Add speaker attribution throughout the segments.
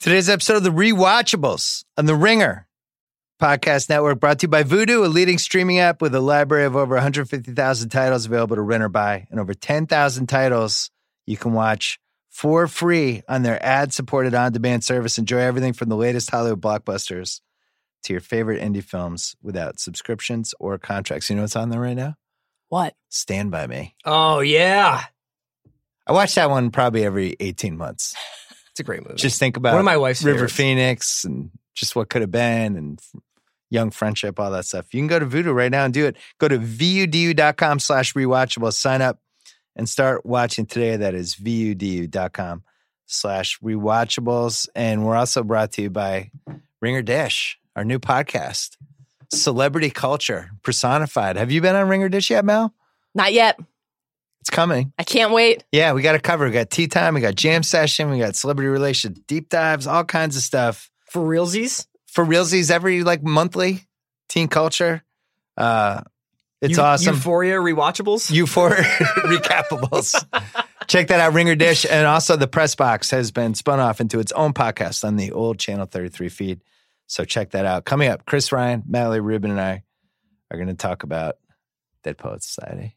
Speaker 1: Today's episode of The Rewatchables on The Ringer Podcast Network brought to you by Vudu, a leading streaming app with a library of over 150,000 titles available to rent or buy, and over 10,000 titles you can watch for free on their ad supported on demand service. Enjoy everything from the latest Hollywood blockbusters to your favorite indie films without subscriptions or contracts. You know what's on there right now?
Speaker 2: What?
Speaker 1: Stand By Me.
Speaker 3: Oh yeah,
Speaker 1: I watch that one probably every 18 months.
Speaker 3: it's a great movie.
Speaker 1: Just think about
Speaker 3: one of my wife's
Speaker 1: River
Speaker 3: favorites.
Speaker 1: Phoenix and just what could have been and f- young friendship, all that stuff. You can go to Voodoo right now and do it. Go to VUDU.com slash rewatchable, sign up and start watching today. That is VUDU.com slash rewatchables. And we're also brought to you by Ringer Dish, our new podcast, Celebrity Culture Personified. Have you been on Ringer Dish yet, Mel?
Speaker 2: Not yet.
Speaker 1: It's coming.
Speaker 2: I can't wait.
Speaker 1: Yeah, we got it covered. We got tea time, we got jam session, we got celebrity relation deep dives, all kinds of stuff.
Speaker 3: For realsies,
Speaker 1: for realsies every like monthly teen culture uh it's
Speaker 3: Eu-
Speaker 1: awesome
Speaker 3: Euphoria rewatchables.
Speaker 1: you for recapables check that out ringer dish and also the press box has been spun off into its own podcast on the old channel 33 feed so check that out coming up chris ryan Mallory rubin and i are going to talk about dead poet society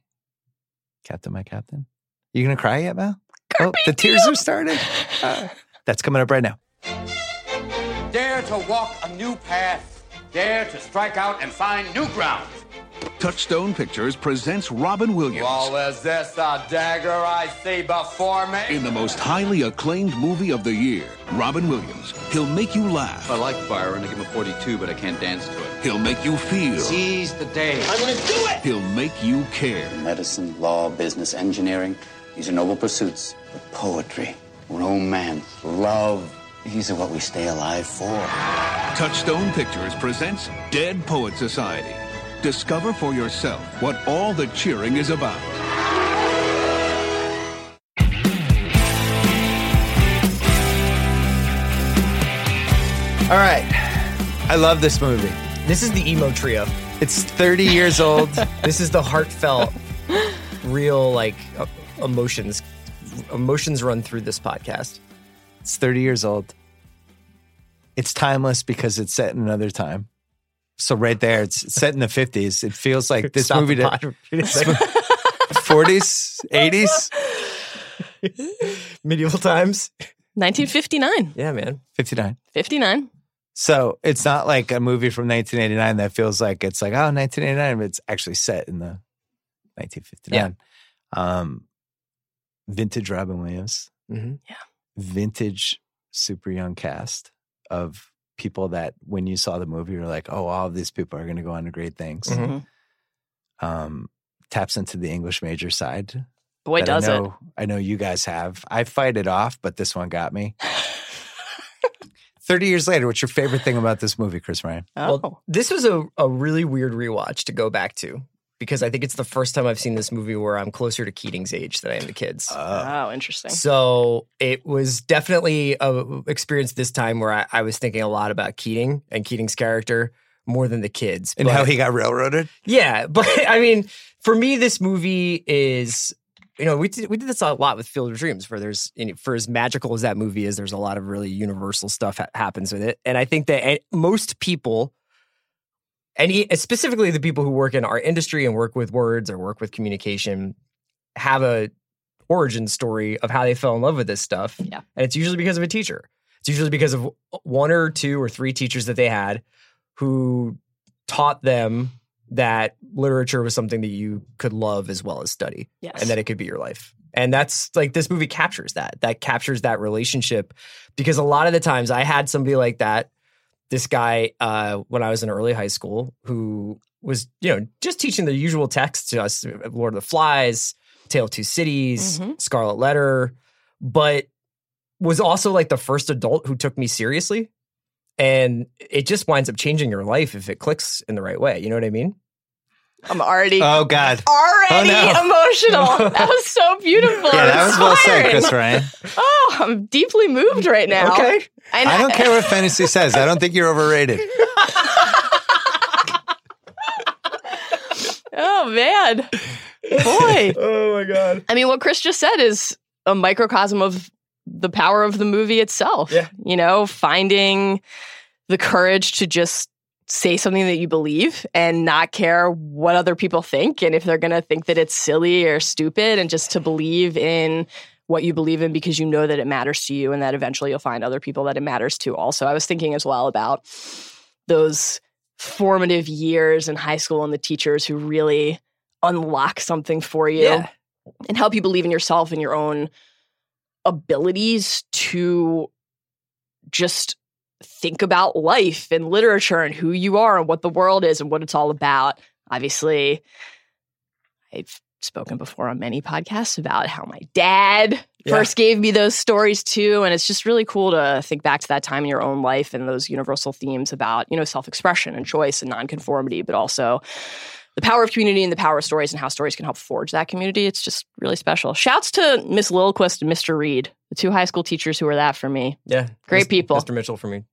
Speaker 1: captain my captain you gonna cry yet mal oh the tears are starting Uh, that's coming up right now
Speaker 4: Dare to walk a new path. Dare to strike out and find new ground.
Speaker 5: Touchstone Pictures presents Robin Williams
Speaker 4: Well, is this the dagger I see before me?
Speaker 5: in the most highly acclaimed movie of the year. Robin Williams. He'll make you
Speaker 6: I
Speaker 5: laugh.
Speaker 6: like Byron. I give him a 42, but I can't dance to it.
Speaker 5: He'll make you feel.
Speaker 4: Seize the day.
Speaker 5: He'll make you care.
Speaker 7: Medicine, law, business, engineering. These are noble pursuits. But poetry, romance, love, these are what we stay alive for.
Speaker 5: Touchstone Pictures presents Dead Poet Society. Discover for yourself what all the cheering is about.
Speaker 1: all right i love this movie
Speaker 3: This is the emo trio.
Speaker 1: it's 30 years old
Speaker 3: This is the heartfelt, real like uh, emotions. Emotions run through this podcast.
Speaker 1: It's 30 years old. It's timeless because it's set in another time. So right there, it's set in the 50s. It feels like this
Speaker 3: Stop
Speaker 1: movie
Speaker 3: the
Speaker 1: to
Speaker 3: pod. Wait a second.
Speaker 1: 40s, 80s,
Speaker 3: medieval times.
Speaker 2: 1959.
Speaker 3: Yeah, man.
Speaker 1: 59.
Speaker 2: 59.
Speaker 1: So it's not like a movie from 1989 that feels like it's like, oh, 1989, but it's actually set in the 1959. Um, vintage Robin Williams,
Speaker 3: hmm
Speaker 1: vintage super young cast of people that when you saw the movie, you were like, oh, all of these people are going to go on to great things.
Speaker 3: Mhm.
Speaker 1: um, taps into the English major side.
Speaker 2: Boy,
Speaker 1: that I
Speaker 2: does it.
Speaker 1: know, I know you guys have. I fight it off, but this one got me. 30 years later, what's your favorite thing about this movie, Chris Ryan?
Speaker 2: Oh.
Speaker 3: Well, this was a, a really weird rewatch to go back to because I think it's the first time I've seen this movie where I'm closer to Keating's age than I am to kids.
Speaker 2: oh, interesting.
Speaker 3: So it was definitely a experience this time where I, I was thinking a lot about Keating and Keating's character more than the kids.
Speaker 1: and
Speaker 3: But-
Speaker 1: how he got railroaded?
Speaker 3: yeah, but I mean, for me, this movie is. You know, we did, we did this a lot with Field of Dreams, where there's you know, for as magical as that movie is, there's a lot of really universal stuff ha- happens with it, and I think that eh, most people, and e- specifically the people who work in our industry and work with words or work with communication, have a origin story of how they fell in love with this stuff,
Speaker 2: Yeah.
Speaker 3: and it's usually because of a teacher. It's usually because of one or two or three teachers that they had who taught them that literature was something that you could love as well as study
Speaker 2: yes.
Speaker 3: and that it could be your life. And that's like this movie captures that. That captures that relationship because a lot of the times I had somebody like that, this guy uh, when I was in early high school who was, you know, just teaching the usual texts to us Lord of the Flies, Tale of Two Cities,
Speaker 2: Mhm.
Speaker 3: Scarlet Letter, but was also like the first adult who took me seriously. And it just winds up changing your life if it clicks in the right way. You know what I mean?
Speaker 2: I'm already
Speaker 3: Uh,
Speaker 1: Oh, God.
Speaker 2: already
Speaker 1: Oh, no.
Speaker 2: emotional. that was so beautiful.
Speaker 1: Yeah, that was well said,
Speaker 2: Inspiring.
Speaker 1: Chris Ryan.
Speaker 2: Oh, I'm deeply moved right now.
Speaker 3: Okay.
Speaker 2: And
Speaker 1: I don't care what fantasy says. I don't think you're overrated.
Speaker 2: Oh man, boy.
Speaker 3: Oh my God.
Speaker 2: I mean, what Chris just said is a microcosm of the power of the movie itself.
Speaker 3: Yeah.
Speaker 2: You know, finding the courage to just say something that you believe and not care what other people think and if they're going to think that it's silly or stupid and just to believe in what you believe in because you know that it matters to you and that eventually you'll find other people that it matters to also. I was thinking as well about those formative years in high school and the teachers who really unlock something for you
Speaker 3: Yeah.
Speaker 2: and help you believe in yourself and your own abilities to just think about life and literature and who you are and what the world is and what it's all about. Obviously, I've spoken before on many podcasts about how my dad
Speaker 3: Yeah.
Speaker 2: first gave me those stories too. And it's just really cool to think back to that time in your own life and those universal themes about, you know, self expression and choice and nonconformity, but also the power of community and the power of stories and how stories can help forge that community. It's just really special. Shouts to Miss Lilquist and Mr. Reed, the two high school teachers who were that for me.
Speaker 3: Yeah.
Speaker 2: Great
Speaker 3: Mr.
Speaker 2: people.
Speaker 3: Mr. Mitchell for me.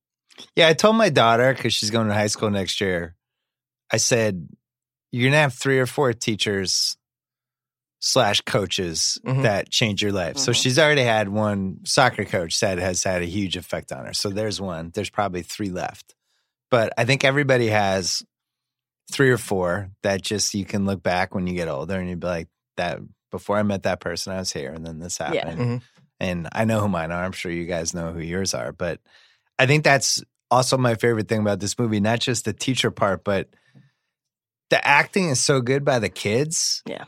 Speaker 1: Yeah, I told my daughter because she's going to high school next year. I said, "You're gonna have three or four teachers slash coaches
Speaker 3: Mhm.
Speaker 1: that change your life." So
Speaker 2: Mhm.
Speaker 1: she's already had one soccer coach that has had a huge effect on her. So there's one. There's probably three left, but I think everybody has three or four that just you can look back when you get older and you'd be like, "That before I met that person, I was here, and then this happened."
Speaker 2: Yeah.
Speaker 3: Mhm.
Speaker 1: And I know who mine are. I'm sure you guys know who yours are, but I think that's also my favorite thing about this movie, not just the teacher part, but the acting is so good by the kids.
Speaker 2: Yeah.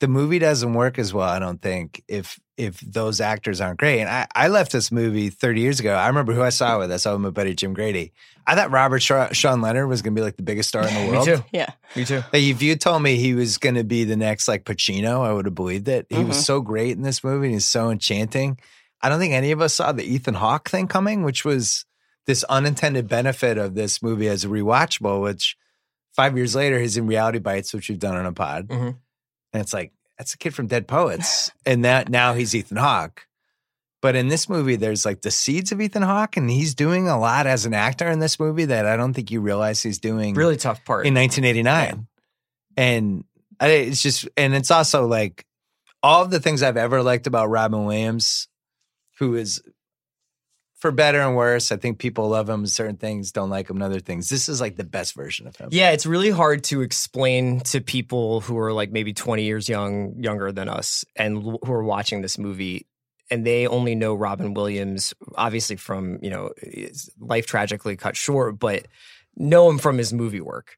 Speaker 1: The movie doesn't work as well, I don't think, if if those actors aren't great. And I, I left this movie 30 years ago. I remember who I saw it with. I saw it with my buddy Jim Grady. I thought Robert Shaw, Sean Leonard was gonna be like the biggest star in the
Speaker 3: Me
Speaker 1: world.
Speaker 3: too.
Speaker 2: Yeah.
Speaker 3: Me too.
Speaker 1: Like if you told me he was going to be the next like Pacino, I would have believed it. He was so great in this movie. and He's so enchanting. I don't think any of us saw the Ethan Hawke thing coming, which was this unintended benefit of this movie as rewatchable. Which five years later, he's in Reality Bites, which we've done on a pod,
Speaker 3: Mhm.
Speaker 1: and it's like that's a kid from Dead Poets, and that now he's Ethan Hawke. But in this movie, there's like the seeds of Ethan Hawke, and he's doing a lot as an actor in this movie that I don't think you realize he's doing
Speaker 3: Really tough part.
Speaker 1: Mm. in 1989 and I, it's just and it's also like all of the things i've ever liked about robin williams who is for better and worse i think people love him certain things don't like him and other things this is like the best version of him
Speaker 3: Yeah, it's really hard to explain to people who are like maybe 20 years young younger than us and l- who are watching this movie and they only know Robin Williams obviously from, you know, his life tragically cut short, but know him from his movie work.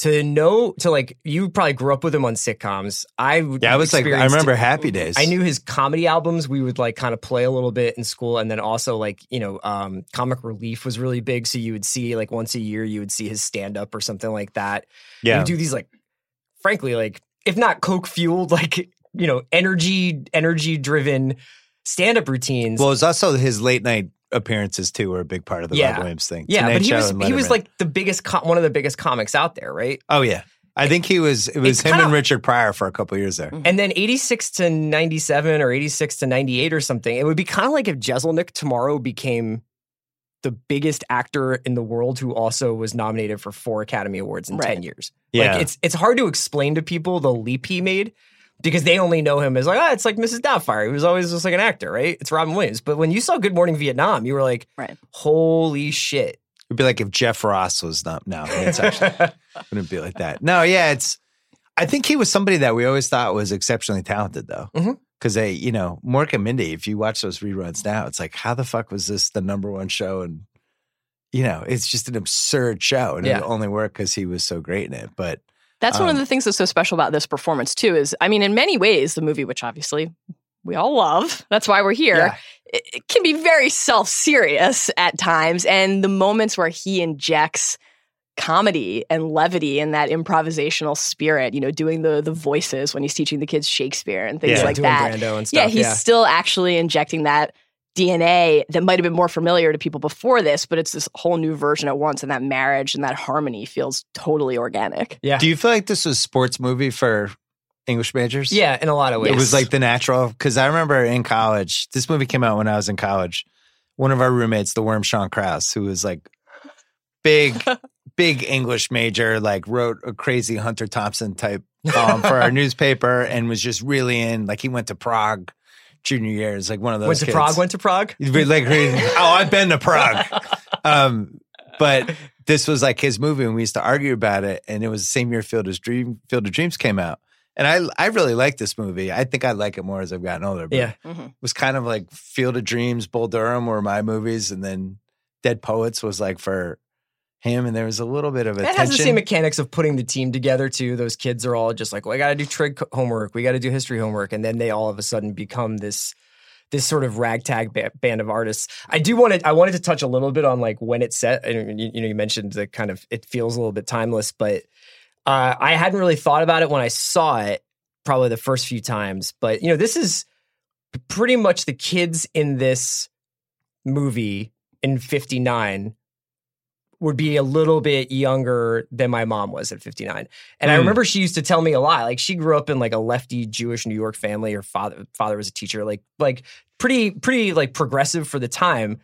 Speaker 3: To know to like you probably grew up with him on sitcoms. I
Speaker 1: yeah i was like i
Speaker 3: experienced-
Speaker 1: remember happy days
Speaker 3: I knew his comedy albums. We would like kind of play a little bit in school, and then also like you know, um, comic relief was really big. So you would see like once a year, you would see his stand up or something like that.
Speaker 1: yeah
Speaker 3: you do these like, frankly, like if not coke fueled, like you know, energy energy driven stand up routines.
Speaker 1: well it's also his late night appearances too were a big part of the
Speaker 3: Yeah.
Speaker 1: robin williams thing
Speaker 3: yeah,
Speaker 1: Tonight
Speaker 3: but he
Speaker 1: Show
Speaker 3: was
Speaker 1: and
Speaker 3: he was
Speaker 1: Letterman.
Speaker 3: like the biggest co- one of the biggest comics out there, right?
Speaker 1: oh yeah i think he was it was
Speaker 3: It's
Speaker 1: him
Speaker 3: kinda-
Speaker 1: and richard pryor for a couple years there
Speaker 3: And then 86 to 97 or 86 to 98 or something. It would be kind of like if Jeselnik tomorrow became the biggest actor in the world who also was nominated for four Academy Awards in
Speaker 2: Right.
Speaker 3: 10 years.
Speaker 1: Yeah.
Speaker 3: Like it's it's hard to explain to people the leap he made because they only know him as like, ah, it's like Mrs. Doubtfire. He was always just like an actor, right? It's Robin Williams. But when you saw Good Morning Vietnam, you were like,
Speaker 2: Right.
Speaker 3: holy shit.
Speaker 1: It'd be like if Jeff Ross was not. No, it's actually wouldn't be like that. No, yeah, it's. I think he was somebody that we always thought was exceptionally talented, though, because
Speaker 3: Mhm.
Speaker 1: they, you know, Mork and Mindy. If you watch those reruns now, it's like, how the fuck was this the number one show? And you know, it's just an absurd show, and
Speaker 3: Yeah.
Speaker 1: it only worked because he was so great in it. But
Speaker 2: That's one of
Speaker 1: Um,
Speaker 2: the things that's so special about this performance too. Is I mean, in many ways, the movie, which obviously we all love, that's why we're here.
Speaker 1: Yeah.
Speaker 2: It, it can be very self-serious at times, and the moments where he injects comedy and levity and that improvisational spirit, you know, doing the the voices when he's teaching the kids Shakespeare and things
Speaker 1: Yeah.
Speaker 2: like
Speaker 3: doing
Speaker 2: that.
Speaker 3: Brando and stuff.
Speaker 2: Yeah, he's still actually injecting that DNA that might have been more familiar to people before this, but it's this whole new version at once, and that marriage and that harmony feels totally organic.
Speaker 3: yeah.
Speaker 1: do you feel like this was a sports movie for English majors?
Speaker 3: yeah, in a lot of ways.
Speaker 1: It was like the natural because I remember in college. This movie came out when I was in college. One of our roommates, the worm Sean Krause, who was like big, big English major, like wrote a crazy Hunter Thompson type column for our newspaper, and was just really in. Like he went to Prague, junior year. It's like one of those.
Speaker 3: Went to
Speaker 1: kids.
Speaker 3: Prague. Went to Prague.
Speaker 1: He'd be like, oh, I've been to Prague. Um, but this was like his movie, and we used to argue about it. And it was the same year Field of, Dream, Field of Dreams came out. And I, I really like this movie. I think I like it more as I've gotten older. But
Speaker 3: Yeah.
Speaker 2: Mhm.
Speaker 1: it was kind of like Field of Dreams, Bull Durham were my movies, and then Dead Poets was like for him. And there was a little bit of a
Speaker 3: That
Speaker 1: tension.
Speaker 3: has the same mechanics of putting the team together too. Those kids are all just like, well, I got to do trig co- homework, we got to do history homework, and then they all of a sudden become this this sort of ragtag ba- band of artists. I do want to I wanted to touch a little bit on like when it's set. And you, you know, you mentioned the kind of it feels a little bit timeless, but uh, I hadn't really thought about it when I saw it probably the first few times. But you know, this is pretty much the kids in this movie in 59 would be a little bit younger than my mom was at 59. And I
Speaker 1: Hmm.
Speaker 3: remember she used to tell me a lot. Like she grew up in like a lefty Jewish New York family. Her father father was a teacher, like like pretty pretty like progressive for the time.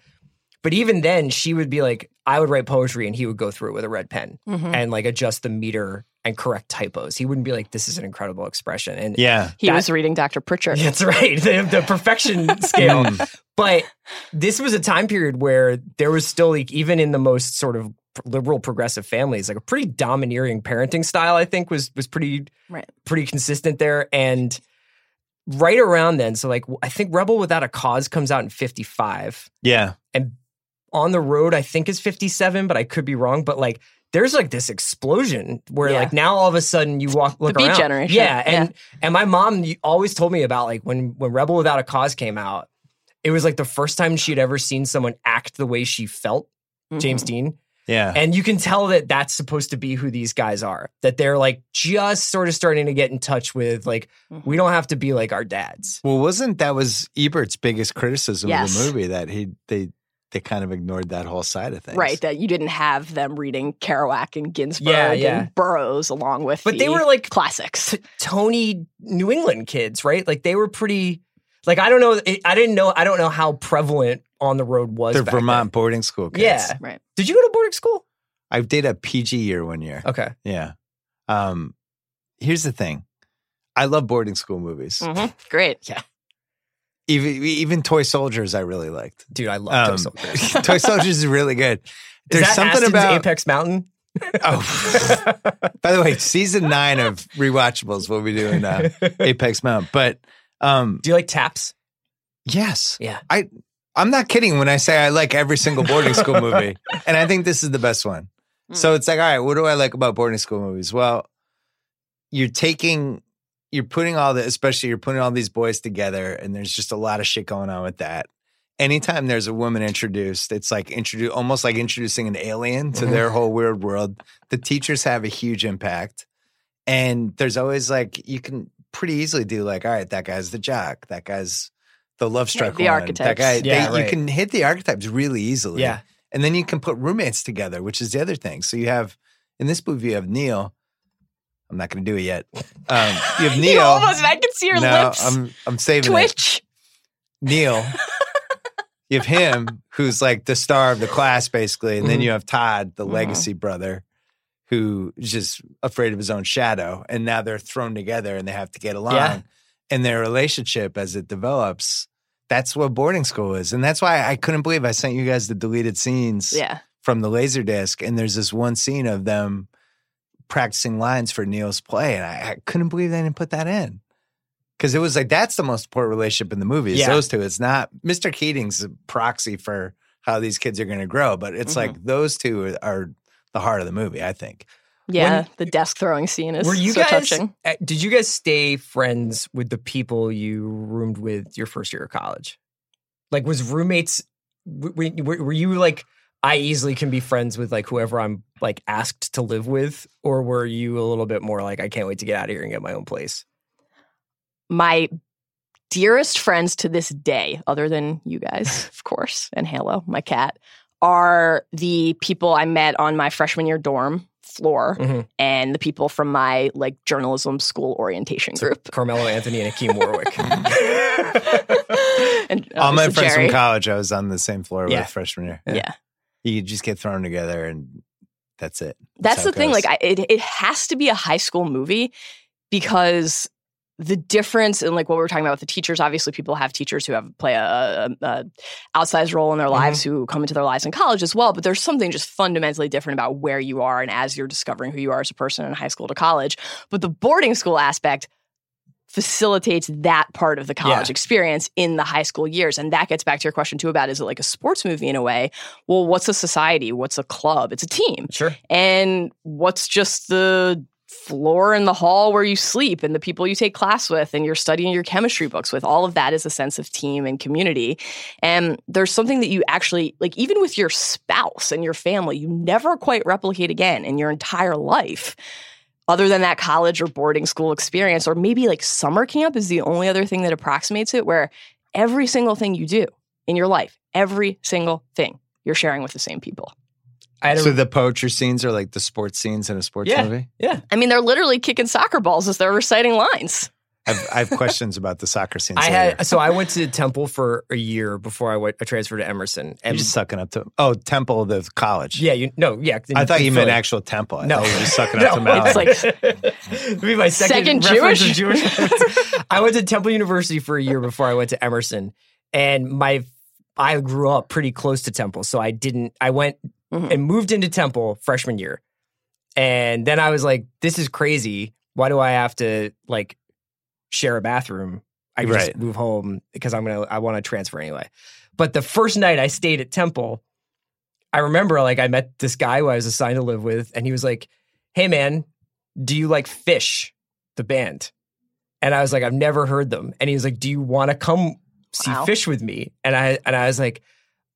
Speaker 3: But even then she would be like I would write poetry and he would go through it with a red pen
Speaker 2: Mhm.
Speaker 3: and like adjust the meter and correct typos. He wouldn't be like this is an incredible expression. And
Speaker 1: Yeah.
Speaker 2: He
Speaker 3: That-
Speaker 2: was reading Dr. Pritchard.
Speaker 3: that's right. The, the perfection scale. But this was a time period where there was still, like, even in the most sort of liberal progressive families, like a pretty domineering parenting style. I think was was pretty
Speaker 2: Right.
Speaker 3: pretty consistent there. And right around then, so like I think Rebel Without a Cause comes out in fifty five
Speaker 1: Yeah.
Speaker 3: and on the road i think is 57 but i could be wrong but like there's like this explosion where
Speaker 2: Yeah.
Speaker 3: like now all of a sudden you walk look
Speaker 2: Beat
Speaker 3: around
Speaker 2: Generation.
Speaker 3: yeah and and my mom you- always told me about like when when rebel without a cause came out it was like the first time she'd ever seen someone act the way she felt
Speaker 2: Mm-hmm.
Speaker 3: james dean
Speaker 1: Yeah.
Speaker 3: and you can tell that that's supposed to be who these guys are that they're like just sort of starting to get in touch with like
Speaker 2: Mm-hmm.
Speaker 3: we don't have to be like our dads
Speaker 1: Well, wasn't that was Ebert's biggest criticism
Speaker 2: Yes.
Speaker 1: of the movie that he they they kind of ignored that whole side of things.
Speaker 2: Right, that you didn't have them reading Kerouac and Ginsberg
Speaker 3: Yeah, yeah.
Speaker 2: and Burroughs along with
Speaker 3: But they
Speaker 2: the
Speaker 3: were, like,
Speaker 2: classics.
Speaker 3: t- Tony New England kids, right? Like they were pretty. Like I don't know, it- I didn't know, I don't know how prevalent on the road was.
Speaker 1: They're
Speaker 3: back then.
Speaker 1: Vermont boarding school kids.
Speaker 3: Yeah.
Speaker 2: Right.
Speaker 3: Did you go to boarding school?
Speaker 1: I did a PG year one year.
Speaker 3: Okay.
Speaker 1: Yeah. Um here's the thing. I love boarding school movies.
Speaker 3: Mm.
Speaker 2: Mhm. Great. Yeah.
Speaker 1: Even even Toy Soldiers I really liked.
Speaker 3: Dude, I love
Speaker 1: Um,
Speaker 3: Toy Soldiers. Is
Speaker 1: Toy Soldiers is really good. There's
Speaker 3: that
Speaker 1: something
Speaker 3: Aston's
Speaker 1: about
Speaker 3: Apex Mountain.
Speaker 1: Oh. By the way, season 9 of Rewatchables will be doing uh, Apex Mount, but um
Speaker 3: Do you like taps?
Speaker 1: Yes.
Speaker 3: Yeah.
Speaker 1: I I'm not kidding when I say I like every single boarding school movie. And I think this is the best one.
Speaker 3: Mm.
Speaker 1: So it's like, all right, what do I like about boarding school movies? Well, you're taking you're putting all the especially you're putting all these boys together and there's just a lot of shit going on with that. Anytime there's a woman introduced, it's like introduce almost like introducing an alien
Speaker 3: Mm-hmm.
Speaker 1: to their whole weird world. The teachers have a huge impact. And there's always like you can pretty easily do like, all right, that guy's the jock, that guy's the love struck one.
Speaker 2: the
Speaker 1: That
Speaker 2: archetypes.
Speaker 1: guy, they-
Speaker 3: Yeah,
Speaker 1: you
Speaker 3: right.
Speaker 1: can hit the archetypes really easily.
Speaker 3: Yeah.
Speaker 1: And then you can put roommates together, which is the other thing. So you have in this movie you have Neil. I'm not going to do it yet. Um, you have Neil.
Speaker 2: You almost, I can see your
Speaker 1: no,
Speaker 2: lips
Speaker 1: I'm I'm saving it.
Speaker 2: twitch.
Speaker 1: Neil. you have him, who's like the star of the class, basically, and then
Speaker 3: Mhm.
Speaker 1: you have Todd, the
Speaker 2: Mhm.
Speaker 1: legacy brother, who is just afraid of his own shadow, and now they're thrown together and they have to get along.
Speaker 3: Yeah.
Speaker 1: And their relationship as it develops, that's what boarding school is, and that's why I couldn't believe I sent you guys the deleted scenes
Speaker 2: Yeah.
Speaker 1: from the laser disc and there's this one scene of them practicing lines for neil's play and i, I couldn't believe they didn't put that in because it was like that's the most important relationship in the movie is
Speaker 3: Yeah.
Speaker 1: those two it's not mr keating's a proxy for how these kids are going to grow but it's
Speaker 3: Mm-hmm.
Speaker 1: like those two are, are the heart of the movie i think
Speaker 2: Yeah. the desk throwing scene is
Speaker 3: Were you
Speaker 2: so
Speaker 3: guys?
Speaker 2: touching.
Speaker 3: uh, Did you guys stay friends with the people you roomed with your first year of college? Like, was roommates? Were, were, were you like? I easily can be friends with like whoever I'm like asked to live with, or were you a little bit more like I can't wait to get out of here and get my own place?
Speaker 2: My dearest friends to this day, other than you guys, of course, and Halo, my cat, are the people I met on my freshman year dorm floor
Speaker 3: Mhm.
Speaker 2: and the people from my like journalism school orientation group.
Speaker 3: Carmelo Anthony and Akeem Warwick.
Speaker 2: and
Speaker 3: Oh,
Speaker 1: all my friends
Speaker 2: obviously Jerry.
Speaker 1: from college i was on the same floor
Speaker 3: Yeah.
Speaker 1: with freshman year
Speaker 2: Yeah.
Speaker 1: you just get thrown together and that's it
Speaker 2: That's
Speaker 1: how
Speaker 2: the
Speaker 1: it
Speaker 2: thing.
Speaker 1: goes.
Speaker 2: Like, I, it it has to be a high school movie because the difference in like what we were talking about with the teachers obviously people have teachers who have play a, a, a outsized role in their lives who come into their lives in college as well but there's something just fundamentally different about where you are and as you're discovering who you are as a person in high school to college but the boarding school aspect facilitates that part of the college
Speaker 3: Yeah.
Speaker 2: experience in the high school years and that gets back to your question too about is it like a sports movie in a way well what's a society what's a club it's a team
Speaker 3: Sure.
Speaker 2: and what's just the floor and the hall where you sleep and the people you take class with and you're studying your chemistry books with all of that is a sense of team and community and there's something that you actually like even with your spouse and your family you never quite replicate again in your entire life other than that college or boarding school experience or maybe like summer camp is the only other thing that approximates it where every single thing you do in your life every single thing you're sharing with the same people
Speaker 3: I had a,
Speaker 1: So the poetry scenes are like the sports scenes in a sports
Speaker 3: Yeah.
Speaker 1: movie.
Speaker 3: yeah.
Speaker 2: I mean, they're literally kicking soccer balls as they're reciting lines.
Speaker 1: I've, I have questions about the soccer scenes.
Speaker 3: I
Speaker 1: later.
Speaker 3: had so I went to Temple for a year before I went. I transferred to Emerson.
Speaker 1: You're
Speaker 3: And
Speaker 1: just sucking up to oh Temple the college.
Speaker 3: yeah, you no, yeah.
Speaker 1: I thought
Speaker 3: in
Speaker 1: you meant
Speaker 3: Philly.
Speaker 1: actual Temple. I
Speaker 3: No.
Speaker 1: thought you were just sucking up
Speaker 3: No,
Speaker 1: to Mallory.
Speaker 2: It's like
Speaker 3: It'd be my second,
Speaker 2: Second
Speaker 3: reference of
Speaker 2: Jewish?
Speaker 3: Jewish. reference. I went to Temple University for a year before I went to Emerson, and my I grew up pretty close to Temple, so I didn't. I went
Speaker 2: Mhm.
Speaker 3: and moved into Temple freshman year, and then I was like, "This is crazy. Why do I have to like share a bathroom? I can just
Speaker 1: Right.
Speaker 3: move home because I'm gonna. I want to transfer anyway." But the first night I stayed at Temple, I remember like I met this guy who I was assigned to live with, and he was like, "Hey man, do you like Fish, the band?" And I was like, "I've never heard them." And he was like, "Do you want to come see
Speaker 2: Wow.
Speaker 3: Fish with me?" And I and I was like,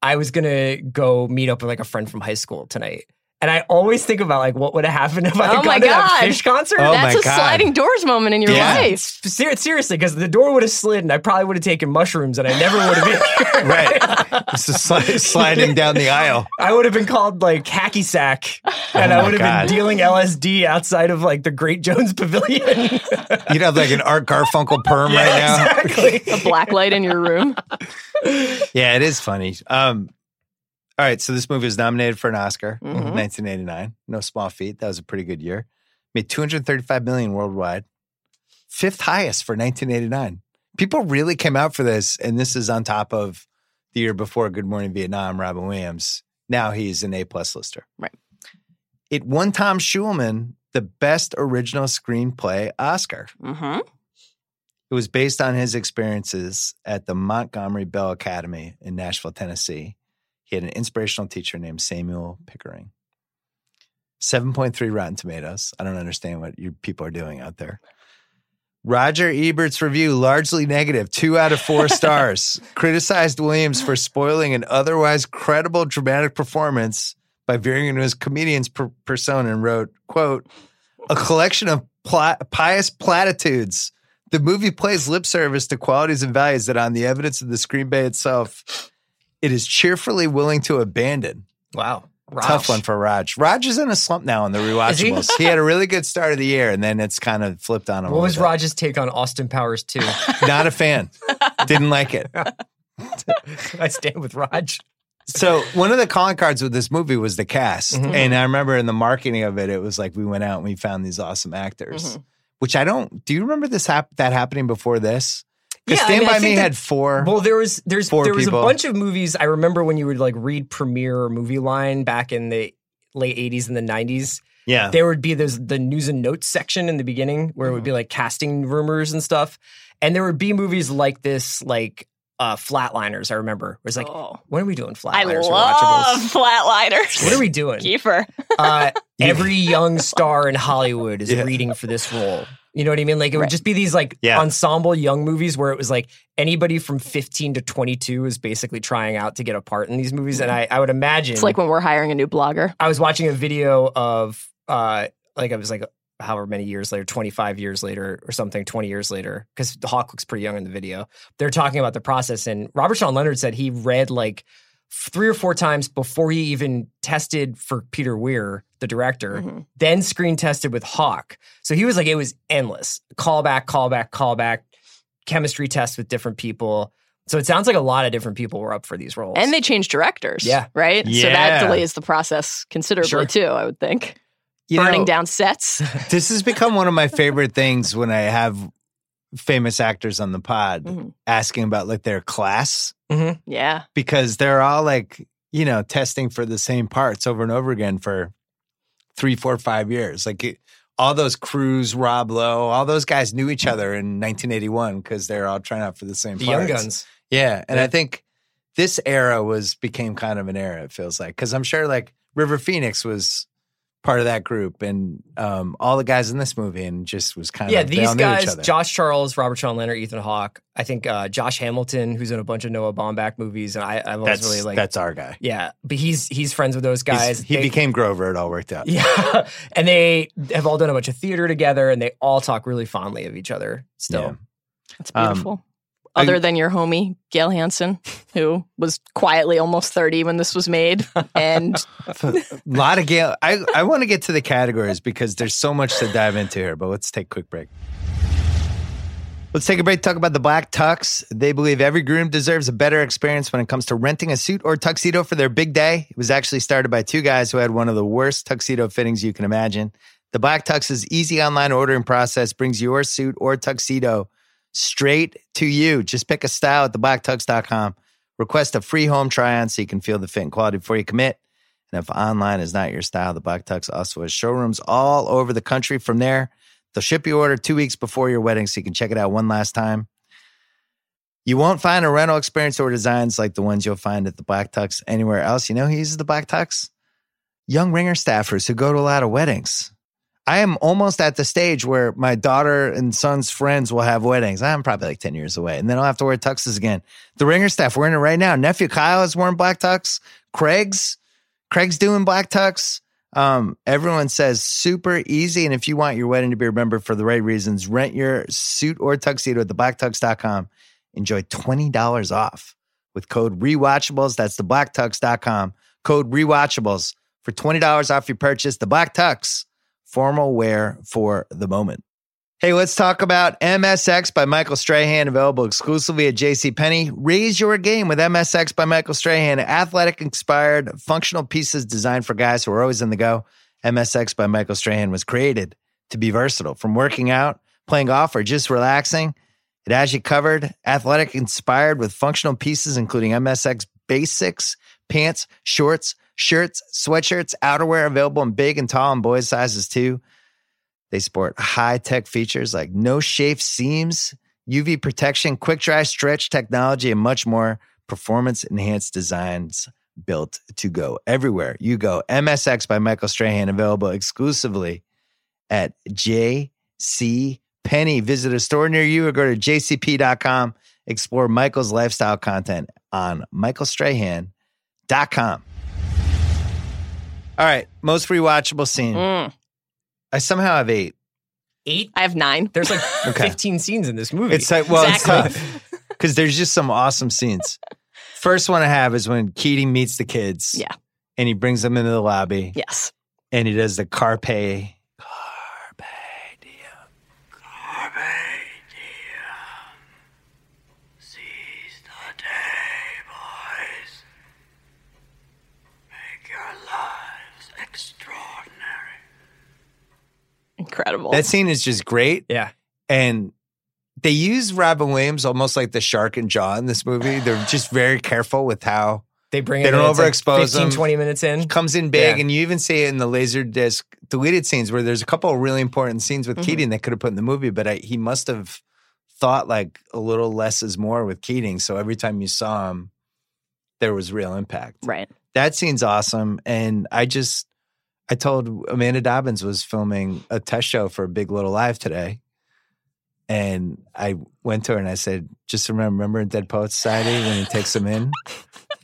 Speaker 3: "I was gonna go meet up with like a friend from high school tonight." And I always think about like what would have happened if I had
Speaker 2: Oh
Speaker 3: gone
Speaker 2: my
Speaker 3: to that
Speaker 2: God.
Speaker 3: Fish concert.
Speaker 1: Oh
Speaker 2: that's
Speaker 1: my
Speaker 2: a
Speaker 1: God.
Speaker 2: sliding doors moment in your
Speaker 1: Yeah.
Speaker 2: life.
Speaker 3: Ser- seriously, because the door would have slid, and I probably would have taken mushrooms, and I never would have been. here.
Speaker 1: right. It's just sli- sliding down the aisle.
Speaker 3: I would have been called like hacky sack, and
Speaker 1: Oh
Speaker 3: I
Speaker 1: my
Speaker 3: would have
Speaker 1: God.
Speaker 3: been dealing LSD outside of like the Great Jones Pavilion.
Speaker 1: You'd have like an Art Garfunkel perm right now.
Speaker 3: exactly.
Speaker 2: A black light in your room.
Speaker 1: Yeah, it is funny. Um, all right, so this movie was nominated for an Oscar in
Speaker 2: Mhm.
Speaker 1: 1989. No small feat. That was a pretty good year. Made 235 million worldwide, fifth highest for 1989. People really came out for this, and this is on top of the year before Good Morning Vietnam. Robin Williams. Now he's an A plus lister.
Speaker 2: Right.
Speaker 1: It won Tom Schulman the best original screenplay Oscar.
Speaker 2: Mm-hmm.
Speaker 1: It was based on his experiences at the Montgomery Bell Academy in Nashville, Tennessee. He had an inspirational teacher named Samuel Pickering. 7.3 Rotten Tomatoes. I don't understand what you people are doing out there. Roger Ebert's review, largely negative, two out of four stars, criticized Williams for spoiling an otherwise credible dramatic performance by veering into his comedian's per- persona and wrote, quote, a collection of pla- pious platitudes. The movie plays lip service to qualities and values that on the evidence of the screenplay itself, it is cheerfully willing to abandon.
Speaker 3: Wow.
Speaker 1: Tough one for Raj. Raj is in a slump now on the rewatchables. he? had a really good start of the year, and then it's kind of flipped on him. a
Speaker 3: What was
Speaker 1: little
Speaker 3: Raj's take on Austin Powers 2?
Speaker 1: bit. Not a fan. Didn't like it.
Speaker 3: I stand with Raj.
Speaker 1: So one of the calling cards with this movie was the cast,
Speaker 3: Mm-hmm.
Speaker 1: and I remember in the marketing of it, it was like we went out and we found these awesome actors.
Speaker 3: Mm-hmm.
Speaker 1: Which I don't. Do you remember this hap- that happening before this? Because
Speaker 3: Yeah, I
Speaker 1: Stand
Speaker 3: mean, I
Speaker 1: by Me
Speaker 3: think that-
Speaker 1: had four.
Speaker 3: Well, there was there's
Speaker 1: Four
Speaker 3: there was
Speaker 1: people.
Speaker 3: a bunch of movies. I remember when you would like read premiere movie line back in the late 80s and the 90s.
Speaker 1: yeah,
Speaker 3: There would be those the news and notes section in the beginning where it would be
Speaker 1: Mm-hmm.
Speaker 3: like casting rumors and stuff. And there would be movies like this, like uh Flatliners, I remember. It was like,
Speaker 2: Oh.
Speaker 3: when are we doing Flatliners?
Speaker 2: I
Speaker 3: or
Speaker 2: love
Speaker 3: Watchables? What
Speaker 2: flatliners.
Speaker 3: are we doing?
Speaker 2: Kiefer.
Speaker 3: uh, every young star in Hollywood is
Speaker 1: Yeah.
Speaker 3: reading for this role. You know what I mean? Like it would just be these like
Speaker 1: Yeah.
Speaker 3: ensemble young movies where it was like anybody from 15 to 22 is basically trying out to get a part in these movies. And
Speaker 1: Mm-hmm.
Speaker 3: I, I would imagine
Speaker 2: It's like when we're hiring a new blogger.
Speaker 3: I was watching a video of uh like I was like however many years later, 25 years later or something, 20 years later, because the Hawk looks pretty young in the video. They're talking about the process. And Robert Sean Leonard said he read like three or four times before he even tested for Peter Weir, the director, then screen tested with Hawk. So he was like, it was endless. Callback, callback, callback, chemistry tests with different people. So it sounds like a lot of different people were up for these roles.
Speaker 2: And they change directors.
Speaker 3: Yeah.
Speaker 2: Right? So
Speaker 1: Yeah.
Speaker 2: that delays the process considerably
Speaker 3: Sure.
Speaker 2: too, I would think.
Speaker 1: You
Speaker 2: Burning
Speaker 1: know,
Speaker 2: down sets.
Speaker 1: this has become one of my favorite things when I have famous actors on the pod
Speaker 2: Mhm.
Speaker 1: asking about like their class
Speaker 2: Yeah.
Speaker 1: because they're all like, you know, testing for the same parts over and over again for three, four, five years. Like it, all those crews, Rob Lowe, all those guys knew each other in 1981 because they're all trying out for the same
Speaker 3: The Young
Speaker 1: parts.
Speaker 3: Guns.
Speaker 1: Yeah, and I
Speaker 3: Yeah.
Speaker 1: think this era was became kind of an era. It feels like because I'm sure like River Phoenix was part of that group, and um, all the guys in this movie, and just was kind
Speaker 3: Yeah,
Speaker 1: of they all
Speaker 3: these
Speaker 1: knew each
Speaker 3: guys,
Speaker 1: other.
Speaker 3: Josh Charles, Robert Sean Leonard, Ethan Hawke. I think uh, Josh Hamilton, who's in a bunch of Noah Baumbach movies, and I, I've always
Speaker 1: that's
Speaker 3: really like.
Speaker 1: that's our guy.
Speaker 3: yeah, but he's he's friends with those
Speaker 1: He's-
Speaker 3: guys.
Speaker 1: he
Speaker 3: They-
Speaker 1: became Grover. It all worked out.
Speaker 3: Yeah, and they have all done a bunch of theater together, and they all talk really fondly of each other. Still,
Speaker 1: Yeah.
Speaker 2: That's
Speaker 1: Um,
Speaker 2: beautiful.
Speaker 1: I-
Speaker 2: Other than your homie, Gail Hansen, who was quietly almost 30 when this was made. And
Speaker 1: a lot of Gail. I I want to get to the categories because there's so much to dive into here. But let's take a quick break. Let's take a break. Talk about the black tux. They believe every groom deserves a better experience when it comes to renting a suit or tuxedo for their big day. It was actually started by two guys who had one of the worst tuxedo fittings you can imagine. The black tux's easy online ordering process brings your suit or tuxedo straight to you. Just pick a style at thebacktux.com. Request a free home try on so you can feel the fit and quality before you commit. And if online is not your style, the Black Tux also has showrooms all over the country. From there, they'll ship your order two weeks before your wedding so you can check it out one last time. You won't find a rental experience or designs like the ones you'll find at the Black Tux anywhere else. You know who uses the Black Tux? Young ringer staffers who go to a lot of weddings. I am almost at the stage where my daughter and son's friends will have weddings. I'm probably like 10 years away, and then I'll have to wear tuxes again. The ringer staff, we're in it right now. Nephew Kyle is wearing black tux. Craig's, Craig's doing black tux. Um, everyone says super easy. And if you want your wedding to be remembered for the right reasons, rent your suit or tuxedo at thebacktux.com. Enjoy $20 off with code rewatchables. That's thebacktux.com. Code rewatchables for $20 off your purchase. The Black Tux, formal wear for the moment. Hey, let's talk about MSX by Michael Strahan, available exclusively at JCPenney. Raise your game with MSX by Michael Strahan, athletic inspired, functional pieces designed for guys who are always in the go. MSX by Michael Strahan was created to be versatile from working out, playing golf, or just relaxing. It has you covered, athletic inspired with functional pieces, including MSX basics, pants, shorts, shirts, sweatshirts, outerwear available in big and tall and boys sizes too. They sport high tech features like no chafe seams, UV protection, quick dry stretch technology, and much more. Performance enhanced designs built to go everywhere you go. MSX by Michael Strahan available exclusively at JC Penny. Visit a store near you or go to jcp.com. Explore Michael's lifestyle content on michaelstrahan.com. All right, most rewatchable scene.
Speaker 2: mm,
Speaker 1: I somehow have eight.
Speaker 3: eight.
Speaker 2: I have nine.
Speaker 3: There's like
Speaker 1: Okay.
Speaker 3: 15 scenes in this movie.
Speaker 1: It's uh, like well, it's
Speaker 2: Exactly.
Speaker 1: tough because there's just some awesome scenes. First one I have is when Keating meets the kids.
Speaker 2: Yeah.
Speaker 1: and he brings them into the lobby,
Speaker 2: Yes.
Speaker 1: and he does the carpe.
Speaker 2: Oh. Incredible.
Speaker 1: That scene is just great,
Speaker 3: yeah,
Speaker 1: and they use Robin Williams almost like the shark and Jaw in this movie. They're just very careful with how
Speaker 3: they bring
Speaker 1: They
Speaker 3: it
Speaker 1: don't
Speaker 3: in, it's like
Speaker 1: overexpose
Speaker 3: 15,
Speaker 1: them.
Speaker 3: 20 minutes in.
Speaker 1: comes in big,
Speaker 3: Yeah.
Speaker 1: and you even see it in the laser disc deleted scenes where there's a couple of really important scenes with
Speaker 2: Mhm.
Speaker 1: Keating they could have put in the movie, but I, he must have thought like a little less is more with Keating. So every time you saw him, there was real impact.
Speaker 2: right.
Speaker 1: That scene's awesome, and I just I told Amanda Dobbins was filming a test show for Big Little Live today. And I went to her and I said, "Just remember, remember in Dead Poets Society when he takes them in."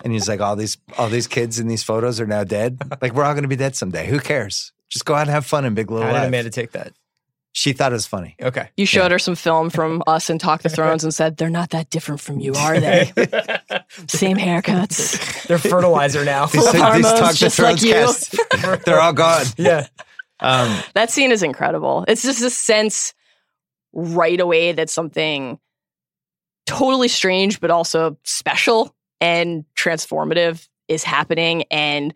Speaker 1: And he's like, all these all these kids in these photos are now dead. Like we're all gonna be dead someday. Who cares? Just go out and have fun in Big Little
Speaker 3: How did
Speaker 1: Life.
Speaker 3: Amanda take that?
Speaker 1: she thought it was funny.
Speaker 3: Okay.
Speaker 2: You showed her some film from us and Talk the Thrones and said, they're not that different from you, are they? Same haircuts.
Speaker 3: They're fertilizer now.
Speaker 1: These, these
Speaker 2: hormones,
Speaker 1: Talk to
Speaker 2: just like
Speaker 1: Thrones
Speaker 2: you.
Speaker 1: cast, they're all gone.
Speaker 3: yeah.
Speaker 1: Um,
Speaker 2: That scene is incredible. It's just a sense right away that something totally strange, but also special and transformative is happening. And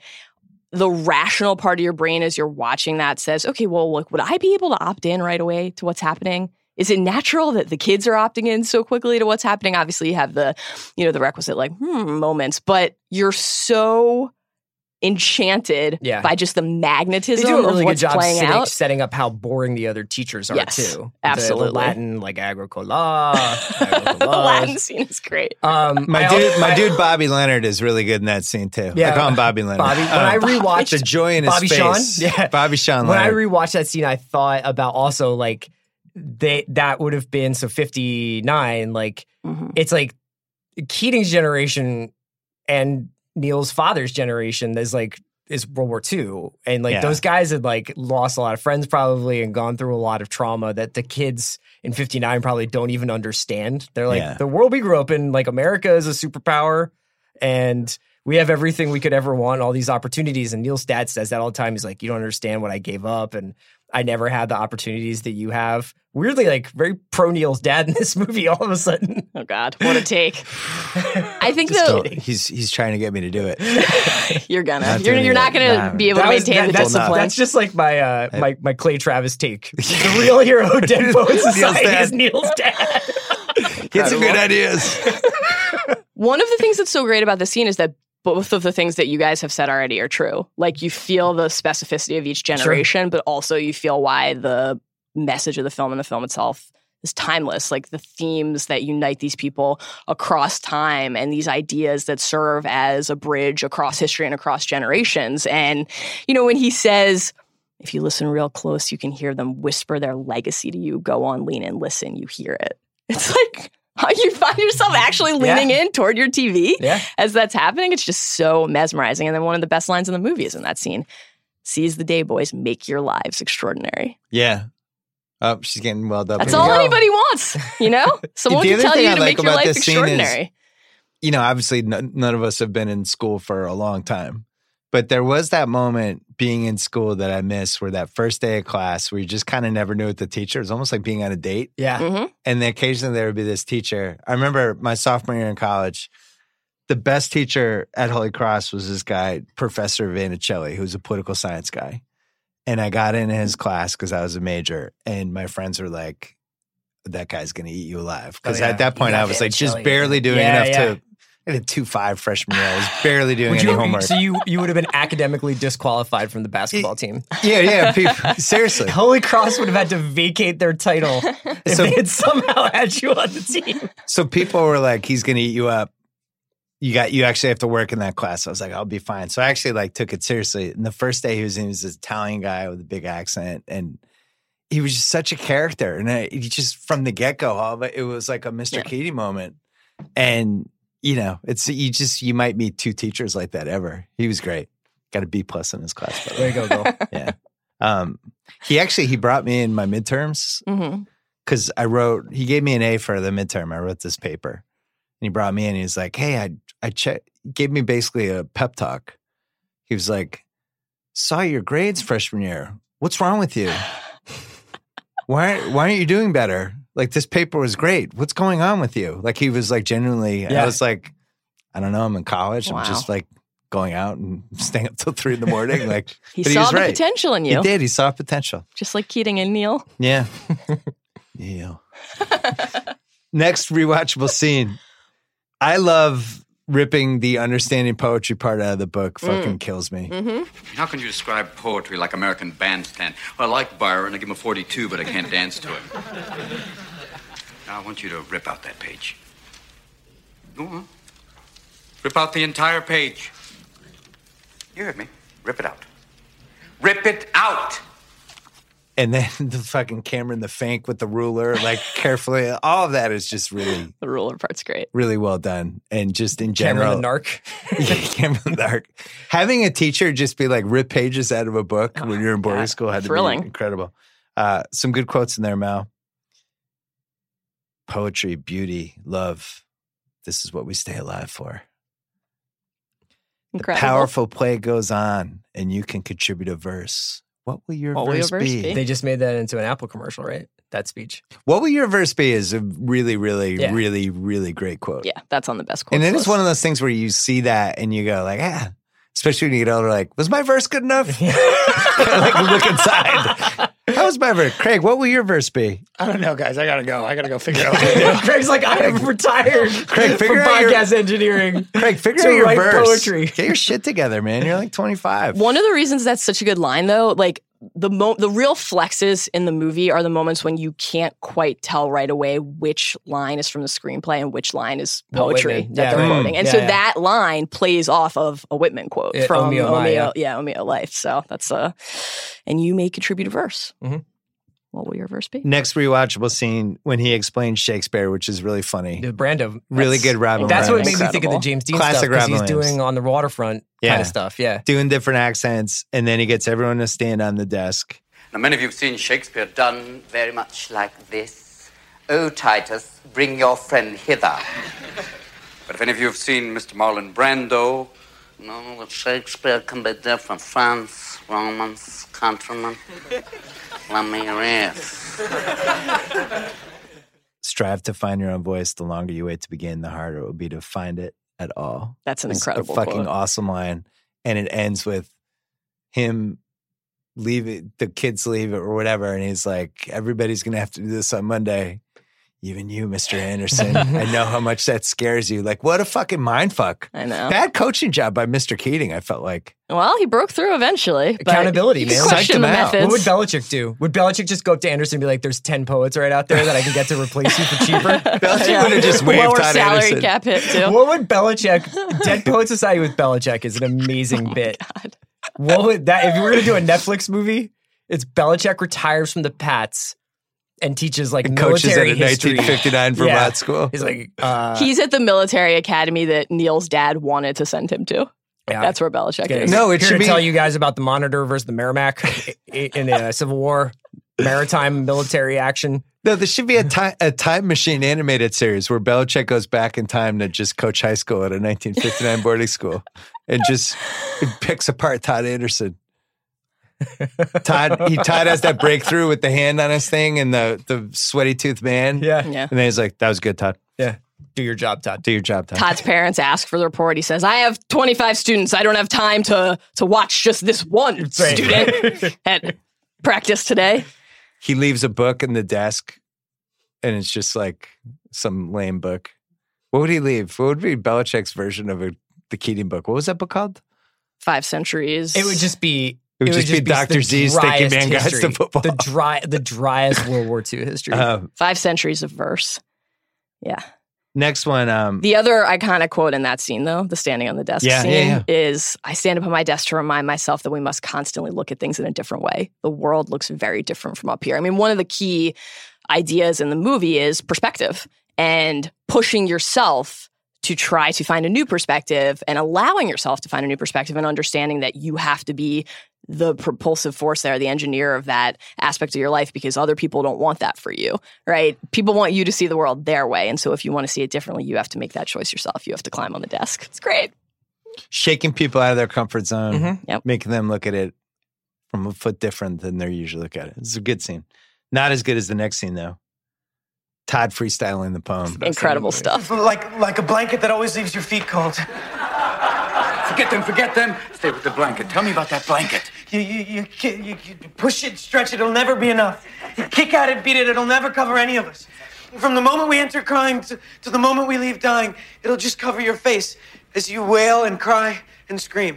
Speaker 2: the rational part of your brain as you're watching that says, okay, well, look, would I be able to opt in right away to what's happening? is it natural that the kids are opting in so quickly to what's happening? Obviously, you have the, you know, the requisite like hmm moments, but you're so enchanted
Speaker 3: Yeah.
Speaker 2: by just the
Speaker 3: They
Speaker 2: magnetism
Speaker 3: do a really
Speaker 2: of
Speaker 3: good
Speaker 2: what's
Speaker 3: job
Speaker 2: playing
Speaker 3: setting,
Speaker 2: out.
Speaker 3: setting up how boring the other teachers are
Speaker 2: Yes,
Speaker 3: too. The-
Speaker 2: absolutely.
Speaker 3: the Latin like agricola.
Speaker 2: the Latin scene is great.
Speaker 3: Um,
Speaker 1: My
Speaker 3: I
Speaker 1: dude,
Speaker 3: al-
Speaker 1: my
Speaker 3: I-
Speaker 1: dude, Bobby Leonard is really good in that scene too. I
Speaker 3: Yeah.
Speaker 1: call him Bobby Leonard.
Speaker 3: Bobby. When I rewatched
Speaker 1: the joy in his
Speaker 3: Bobby
Speaker 1: face.
Speaker 3: Sean? Yeah.
Speaker 1: Bobby Sean.
Speaker 3: when I
Speaker 1: Leonard.
Speaker 3: rewatched that scene, I thought about also like they that would have been so fifty nine. Like
Speaker 2: Mhm.
Speaker 1: Mm-hmm.
Speaker 3: it's like Keating's generation and Neil's father's generation is like is World War II, and like
Speaker 1: Yeah.
Speaker 3: those guys had like lost a lot of friends probably and gone through a lot of trauma that the kids in fifty nine probably don't even understand. They're like
Speaker 1: Yeah.
Speaker 3: the world we grew up in, like America is a superpower, and we have everything we could ever want, all these opportunities. And Neil Stad says that all the time. He's like, you don't understand what I gave up, and I never had the opportunities that you have. Weirdly, like very pro Neil's dad in this movie. All of a sudden,
Speaker 2: Oh God, what a take! I think
Speaker 1: Just
Speaker 2: though
Speaker 1: don't- he's he's trying to get me to do it.
Speaker 2: you're gonna
Speaker 1: Not
Speaker 2: you're,
Speaker 1: doing
Speaker 2: you're
Speaker 1: it.
Speaker 2: not gonna
Speaker 1: Nah.
Speaker 2: be able to
Speaker 3: That was-
Speaker 2: maintain
Speaker 3: that-
Speaker 2: the
Speaker 3: that's,
Speaker 2: discipline.
Speaker 3: that's just like my uh, my my Clay Travis take. The real hero of Dead Poets Society
Speaker 1: dad.
Speaker 3: is Neil's dad.
Speaker 1: Get some good ideas.
Speaker 2: One of the things that's so great about this scene is that both of the things that you guys have said already are true. Like you feel the specificity of each generation, but also you feel why the message of the film and the film itself is timeless. Like the themes that unite these people across time and these ideas that serve as a bridge across history and across generations. And you know, when he says if you listen real close, you can hear them whisper their legacy to you. Go on, lean in, listen, you hear it. It's like how you find yourself actually leaning in toward your TV
Speaker 3: Yeah.
Speaker 2: as that's happening. It's just so mesmerizing. And then one of the best lines in the movie is in that scene. Seize the day, boys. Make your lives extraordinary.
Speaker 1: Yeah. Oh, she's getting welled up.
Speaker 2: That's
Speaker 1: here.
Speaker 2: all
Speaker 3: go.
Speaker 2: anybody wants, you know. Someone
Speaker 1: The
Speaker 2: can
Speaker 1: other
Speaker 2: tell
Speaker 1: thing
Speaker 2: you
Speaker 1: I
Speaker 2: to
Speaker 1: like
Speaker 2: make your
Speaker 1: about
Speaker 2: life
Speaker 1: this scene is-
Speaker 2: extraordinary.
Speaker 1: you know, obviously n- none of us have been in school for a long time, but there was that moment being in school that I miss where that first day of class where you just kind of never knew what the teacher. It was almost like being on a date.
Speaker 3: Yeah.
Speaker 2: Mhm.
Speaker 1: And then occasionally there would be this teacher. I remember my sophomore year in college, the best teacher at Holy Cross was this guy, Professor Vanicelli, who was a political science guy. And I got into his class because I was a major, and my friends were like, that guy's going to eat you alive. Because
Speaker 3: Oh, yeah.
Speaker 1: at that point,
Speaker 3: You
Speaker 1: I
Speaker 3: love
Speaker 1: was like, just
Speaker 3: Vanicelli.
Speaker 1: barely doing
Speaker 3: Yeah,
Speaker 1: enough
Speaker 3: yeah.
Speaker 1: to. I had a two five freshman year. I was barely doing
Speaker 3: Would
Speaker 1: any
Speaker 3: you-
Speaker 1: homework.
Speaker 3: So you you would have been academically disqualified from the basketball team.
Speaker 1: yeah, yeah. People, seriously,
Speaker 3: Holy Cross would have had to vacate their title if
Speaker 1: So-
Speaker 3: they had somehow had you on the team.
Speaker 1: So people were like, "He's going to eat you up." You got you actually have to work in that class. I was like, "I'll be fine." So I actually like took it seriously. And the first day he was in, he was this Italian guy with a big accent, and he was just such a character. And I, he just from the get go, all of it, it was like a Mr.
Speaker 2: Yeah.
Speaker 1: Keating moment. And you know, it's you just you might meet two teachers like that ever. He was great. Got a B plus in his class. By the
Speaker 3: There
Speaker 1: way.
Speaker 3: you go, Bill.
Speaker 1: yeah. Um, he actually he brought me in my midterms
Speaker 2: Mhm.
Speaker 1: because I wrote, he gave me an A for the midterm. I wrote this paper and he brought me in. He was like, Hey, I, I check, gave me basically a pep talk. He was like, Saw your grades freshman year. What's wrong with you? Why, why aren't you doing better? Like, this paper was great. What's going on with you? Like, he was like, genuinely, I
Speaker 3: Yeah.
Speaker 1: was like, I don't know. I'm in college.
Speaker 2: Wow.
Speaker 1: I'm just like going out and staying up till three in the morning. Like,
Speaker 2: He
Speaker 1: but he
Speaker 2: saw
Speaker 1: was
Speaker 2: the
Speaker 1: right.
Speaker 2: potential in you,
Speaker 1: He did. He saw potential.
Speaker 2: just like Keating and Neil.
Speaker 1: Yeah. yeah. Next rewatchable scene. I love ripping the understanding poetry part out of the book. Fucking kills me.
Speaker 6: How can you describe poetry like American Bandstand? Well, I like Byron. I give him a 42, but I can't dance to him. Now, I want you to rip out that page. Go on. Rip out the entire page. You heard me. Rip it out. Rip it out!
Speaker 1: And then the fucking camera in the fank with the ruler, like carefully. All of that is just really,
Speaker 2: The ruler part's great.
Speaker 1: really well done. And just in general,
Speaker 3: Cameron the narc.
Speaker 1: Yeah, Cameron the narc. Having a teacher just be like rip pages out of a book when you're in boarding
Speaker 2: God.
Speaker 1: school had to
Speaker 2: Thrilling.
Speaker 1: be incredible. Uh, some good quotes in there, Mal. Poetry, beauty, love. This is what we stay alive for.
Speaker 2: Incredible.
Speaker 1: Powerful play goes on, and you can contribute a verse. What will your,
Speaker 2: What will your
Speaker 1: verse,
Speaker 2: verse
Speaker 1: be?
Speaker 2: be?
Speaker 3: They just made that into an Apple commercial, right? That speech.
Speaker 1: What will your verse be is a really, really,
Speaker 3: Yeah.
Speaker 1: really, really great quote.
Speaker 2: Yeah, that's on the best.
Speaker 1: And
Speaker 2: quotes
Speaker 1: it is
Speaker 2: list.
Speaker 1: one of those things where you see that and you go like, ah, especially when you get older, like, was my verse good enough? like look inside. How was my verse? Craig, what will your verse be?
Speaker 8: I don't know, guys. I gotta go. I gotta go figure out. What to do.
Speaker 3: Craig's like, I am retired
Speaker 1: Craig, figure
Speaker 3: from
Speaker 1: out your-
Speaker 3: podcast engineering.
Speaker 1: Craig, figure
Speaker 3: To
Speaker 1: out your
Speaker 3: write
Speaker 1: verse.
Speaker 3: poetry.
Speaker 1: Get your shit together, man. You're like 25.
Speaker 2: One of the reasons that's such a good line, though, like the mo- the real flexes in the movie are the moments when you can't quite tell right away which line is from the screenplay and which line is
Speaker 3: Walt Whitman.
Speaker 2: poetry that
Speaker 3: Yeah,
Speaker 2: they're
Speaker 3: right.
Speaker 2: quoting. And
Speaker 3: Yeah,
Speaker 2: so
Speaker 3: yeah.
Speaker 2: that line plays off of a Whitman quote
Speaker 3: Yeah,
Speaker 2: from
Speaker 3: Omeo
Speaker 2: Omeo,
Speaker 3: Mai, yeah.
Speaker 2: yeah, Omeo Life. So that's a, and you may contribute a verse.
Speaker 3: Mhm.
Speaker 2: What will your verse be?
Speaker 1: Next rewatchable scene when he explains Shakespeare, which is really funny.
Speaker 3: The Brando.
Speaker 1: Really
Speaker 3: That's-
Speaker 1: good Robin
Speaker 3: That's what
Speaker 1: Williams.
Speaker 3: made me think of the
Speaker 2: Incredible.
Speaker 3: James Dean
Speaker 1: Classic
Speaker 3: stuff because
Speaker 1: Robin
Speaker 3: he's
Speaker 1: Williams.
Speaker 3: doing on the waterfront
Speaker 1: Yeah.
Speaker 3: kind of stuff. Yeah.
Speaker 1: Doing different accents, and then he gets everyone to stand on the desk.
Speaker 4: Now, many of you have seen Shakespeare done very much like this. O Titus, bring your friend hither. but if any of you have seen Mr. Marlon Brando, know that Shakespeare can be different. Friends, Romans, countrymen. Let me rest.
Speaker 1: Strive to find your own voice. The longer you wait to begin, the harder it will be to find it at all.
Speaker 2: That's an
Speaker 1: It's
Speaker 2: incredible
Speaker 1: a fucking
Speaker 2: quote.
Speaker 1: awesome line. And it ends with him leave it, the kids leave it or whatever. And he's like, everybody's going to have to do this on Monday. Even you, Mr. Anderson. I know how much that scares you. Like, what a fucking mind fuck.
Speaker 2: I know.
Speaker 1: Bad coaching job by Mr. Keating, I felt like.
Speaker 2: Well, he broke through eventually. but
Speaker 3: Accountability,
Speaker 2: you can
Speaker 3: man.
Speaker 1: Psyched him
Speaker 2: Question the
Speaker 1: out.
Speaker 2: methods.
Speaker 3: What would Belichick do? Would Belichick just go up to Anderson and be like, "There's ten poets right out there that I can get to replace you for cheaper"?
Speaker 1: Belichick would have just waved
Speaker 2: Lower
Speaker 1: Todd
Speaker 2: salary
Speaker 1: Anderson.
Speaker 2: cap hit too.
Speaker 3: What would Belichick? Dead Poet Society with Belichick is an amazing bit.
Speaker 2: Oh God.
Speaker 3: What would that? If you were gonna do a Netflix movie, it's Belichick retires from the Pats and teaches like
Speaker 1: Coaches at
Speaker 3: military
Speaker 1: a
Speaker 3: history.
Speaker 1: 1959 Vermont
Speaker 3: Yeah.
Speaker 1: school.
Speaker 3: He's like, uh,
Speaker 2: He's at the military academy that Neil's dad wanted to send him to.
Speaker 3: yeah.
Speaker 2: That's where Belichick
Speaker 3: Okay.
Speaker 2: is.
Speaker 1: No, it
Speaker 3: Here
Speaker 1: should
Speaker 3: to
Speaker 1: be-
Speaker 3: tell you guys about the Monitor versus the Merrimack i- in the Civil War, maritime military action.
Speaker 1: No, there should be a time, a time machine animated series where Belichick goes back in time to just coach high school at a 1959 boarding school and just picks apart Todd Anderson. Todd, he Todd has that breakthrough with the hand on his thing and the the sweaty tooth man.
Speaker 3: Yeah,
Speaker 2: Yeah.
Speaker 1: and then he's like, "That was good, Todd.
Speaker 3: yeah. Do your job, Todd.
Speaker 1: Do your job, Todd."
Speaker 2: Todd's parents ask for the report. He says, "I have 25 students. I don't have time to to watch just this one
Speaker 3: right.
Speaker 2: student at practice today."
Speaker 1: He leaves a book in the desk, and it's just like some lame book. What would he leave? What would be Belichick's version of a, the Keating book? What was that book called?
Speaker 2: Five centuries.
Speaker 3: It would just be.
Speaker 1: It would just be Dr.
Speaker 3: the
Speaker 1: Z's thinking
Speaker 3: driest
Speaker 1: man guides
Speaker 3: history.
Speaker 1: to football.
Speaker 3: The dry, the driest World War II history.
Speaker 1: Um,
Speaker 2: five centuries of verse. Yeah.
Speaker 1: next one. Um,
Speaker 2: The other iconic quote in that scene, though, the standing on the desk
Speaker 1: Yeah,
Speaker 2: scene,
Speaker 1: yeah, yeah.
Speaker 2: is I stand up on my desk to remind myself that we must constantly look at things in a different way. The world looks very different from up here. I mean, one of the key ideas in the movie is perspective and pushing yourself to try to find a new perspective and allowing yourself to find a new perspective and understanding that you have to be the propulsive force there, the engineer of that aspect of your life, because other people don't want that for you, right? People want you to see the world their way. And so if you want to see it differently, you have to make that choice yourself. You have to climb on the desk. It's great.
Speaker 1: shaking people out of their comfort zone,
Speaker 3: Mhm.
Speaker 2: Mm-hmm, Yep.
Speaker 1: making them look at it from a foot different than they usually look at it. It's a good scene. Not as good as the next scene though. Todd freestyling the poem.
Speaker 2: Incredible stuff.
Speaker 9: Like like a blanket that always leaves your feet cold.
Speaker 6: Forget them, forget them. Stay with the blanket. Tell me about that blanket.
Speaker 9: You you you, ki- you, you push it, stretch it, it'll never be enough. You kick at it, beat it, it'll never cover any of us. From the moment we enter crime to, to the moment we leave dying, it'll just cover your face as you wail and cry and scream.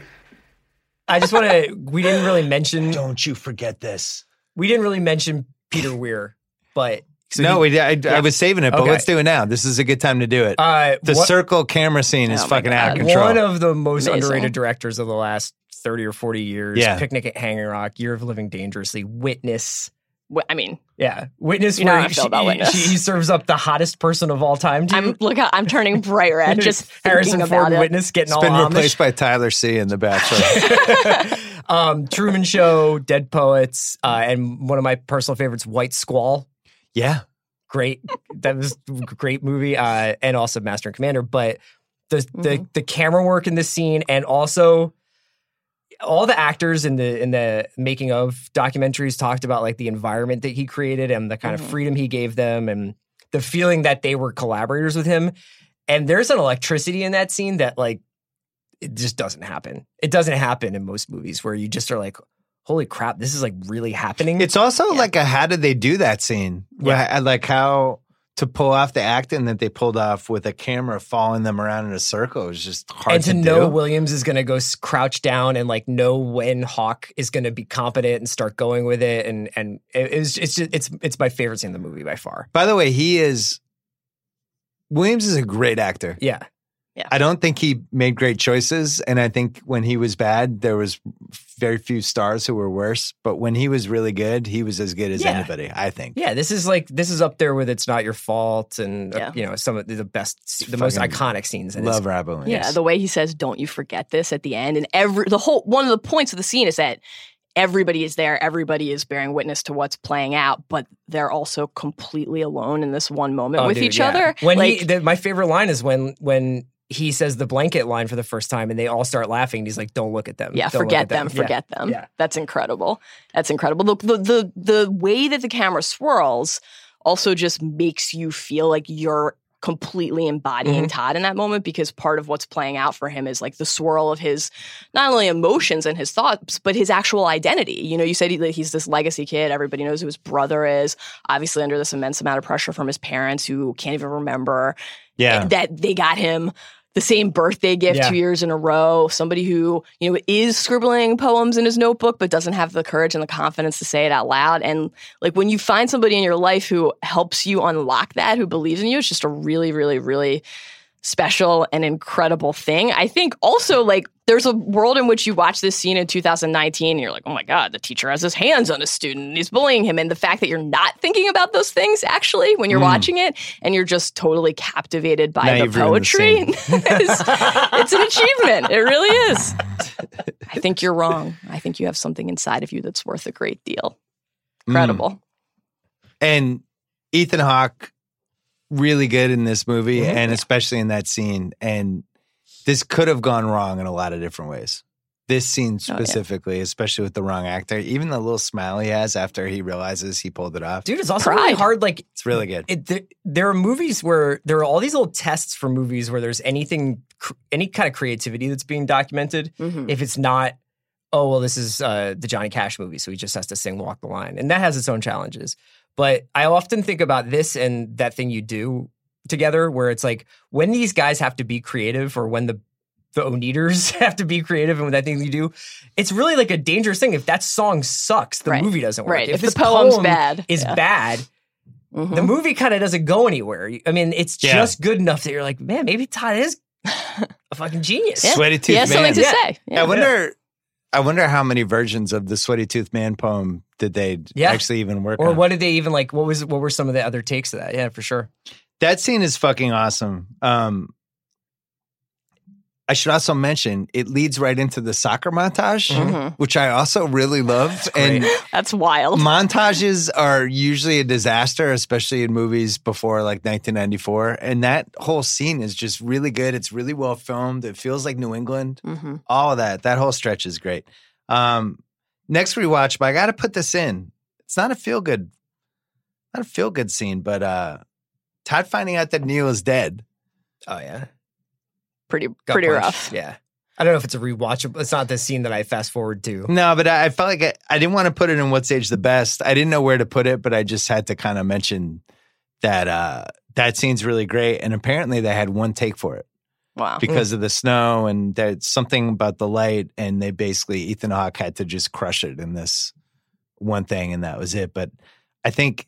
Speaker 3: I just want to. We didn't really mention.
Speaker 1: Don't you forget this.
Speaker 3: We didn't really mention Peter Weir, but
Speaker 1: no, we, I, I was saving it, but
Speaker 3: Okay.
Speaker 1: let's do it now. This is a good time to do it.
Speaker 3: uh,
Speaker 1: the
Speaker 3: what-
Speaker 1: circle camera scene is
Speaker 2: Oh my
Speaker 1: fucking out of
Speaker 2: God.
Speaker 1: control.
Speaker 3: One of the most
Speaker 2: Amazing.
Speaker 3: underrated directors of the last 30 or 40 years.
Speaker 1: Yeah.
Speaker 3: Picnic at Hanging Rock, Year of Living Dangerously, Witness.
Speaker 2: Wh- I mean,
Speaker 3: Yeah. Witness
Speaker 2: You know
Speaker 3: where
Speaker 2: how I
Speaker 3: he-
Speaker 2: feel about
Speaker 3: he-
Speaker 2: Witness.
Speaker 3: she- he serves up the hottest person of all time. to
Speaker 2: I'm
Speaker 3: you.
Speaker 2: look out, I'm turning bright red just
Speaker 3: Harrison
Speaker 2: thinking about
Speaker 3: Ford
Speaker 2: it.
Speaker 3: Witness
Speaker 1: it's
Speaker 3: getting all
Speaker 1: been
Speaker 3: Amish.
Speaker 1: replaced by Tyler C in The Bachelor.
Speaker 3: um, Truman Show, Dead Poets, uh, and one of my personal favorites, White Squall.
Speaker 1: yeah.
Speaker 3: Great. that was a great movie. Uh, and also Master and Commander. But the, the the camera work in this scene and also all the actors in the in the making of documentaries talked about like the environment that he created and the kind of freedom he gave them and the feeling that they were collaborators with him and there's an electricity in that scene that like it just doesn't happen it doesn't happen in most movies where you just are like holy crap, this is like really happening.
Speaker 1: It's also like a how did they do that scene? Where I- Like how to pull off the acting that they pulled off with a camera following them around in a circle is just hard
Speaker 3: and to,
Speaker 1: to,
Speaker 3: know
Speaker 1: do.
Speaker 3: Williams is going to go s- crouch down and like know when Hawk is going to be competent and start going with it, and and it, it was it's just, it's it's my favorite scene in the movie by far.
Speaker 1: By the way, he is Williams is a great actor.
Speaker 3: Yeah,
Speaker 1: I don't think he made great choices, and I think when he was bad, there was very few stars who were worse. But when he was really good, he was as good as
Speaker 3: Yeah.
Speaker 1: anybody. I think.
Speaker 3: yeah, this is like this is up there with it's not your fault, and uh,
Speaker 2: Yeah.
Speaker 3: you know some of the- the best, the most
Speaker 1: Fucking
Speaker 3: iconic scenes. And
Speaker 1: Love
Speaker 3: it's-
Speaker 1: Robin Williams.
Speaker 2: Yeah, the way he says, "Don't you forget this" at the end, and every the whole one of the points of the scene is that everybody is there, everybody is bearing witness to what's playing out, but they're also completely alone in this one moment
Speaker 3: Oh,
Speaker 2: with
Speaker 3: dude,
Speaker 2: each
Speaker 3: yeah.
Speaker 2: other.
Speaker 3: When
Speaker 2: like,
Speaker 3: he, the, my favorite line is when when he says the blanket line for the first time, and they all start laughing. And he's like, "Don't look at them.
Speaker 2: yeah,
Speaker 3: Don't look
Speaker 2: forget
Speaker 3: at
Speaker 2: them,
Speaker 3: Yeah.
Speaker 2: forget them.
Speaker 3: Yeah.
Speaker 2: That's incredible. That's incredible. The, the the the way that the camera swirls also just makes you feel like you're completely
Speaker 3: Mm-hmm.
Speaker 2: embodying Todd in that moment because part of what's playing out for him is like the swirl of his not only emotions and his thoughts but his actual identity. You know, you said he, that he's this legacy kid. Everybody knows who his brother is. Obviously, under this immense amount of pressure from his parents who can't even remember
Speaker 1: Yeah.
Speaker 2: that they got him the same birthday gift
Speaker 3: Yeah.
Speaker 2: two years in a row. Somebody who you know is scribbling poems in his notebook, but doesn't have the courage and the confidence to say it out loud. And like when you find somebody in your life who helps you unlock that, who believes in you, it's just a really, really, really special and incredible thing. I think also like there's a world in which you watch this scene in 2019 and you're like, "Oh my god, the teacher has his hands on a student and he's bullying him." And the fact that you're not thinking about those things actually when you're watching it and you're just totally captivated by
Speaker 1: Mm. Now
Speaker 2: the
Speaker 1: you've ruined the
Speaker 2: poetry.
Speaker 1: scene.
Speaker 2: is- it's an achievement. It really is. I think you're wrong. I think you have something inside of you that's worth a great deal.
Speaker 1: Mm.
Speaker 2: Incredible.
Speaker 1: and Ethan Hawke really good in this movie
Speaker 3: Mhm.
Speaker 1: and especially in that scene and this could have gone wrong in a lot of different ways this
Speaker 3: Oh,
Speaker 1: scene
Speaker 2: yeah.
Speaker 1: specifically especially with the wrong actor even the little smile he has after he realizes he pulled it off
Speaker 3: Dude, it's also really
Speaker 2: Pride.
Speaker 3: hard. Like
Speaker 1: it's really good
Speaker 3: it, there, there are movies where there are all these little tests for movies where there's anything, cr- any kind of creativity that's being documented.
Speaker 2: Mhm.
Speaker 3: If it's not, oh well, this is uh, the Johnny Cash movie, so he just has to sing "Walk the Line," and that has its own challenges. But I often think about this and that thing you do together, where it's like when these guys have to be creative, or when the the Oneaters have to be creative, and when that thing you do, it's really like a dangerous thing. If that song sucks, the
Speaker 2: Right.
Speaker 3: movie doesn't work.
Speaker 2: Right. If the
Speaker 3: this
Speaker 2: poem's
Speaker 3: poem
Speaker 2: bad.
Speaker 3: is
Speaker 2: Yeah.
Speaker 3: bad
Speaker 2: Mhm.
Speaker 3: the movie kind of doesn't go anywhere. I mean, it's
Speaker 1: Yeah.
Speaker 3: just good enough that you're like, man, maybe Todd is a fucking genius.
Speaker 2: Yeah.
Speaker 1: sweaty
Speaker 2: He
Speaker 1: tooth
Speaker 2: has something
Speaker 1: man
Speaker 2: to
Speaker 3: Yeah.
Speaker 2: say.
Speaker 1: i wonder i wonder how many versions of the sweaty tooth man poem did they
Speaker 3: Yeah.
Speaker 1: actually even work
Speaker 3: Or
Speaker 1: on
Speaker 3: what did they even like? What was what were some of the other takes of that? Yeah, for sure.
Speaker 1: That scene is fucking awesome. Um, I should also mention it leads right into the soccer montage, which I also really love. And
Speaker 2: That's wild.
Speaker 1: montages are usually a disaster, especially in movies before like 1994. And that whole scene is just really good. It's really well filmed. It feels like New England.
Speaker 2: Mm-hmm.
Speaker 1: All of that. That whole stretch is great. Um, next rewatch, but I got to put this in. It's not a feel good, not a feel good scene, but uh, Todd finding out that Neil is dead.
Speaker 3: Oh yeah,
Speaker 2: pretty
Speaker 3: Gut
Speaker 2: pretty
Speaker 3: punch.
Speaker 2: rough.
Speaker 3: Yeah, I don't know if it's a rewatchable. It's not the scene that I fast forward to.
Speaker 1: No, but I, I felt like I, I didn't want to put it in What's Age the Best. I didn't know where to put it, but I just had to kind of mention that uh, that scene's really great. And apparently they had one take for it
Speaker 2: Wow. Mm.
Speaker 1: because of the snow and there's something about the light. And they basically, Ethan Hawke had to just crush it in this one thing, and that was it. But I think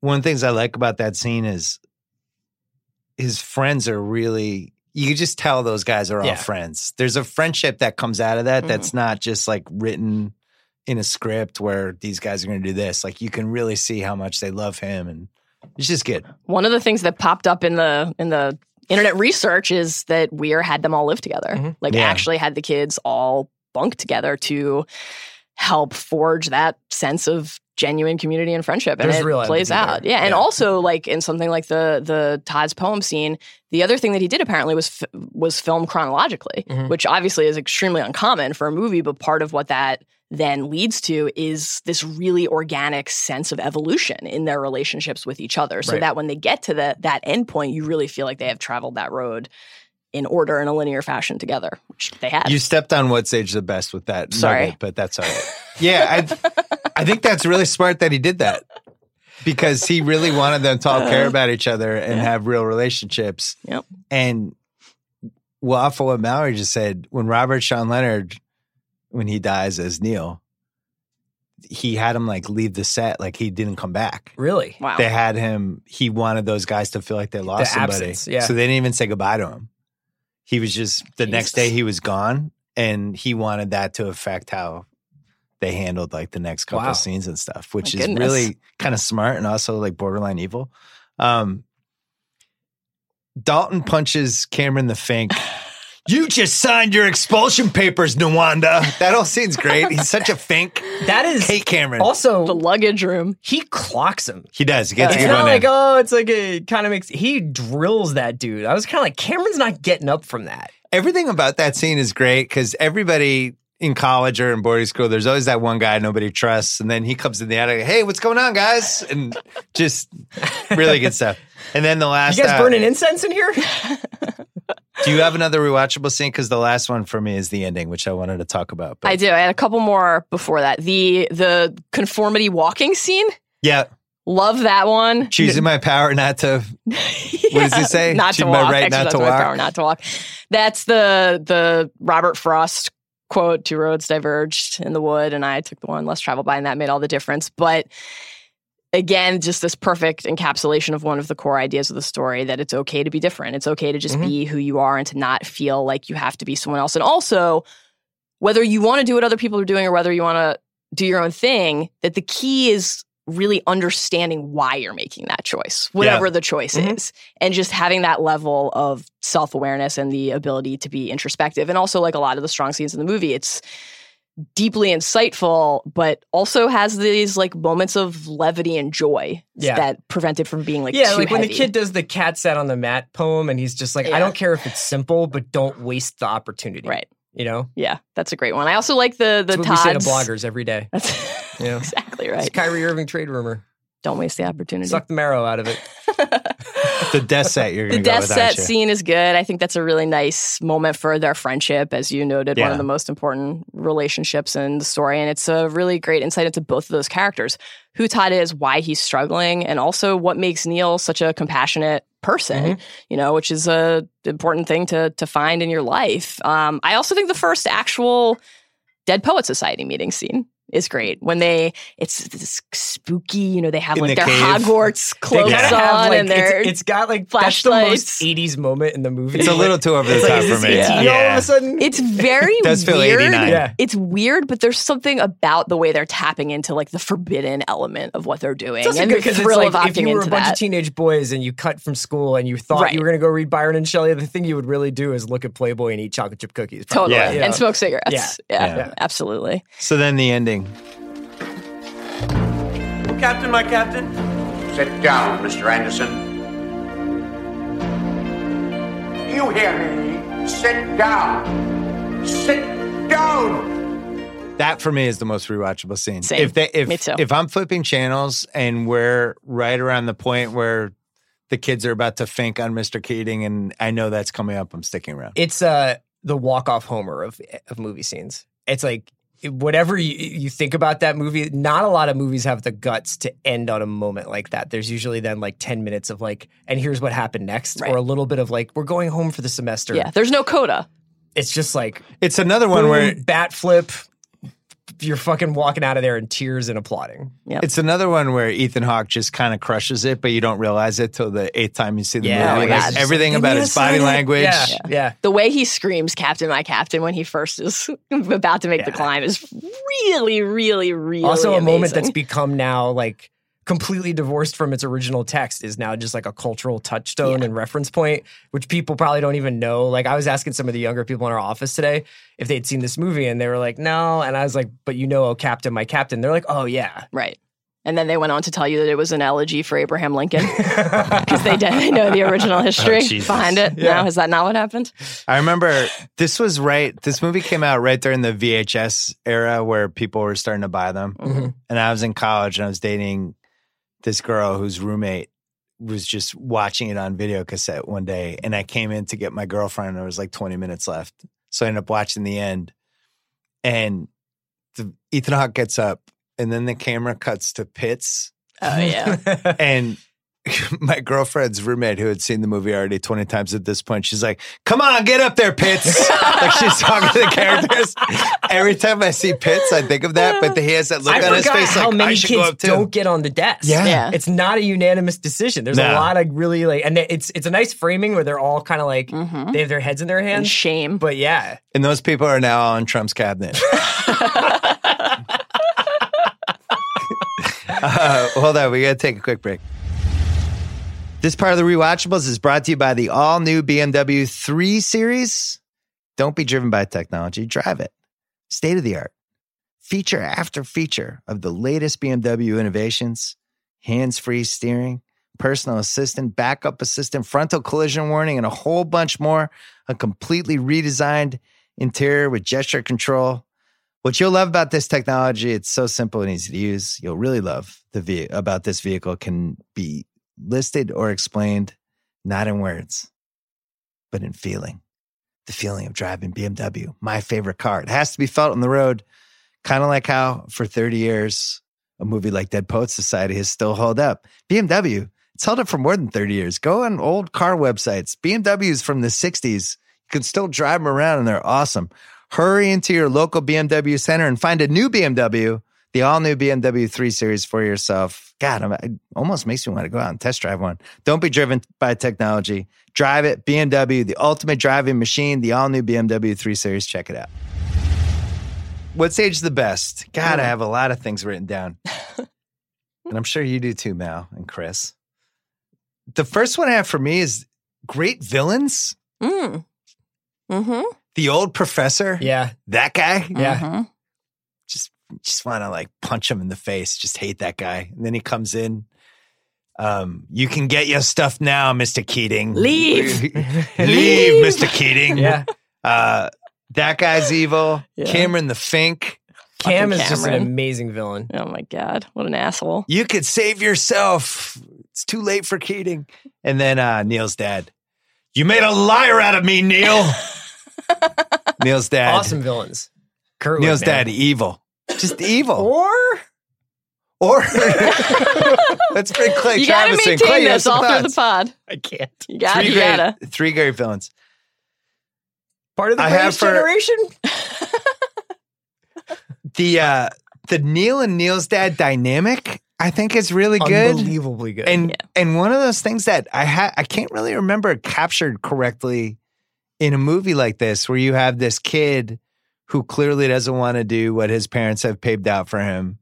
Speaker 1: one of the things I like about that scene is his friends are really. You could just tell those guys are all
Speaker 3: Yeah.
Speaker 1: friends. There's a friendship that comes out of that that's not just like written in a script where these guys are going to do this. Like you can really see how much they love him, and it's just good.
Speaker 2: One of the things that popped up in the in the internet research is that Weir had them all live together. Like
Speaker 1: Yeah.
Speaker 2: actually had the kids all bunk together to help forge that sense of genuine community and friendship. And
Speaker 3: There's
Speaker 2: it
Speaker 3: real
Speaker 2: plays
Speaker 3: empathy
Speaker 2: out.
Speaker 3: there.
Speaker 2: Yeah. And
Speaker 3: Yeah.
Speaker 2: also like in something like the the Todd's poem scene, the other thing that he did apparently was f- was film chronologically,
Speaker 3: Mm-hmm.
Speaker 2: which obviously is extremely uncommon for a movie, but part of what that then leads to is this really organic sense of evolution in their relationships with each other so
Speaker 3: Right.
Speaker 2: that when they get to the, that end point you really feel like they have traveled that road in order in a linear fashion together, which they had.
Speaker 1: You stepped on what's age the best with that.
Speaker 2: Sorry.
Speaker 1: nugget, but that's all right. Yeah, I, I think that's really smart that he did that because he really wanted them to all care about each other and have real relationships.
Speaker 2: Uh-huh. Yep.
Speaker 1: And well, off of what Mallory just said, when Robert Sean Leonard, when he dies as Neil, he had him like leave the set, like he didn't come back.
Speaker 3: Really?
Speaker 2: wow.
Speaker 1: They had him. He wanted those guys to feel like they lost somebody,
Speaker 3: absence, yeah.
Speaker 1: so they didn't even say goodbye to him. He was just the next
Speaker 2: Jesus.
Speaker 1: day he was gone, and he wanted that to affect how they handled like the next couple
Speaker 3: Wow.
Speaker 1: scenes and stuff, which
Speaker 2: My
Speaker 1: is
Speaker 2: goodness.
Speaker 1: really kind of smart and also like borderline evil. Um, Dalton punches Cameron the Fink. You just signed your expulsion papers, Nwanda. That all seems great. He's such a fink.
Speaker 3: That is
Speaker 1: Hate Cameron.
Speaker 2: the
Speaker 3: also
Speaker 2: luggage room.
Speaker 3: he clocks him.
Speaker 1: he does. He gets a
Speaker 3: It's
Speaker 1: good
Speaker 3: not
Speaker 1: one
Speaker 3: like
Speaker 1: in.
Speaker 3: oh, it's like a kind of makes he drills that dude. I was kind of like Cameron's not getting up from that.
Speaker 1: everything about that scene is great because everybody in college or in boarding school, there's always that one guy nobody trusts, and then he comes in the attic, hey, what's going on, guys? And just really good stuff. And then the last,
Speaker 3: You guys
Speaker 1: uh,
Speaker 3: burning incense in here?
Speaker 1: do you have another rewatchable scene? Because the last one for me is the ending, which I wanted to talk about. But
Speaker 2: I do. I had a couple more before that. The the conformity walking scene.
Speaker 1: yeah,
Speaker 2: Love that one.
Speaker 1: choosing my power not to. does he
Speaker 2: Yeah,
Speaker 1: say?
Speaker 2: Not
Speaker 1: Choose
Speaker 2: to
Speaker 1: my
Speaker 2: walk.
Speaker 1: right not
Speaker 2: Exercise
Speaker 1: to
Speaker 2: my
Speaker 1: walk.
Speaker 2: power not to walk. That's the the Robert Frost quote. Two roads diverged in the wood, and I took the one less traveled by, and that made all the difference. But again, just this perfect encapsulation of one of the core ideas of the story that it's okay to be different. It's okay to just
Speaker 1: Mm-hmm.
Speaker 2: be who you are and to not feel like you have to be someone else. And also, whether you want to do what other people are doing or whether you want to do your own thing, that the key is really understanding why you're making that choice, whatever the choice
Speaker 3: Mhm.
Speaker 2: is, and just having that level of self awareness and the ability to be introspective. And also, like a lot of the strong scenes in the movie, it's deeply insightful, but also has these like moments of levity and joy
Speaker 3: Yeah.
Speaker 2: that prevent it from being like
Speaker 3: yeah,
Speaker 2: too
Speaker 3: like when the
Speaker 2: heavy.
Speaker 3: kid does the cat sat on the mat poem, and he's just like, I
Speaker 2: Yeah.
Speaker 3: don't care if it's simple, but don't waste the opportunity.
Speaker 2: right.
Speaker 3: You know,
Speaker 2: Yeah, that's a great one. I also like the the
Speaker 3: that's what we say to
Speaker 2: Todd's.
Speaker 3: bloggers every day.
Speaker 2: That's
Speaker 3: Yeah.
Speaker 2: exactly
Speaker 3: It's
Speaker 2: right.
Speaker 3: Kyrie Irving trade rumor.
Speaker 2: Don't waste the opportunity.
Speaker 3: Suck the marrow out of it.
Speaker 1: The death set you're
Speaker 2: the
Speaker 1: going to go
Speaker 2: death
Speaker 1: with,
Speaker 2: set
Speaker 1: aren't you?
Speaker 2: scene is good. I think that's a really nice moment for their friendship, as you noted, one
Speaker 1: Yeah.
Speaker 2: of the most important relationships in the story. And it's a really great insight into both of those characters who Todd is, why he's struggling, and also what makes Neil such a compassionate person, you know, which is a important thing to, to find in your life. Um, I also think the first actual Dead Poet Society meeting scene. Is great when they it's this spooky, you know, they have
Speaker 1: In
Speaker 2: like
Speaker 1: the
Speaker 2: their
Speaker 1: cave.
Speaker 2: Hogwarts clothes
Speaker 3: They
Speaker 2: on
Speaker 3: gotta have, like,
Speaker 2: and they're
Speaker 3: it's, it's got like that's the
Speaker 2: flashlights.
Speaker 3: most '80s moment in the movie.
Speaker 1: It's a little too over the
Speaker 3: It's
Speaker 1: top
Speaker 3: like, is
Speaker 1: for
Speaker 3: this
Speaker 1: me.
Speaker 3: ET all of a sudden?
Speaker 2: It's very
Speaker 1: Does feel
Speaker 2: weird.
Speaker 1: 89.
Speaker 3: Yeah.
Speaker 2: It's weird, but there's something about the way they're tapping into like the forbidden element of what they're doing
Speaker 3: It's also
Speaker 2: and the
Speaker 3: good because it's
Speaker 2: thrill
Speaker 3: like
Speaker 2: of opting
Speaker 3: if you were a
Speaker 2: into
Speaker 3: bunch
Speaker 2: that.
Speaker 3: of teenage boys and you cut from school and you thought
Speaker 2: Right.
Speaker 3: you were going to go read Byron and Shelley, the thing you would really do is look at Playboy and eat chocolate chip cookies. probably.
Speaker 2: totally,
Speaker 1: Yeah.
Speaker 3: You know?
Speaker 2: and smoke cigarettes. Yeah,
Speaker 1: Yeah.
Speaker 2: absolutely.
Speaker 1: So then the ending.
Speaker 9: Captain, my captain.
Speaker 10: Sit down, Mr. Anderson. Do you hear me? Sit down. Sit down.
Speaker 1: That for me is the most rewatchable scene.
Speaker 2: Same.
Speaker 1: If they if
Speaker 2: Me too.
Speaker 1: if I'm flipping channels and we're right around the point where the kids are about to fink on Mr. Keating and I know that's coming up, I'm sticking around.
Speaker 3: It's uh, the walk off Homer of of movie scenes. It's like whatever you, you think about that movie, not a lot of movies have the guts to end on a moment like that. There's usually then like ten minutes of like, and here's what happened next,
Speaker 2: Right.
Speaker 3: or a little bit of like, we're going home for the semester.
Speaker 2: Yeah, there's no coda.
Speaker 3: It's just like
Speaker 1: It's another one
Speaker 3: boom,
Speaker 1: where
Speaker 3: bat flip. You're fucking walking out of there in tears and applauding.
Speaker 1: it's another one where Ethan Hawke just kind of crushes it, but you don't realize it till the eighth time you see the
Speaker 3: Yeah,
Speaker 1: movie.
Speaker 2: oh my
Speaker 1: Like,
Speaker 2: God.
Speaker 1: everything about his body language.
Speaker 3: Yeah, yeah.
Speaker 2: The way he screams "Captain, my captain" when he first is about to make the climb is really, really, really
Speaker 3: also, a moment that's
Speaker 2: amazing.
Speaker 3: become now like completely divorced from its original text is now just like a cultural touchstone and reference point, which people probably don't even know. Like, I was asking some of the younger people in our office today if they'd seen this movie, and they were like, "No," and I was like, "But you know, oh, Captain, my Captain." They're like, "Oh yeah."
Speaker 2: right. And then they went on to tell you that it was an elegy for Abraham Lincoln because they didn't know the
Speaker 1: Oh,
Speaker 2: original history behind it. Now, is that not what happened?
Speaker 1: I remember this was right. This movie came out right during the VHS era where people were starting to buy them. And I was in college and I was dating this girl whose roommate was just watching it on video cassette one day, and I came in to get my girlfriend, and there was like 20 minutes left, so I ended up watching the end. And the, Ethan Hawke gets up, and then the camera cuts to Pitts,
Speaker 2: Oh yeah.
Speaker 1: and my girlfriend's roommate, who had seen the movie already 20 times at this point, she's like, Come on, get up there, Pitts. like she's talking to the characters. Every time I see Pitts, I think of that, but he has that look
Speaker 3: I
Speaker 1: on his
Speaker 3: forgot
Speaker 1: face
Speaker 3: how
Speaker 1: like,
Speaker 3: many
Speaker 1: I should go
Speaker 3: kids
Speaker 1: up too.
Speaker 3: don't get on the desk.
Speaker 1: Yeah.
Speaker 2: Yeah.
Speaker 3: it's not a unanimous decision. There's
Speaker 1: No.
Speaker 3: a lot of really like, and it's it's a nice framing where they're all kind of like
Speaker 1: Mm-hmm.
Speaker 2: Mhm.
Speaker 3: they have their heads in their
Speaker 2: And
Speaker 3: hands.
Speaker 2: shame.
Speaker 3: but yeah,
Speaker 1: And those people are now on Trump's cabinet. uh, hold on, we got to take a quick break. This part of the rewatchables is brought to you by the all new BMW 3 Series. Don't be driven by technology, drive it. State of the art, feature after feature of the latest BMW innovations hands free steering, personal assistant, backup assistant, frontal collision warning, and a whole bunch more. A completely redesigned interior with gesture control. What you'll love about this technology, it's so simple and easy to use. You'll really love the ve- about this vehicle can be listed or explained not in words, but in feeling. The feeling of driving BMW, my favorite car. It has to be felt on the road, kind of like how for 30 years a movie like Dead Poets Society has still held up. BMW, it's held up for more than 30 years. Go on old car websites. BMWs from the 60s, you can still drive them around and they're awesome. Hurry into your local BMW center and find a new BMW, the all new BMW 3 Series for yourself. God, I'm, it almost makes me want to go out and test drive one. Don't be driven by technology. Drive it. BMW, the ultimate driving machine, the all new BMW 3 Series. Check it out. What stage is the best? God, I have a lot of things written down. and I'm sure you do too, Mal and Chris. The first one I have for me is great villains.
Speaker 2: Mm. Mm-hmm.
Speaker 1: The old professor,
Speaker 3: yeah,
Speaker 1: that guy.
Speaker 3: Yeah.
Speaker 2: Mhm.
Speaker 1: Just just want to like punch him in the face. Just hate that guy. And then he comes in. Um, you can get your stuff now, Mr. Keating.
Speaker 2: Leave.
Speaker 1: Leave, Mr. Keating.
Speaker 3: yeah.
Speaker 1: Uh, that guy's evil.
Speaker 2: Yeah.
Speaker 1: Cameron the Fink.
Speaker 3: Cam is
Speaker 2: Fucking
Speaker 3: just an
Speaker 2: Cameron.
Speaker 3: amazing villain.
Speaker 2: Oh my god. What an asshole.
Speaker 1: you could save yourself. It's too late for Keating. And then uh, Neil's dad. You made a liar out of me, Neil. Neil's dad.
Speaker 3: Awesome villains. Kurt
Speaker 1: Neil's
Speaker 3: man.
Speaker 1: dad, evil. Just evil.
Speaker 3: Or
Speaker 1: or let's bring Clay
Speaker 2: you gotta
Speaker 1: Travis in.
Speaker 2: maintain
Speaker 1: Clay, you have
Speaker 2: this
Speaker 1: some
Speaker 2: all through the
Speaker 1: thoughts.
Speaker 2: pod.
Speaker 3: I can't.
Speaker 2: You gotta,
Speaker 1: Three
Speaker 2: you
Speaker 1: great,
Speaker 2: gotta.
Speaker 1: three great villains.
Speaker 3: Part of the
Speaker 1: I have
Speaker 3: greatest
Speaker 1: for-
Speaker 3: generation.
Speaker 1: The uh, the Neil and Neil's dad dynamic, I think, is really good.
Speaker 3: Unbelievably good.
Speaker 1: and and one of those things that I ha- I can't really remember captured correctly in a movie like this, where you have this kid who clearly doesn't want to do what his parents have paved out for him,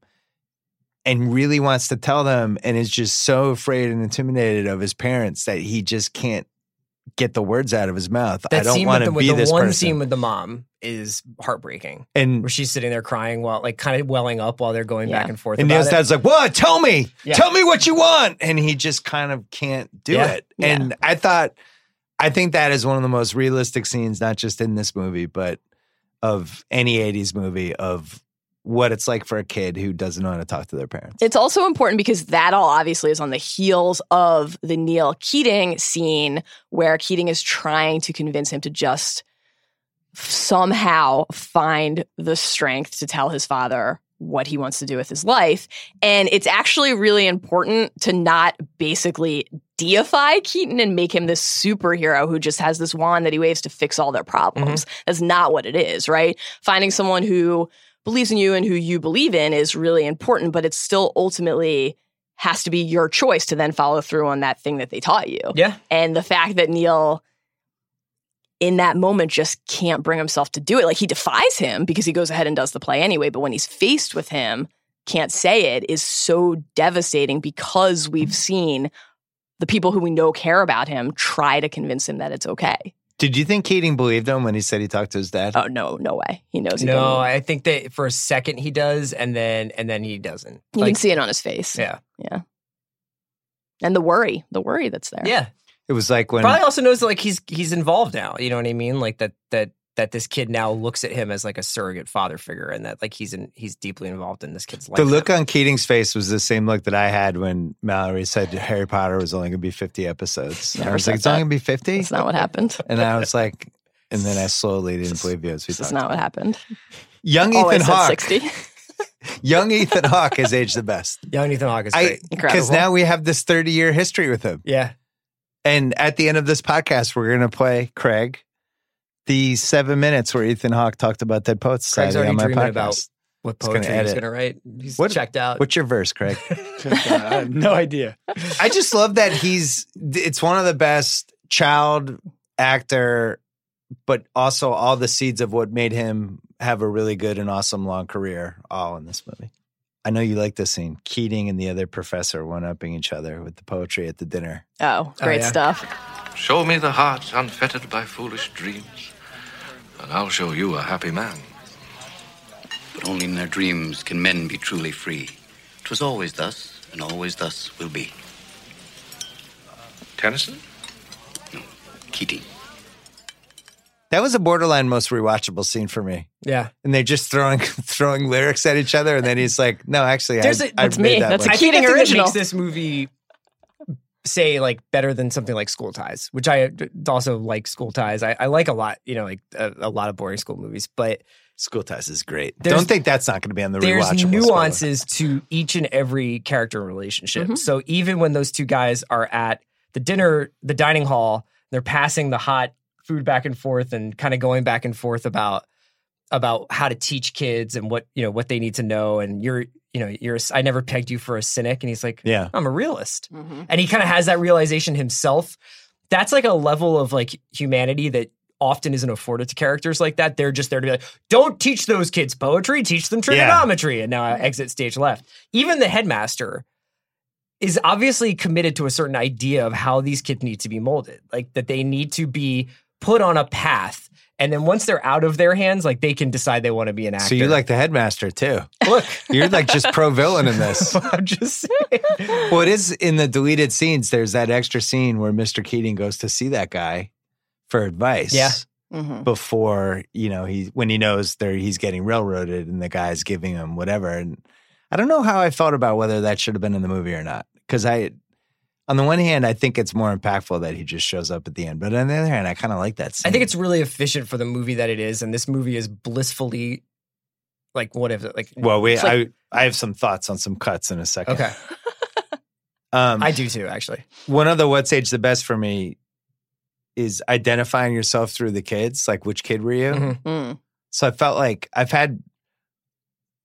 Speaker 1: and really wants to tell them, and is just so afraid and intimidated of his parents that he just can't get the words out of his mouth.
Speaker 3: that
Speaker 1: I don't
Speaker 3: scene
Speaker 1: want
Speaker 3: with
Speaker 1: to
Speaker 3: the,
Speaker 1: be
Speaker 3: with the
Speaker 1: this
Speaker 3: one
Speaker 1: person.
Speaker 3: scene with the mom is heartbreaking. where
Speaker 1: and
Speaker 3: she's sitting there crying while like kind of welling up while they're going back
Speaker 2: Yeah.
Speaker 3: and forth
Speaker 1: and
Speaker 3: about
Speaker 1: Neil's
Speaker 3: it.
Speaker 1: dad's like, "What? Tell me,
Speaker 3: Yeah.
Speaker 1: tell me what you want." And he just kind of can't do
Speaker 3: Yeah.
Speaker 1: it. And I thought, I think that is one of the most realistic scenes, not just in this movie, but of any '80s movie of what it's like for a kid who doesn't know how to talk to their parents.
Speaker 2: It's also important because that all obviously is on the heels of the Neil Keating scene where Keating is trying to convince him to just somehow find the strength to tell his father what he wants to do with his life. And it's actually really important to not basically deify Keaton and make him this superhero who just has this wand that he waves to fix all their problems. That's not what it is, right? Finding someone who believes in you and who you believe in is really important, but it's still ultimately has to be your choice to then follow through on that thing that they taught you.
Speaker 3: yeah,
Speaker 2: And the fact that Neil in that moment just can't bring himself to do it. Like he defies him because he goes ahead and does the play anyway, but when he's faced with him, can't say it is so devastating because we've seen the people who we know care about him try to convince him that it's okay.
Speaker 1: Did you think Keating believed him when he said he talked to his dad?
Speaker 3: Uh,
Speaker 2: Oh no, no way. He knows he
Speaker 3: no,
Speaker 2: doesn't.
Speaker 3: I think that for a second he does, and then and then he doesn't.
Speaker 2: You
Speaker 3: Like,
Speaker 2: can see it on his face.
Speaker 3: yeah,
Speaker 2: And the worry, the worry that's there.
Speaker 3: yeah.
Speaker 1: It was like when
Speaker 3: Probably also knows that like he's he's involved now. You know what I mean? Like that that that this kid now looks at him as like a surrogate father figure and that like he's in he's deeply involved in this kid's life.
Speaker 1: The
Speaker 3: now.
Speaker 1: look on Keating's face was the same look that I had when Mallory said Harry Potter was only going to be 50 episodes. I
Speaker 2: Never
Speaker 1: was
Speaker 2: said
Speaker 1: like, it's only
Speaker 2: that.
Speaker 1: going to be 50?
Speaker 2: That's not what happened.
Speaker 1: And I was like, and then I slowly didn't believe you as we
Speaker 2: That's
Speaker 1: talked.
Speaker 2: not what happened.
Speaker 1: Young
Speaker 2: Always
Speaker 1: Ethan
Speaker 2: said
Speaker 1: Hawke.
Speaker 2: 60.
Speaker 1: Young Ethan Hawke has aged the best.
Speaker 3: Young Ethan Hawke is
Speaker 1: I
Speaker 3: great.
Speaker 1: Because
Speaker 2: Incredible.
Speaker 1: now we have this 30 year history with him.
Speaker 3: yeah.
Speaker 1: And at the end of this podcast, we're going to play Craig the seven minutes where Ethan Hawke talked about Dead Poets
Speaker 3: Craig's
Speaker 1: Society
Speaker 3: already
Speaker 1: on my
Speaker 3: dreaming
Speaker 1: podcast.
Speaker 3: about what
Speaker 1: gonna
Speaker 3: poetry he's
Speaker 1: edit.
Speaker 3: gonna write. He's
Speaker 1: What-
Speaker 3: checked out.
Speaker 1: What's your verse, Craig?
Speaker 8: I have no idea.
Speaker 1: I just love that he's it's one of the best child actor, but also all the seeds of what made him have a really good and awesome long career all in this movie. I know you like this scene. Keating and the other professor one upping each other with the poetry at the dinner.
Speaker 2: Oh, great
Speaker 3: yeah.
Speaker 2: stuff.
Speaker 11: Show me the hearts unfettered by foolish dreams, and I'll show you a happy man.
Speaker 4: But only in their dreams can men be truly free. 'Twas always thus, and always thus will be.
Speaker 11: Tennyson?
Speaker 4: Keating.
Speaker 1: That was a borderline most rewatchable scene for me.
Speaker 3: yeah.
Speaker 1: And they're just throwing throwing lyrics at each other, and then he's like, "No, actually, I,
Speaker 3: There's a-
Speaker 1: I
Speaker 2: that's
Speaker 1: made
Speaker 2: me.
Speaker 1: that
Speaker 2: That's a
Speaker 1: one.
Speaker 3: I think
Speaker 2: Keating
Speaker 3: the thing that
Speaker 2: original.
Speaker 3: makes this movie say like better than something like School Ties, which I also like School Ties. I, I like a lot, you know, like a, a lot of boring school movies, but
Speaker 1: School Ties is great.
Speaker 3: There's-
Speaker 1: Don't think that's not going to be on the
Speaker 3: there's
Speaker 1: rewatchable.
Speaker 3: nuances to each and every character relationship. So even when those two guys are at the dinner, the dining hall, they're passing the hot food back and forth and kind of going back and forth about about how to teach kids and what you know what they need to know. And you're you know you're a c- I never pegged you for a cynic, and he's like,
Speaker 1: Yeah.
Speaker 3: I'm a realist, and he kind of has that realization himself. That's like a level of like humanity that often isn't afforded to characters like that. They're just there to be like, don't teach those kids poetry, teach them trigonometry. And now I exit stage left. Even the headmaster is obviously committed to a certain idea of how these kids need to be molded, like that they need to be put on a path. And then once they're out of their hands, like they can decide they want to be an actor.
Speaker 1: So you like the headmaster too?
Speaker 3: look,
Speaker 1: You're like just pro villain in this.
Speaker 3: I'm just saying.
Speaker 1: Well, it is in the deleted scenes. There's that extra scene where Mr. Keating goes to see that guy for advice.
Speaker 3: Yeah.
Speaker 2: Mhm.
Speaker 1: Before you know he when he knows there he's getting railroaded and the guy's giving him whatever. And I don't know how I felt about whether that should have been in the movie or not because I. On the one hand, I think it's more impactful that he just shows up at the end, but on the other hand, I kind of like that scene.
Speaker 3: I think it's really efficient for the movie that it is, and this movie is blissfully like what if like
Speaker 1: well, we
Speaker 3: it's like-
Speaker 1: I I have some thoughts on some cuts in a second.
Speaker 3: okay.
Speaker 1: um,
Speaker 3: I do too, actually.
Speaker 1: one of the what's age the best for me is identifying yourself through the kids like which kid were you
Speaker 3: Mhm.
Speaker 2: Mm.
Speaker 1: so i felt like i've had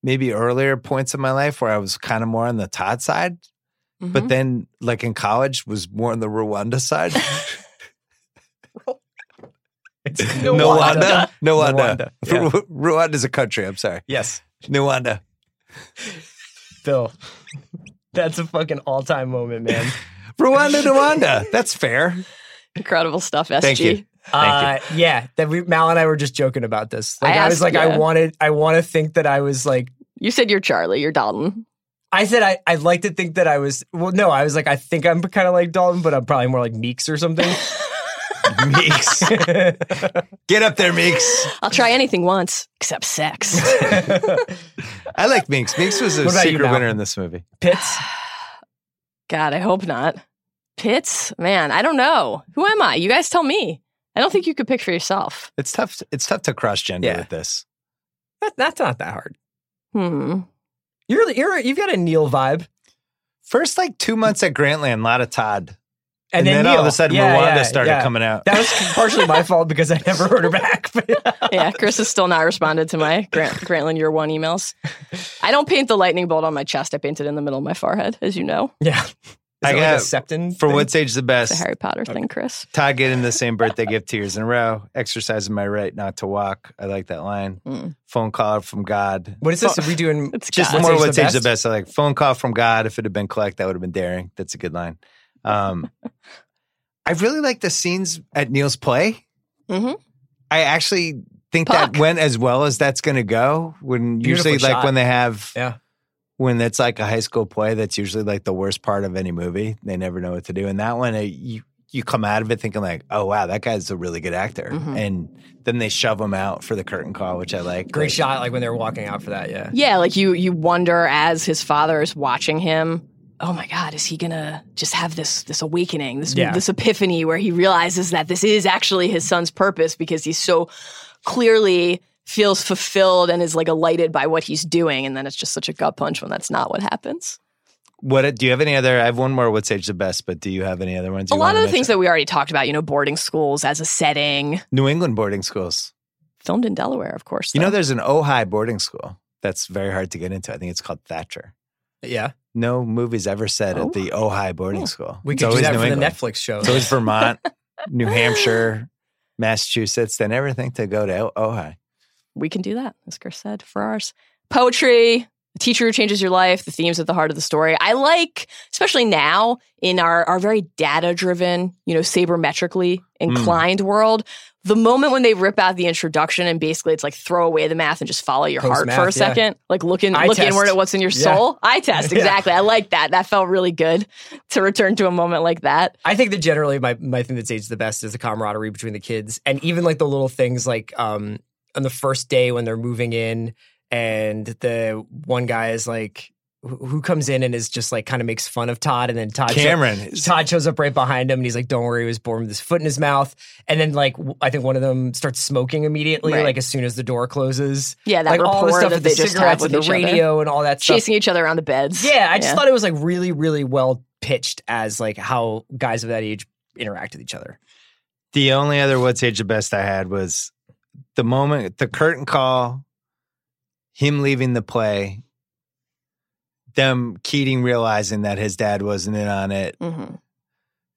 Speaker 1: maybe earlier points in my life where i was kind of more on the todd side but
Speaker 3: Mm-hmm.
Speaker 2: Mhm.
Speaker 1: then like in college was more on the rwanda side
Speaker 3: It's
Speaker 1: Nwanda? Nwanda.
Speaker 3: Nwanda, yeah.
Speaker 1: Ru- Rwanda's a country. I'm sorry.
Speaker 3: Yes,
Speaker 1: Rwanda.
Speaker 3: Phil. That's a fucking all-time moment, man.
Speaker 1: Rwanda, Rwanda. That's fair.
Speaker 2: Incredible stuff, SG.
Speaker 1: Thank you.
Speaker 3: Uh, yeah, that we Mal and I were just joking about this. Like
Speaker 2: I
Speaker 3: I, was
Speaker 2: asked-
Speaker 3: like,
Speaker 2: yeah.
Speaker 3: I wanted, I want to think that I was like,
Speaker 2: You said you're Charlie, you're Dalton.
Speaker 3: I said I, I'd like to think that I was. Well, no, I was like, I think I'm kind of like Dalton, but I'm probably more like Meeks or something.
Speaker 1: Meeks. Get up there, Meeks.
Speaker 2: I'll try anything once, except sex.
Speaker 1: I like Meeks. Meeks was a
Speaker 3: What about you,
Speaker 1: secret
Speaker 3: Mal?
Speaker 1: winner in this movie.
Speaker 3: Pitts.
Speaker 2: God, I hope not. Pitts? Man, I don't know. Who am I? You guys tell me. I don't think you could pick for yourself.
Speaker 1: It's tough. It's tough to cross gender
Speaker 3: Yeah.
Speaker 1: with this.
Speaker 3: That, that's not that hard.
Speaker 2: Hmm.
Speaker 3: You're you're you've got a Neil vibe,
Speaker 1: First, like two months at Grantland, a lot of Todd, and,
Speaker 3: and,
Speaker 1: then,
Speaker 3: Neil.
Speaker 1: all of a sudden,
Speaker 3: Yeah,
Speaker 1: Rwanda
Speaker 3: yeah,
Speaker 1: started
Speaker 3: yeah.
Speaker 1: coming out.
Speaker 3: That was partially my fault because I never heard her back.
Speaker 2: Yeah, Chris has still not responded to my Grant, Grantland Year One emails. I don't paint the lightning bolt on my chest. I paint it in the middle of my forehead, as you know.
Speaker 3: yeah, Is
Speaker 1: I
Speaker 3: that
Speaker 1: got-
Speaker 3: like a septin
Speaker 1: For
Speaker 3: thing?
Speaker 1: what's age the
Speaker 2: It's
Speaker 1: best?
Speaker 2: a Harry Potter thing, Chris.
Speaker 1: Todd getting the same birthday gift two years in a row. Exercising my right not to walk. I like that line.
Speaker 2: Mm.
Speaker 1: Phone call from God.
Speaker 3: What is this? Are we doing
Speaker 2: It's
Speaker 1: Just
Speaker 2: God.
Speaker 1: more what's age the best. I like phone call from God. If it had been collect, that would have been daring. That's a good line. Um, I really like the scenes at Neil's play.
Speaker 3: Mm-hmm.
Speaker 2: Mhm.
Speaker 1: I actually think
Speaker 2: Puck.
Speaker 1: that went as well as that's going to go. When
Speaker 3: Beautiful
Speaker 1: usually, like
Speaker 3: shot.
Speaker 1: when they have
Speaker 3: Yeah,
Speaker 1: when it's like a high school play that's usually like the worst part of any movie they never know what to do and that one uh, you you come out of it thinking like, oh wow, that guy's a really good actor,
Speaker 2: Mm-hmm.
Speaker 3: Mhm.
Speaker 1: and then they shove him out for the curtain call, which I like.
Speaker 3: Great shot, like when they were walking out for that. Yeah.
Speaker 2: Yeah, like you you wonder as his father is watching him. Oh my God, is he gonna just have this this awakening, this
Speaker 3: Yeah.
Speaker 2: this epiphany where he realizes that this is actually his son's purpose because he's so clearly feels fulfilled and is like elated by what he's doing, and then it's just such a gut punch when that's not what happens.
Speaker 1: What uh, do you have any other? I have one more. What's age the best? But do you have any other ones?
Speaker 2: a
Speaker 1: you
Speaker 2: lot
Speaker 1: wanna
Speaker 2: of the
Speaker 1: mention?
Speaker 2: things that we already talked about, you know, boarding schools as a setting,
Speaker 1: New England boarding schools.
Speaker 2: filmed in Delaware, of course.
Speaker 1: You know,
Speaker 2: though.
Speaker 1: there's an Ojai boarding school that's very hard to get into. I think it's called Thatcher.
Speaker 3: Yeah.
Speaker 1: No movies ever set
Speaker 2: Oh.
Speaker 1: at the Ojai boarding school.
Speaker 3: We
Speaker 1: It's
Speaker 3: could do
Speaker 1: always
Speaker 3: that
Speaker 1: New
Speaker 3: for
Speaker 1: England.
Speaker 3: the Netflix show.
Speaker 1: So it's Vermont, New Hampshire, Massachusetts. They never think to go to O- Ojai.
Speaker 2: we can do that, as Chris said, for ours. Poetry, the teacher who changes your life, the themes at the heart of the story. I like, especially now in our, our very data driven, you know, sabermetrically inclined world, the moment when they rip out the introduction and basically it's like throw away the math and just follow your heart
Speaker 3: Post-math,
Speaker 2: for a
Speaker 3: yeah.
Speaker 2: second. Like look in,
Speaker 3: Eye
Speaker 2: look
Speaker 3: test.
Speaker 2: inward at what's in your
Speaker 3: Yeah.
Speaker 2: soul. Eye test,
Speaker 3: Yeah.
Speaker 2: exactly. I like that. That felt really good to return to a moment like that.
Speaker 3: I think that generally my my thing that's aged the best is the camaraderie between the kids and even like the little things like um on the first day when they're moving in and the one guy is like who who comes in and is just like kind of makes fun of Todd and then Todd sho-
Speaker 1: Cameron.
Speaker 3: Todd shows up right behind him and he's like don't worry he was born with his foot in his mouth and then like w- I think one of them starts smoking immediately
Speaker 2: Right.
Speaker 3: like as soon as the door closes
Speaker 2: Yeah, that
Speaker 3: like all the
Speaker 2: rapport
Speaker 3: stuff
Speaker 2: that
Speaker 3: with the
Speaker 2: they just have
Speaker 3: cigarettes
Speaker 2: with
Speaker 3: and the
Speaker 2: each other.
Speaker 3: radio and all that stuff
Speaker 2: Chasing each other around the beds.
Speaker 3: yeah, I just thought it was like really, really well pitched as like how guys of that age interact with each other.
Speaker 1: The only other what's age the best I had was the moment the curtain call, him leaving the play, them Keating realizing that his dad wasn't in on it,
Speaker 2: Mhm.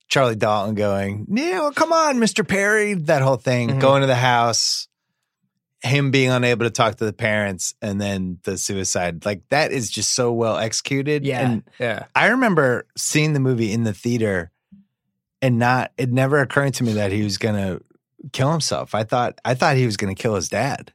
Speaker 1: Charlie Dalton going, Neil, come on, Mr. Perry, that whole thing, going to the house, him being unable to talk to the parents, and then the suicide. Like that is just so well executed.
Speaker 3: Yeah,
Speaker 1: And
Speaker 3: yeah.
Speaker 1: I remember seeing the movie in the theater and not it never occurring to me that he was gonna kill himself. I thought I thought he was gonna kill his dad.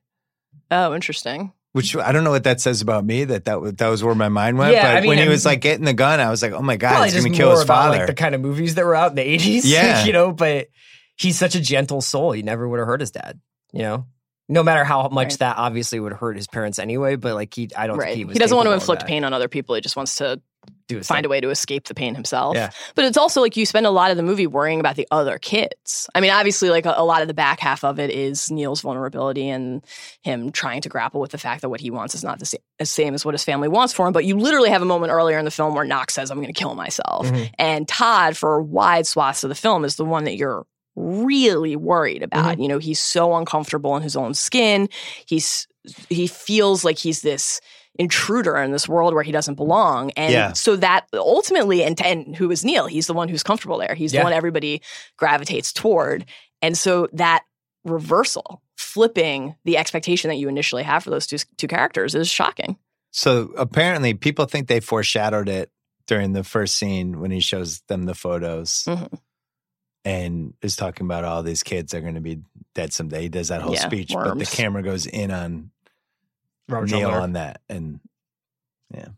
Speaker 2: Oh, interesting.
Speaker 1: Which I don't know what that says about me that that, was- that was where my mind went.
Speaker 3: Yeah,
Speaker 1: but
Speaker 3: I mean,
Speaker 1: when he
Speaker 3: I'm-
Speaker 1: was like getting the gun, I was like, oh my God,
Speaker 3: Probably
Speaker 1: he's
Speaker 3: just
Speaker 1: going to kill
Speaker 3: more
Speaker 1: his
Speaker 3: about
Speaker 1: father.
Speaker 3: like the kind of movies that were out in the eighties.
Speaker 1: Yeah.
Speaker 3: you know, but he's such a gentle soul. He never would have hurt his dad. You know, no matter how much
Speaker 2: Right.
Speaker 3: that obviously would hurt his parents anyway. But like he, I don't
Speaker 2: Right.
Speaker 3: think
Speaker 2: He,
Speaker 3: he was.
Speaker 2: doesn't want to
Speaker 3: capable of
Speaker 2: inflict
Speaker 3: that.
Speaker 2: pain on other people. He just wants to
Speaker 3: Do his
Speaker 2: find
Speaker 3: thing.
Speaker 2: a way to escape the pain himself.
Speaker 3: Yeah.
Speaker 2: But it's also like you spend a lot of the movie worrying about the other kids. I mean, obviously, like a, a lot of the back half of it is Neil's vulnerability and him trying to grapple with the fact that what he wants is not the sa- the same as what his family wants for him. But you literally have a moment earlier in the film where Knox says, I'm going to kill myself.
Speaker 12: Mhm.
Speaker 2: And Todd, for wide swaths of the film, is the one that you're really worried about. You know, he's so uncomfortable in his own skin. He's he feels like he's this intruder in this world where he doesn't belong. And
Speaker 12: Yeah.
Speaker 2: so that ultimately, and, and who is Neil? He's the one who's comfortable there. He's
Speaker 12: Yeah.
Speaker 2: the one everybody gravitates toward. And so that reversal, flipping the expectation that you initially have for those two, two characters is shocking.
Speaker 1: so apparently, people think they foreshadowed it during the first scene when he shows them the photos
Speaker 3: Mm-hmm.
Speaker 1: and is talking about all these kids are going to be dead someday. He does that whole
Speaker 2: Yeah,
Speaker 1: speech, but the
Speaker 2: worms.
Speaker 1: camera goes in on
Speaker 3: Robert
Speaker 1: Neil
Speaker 3: Schumacher.
Speaker 1: on that. And yeah,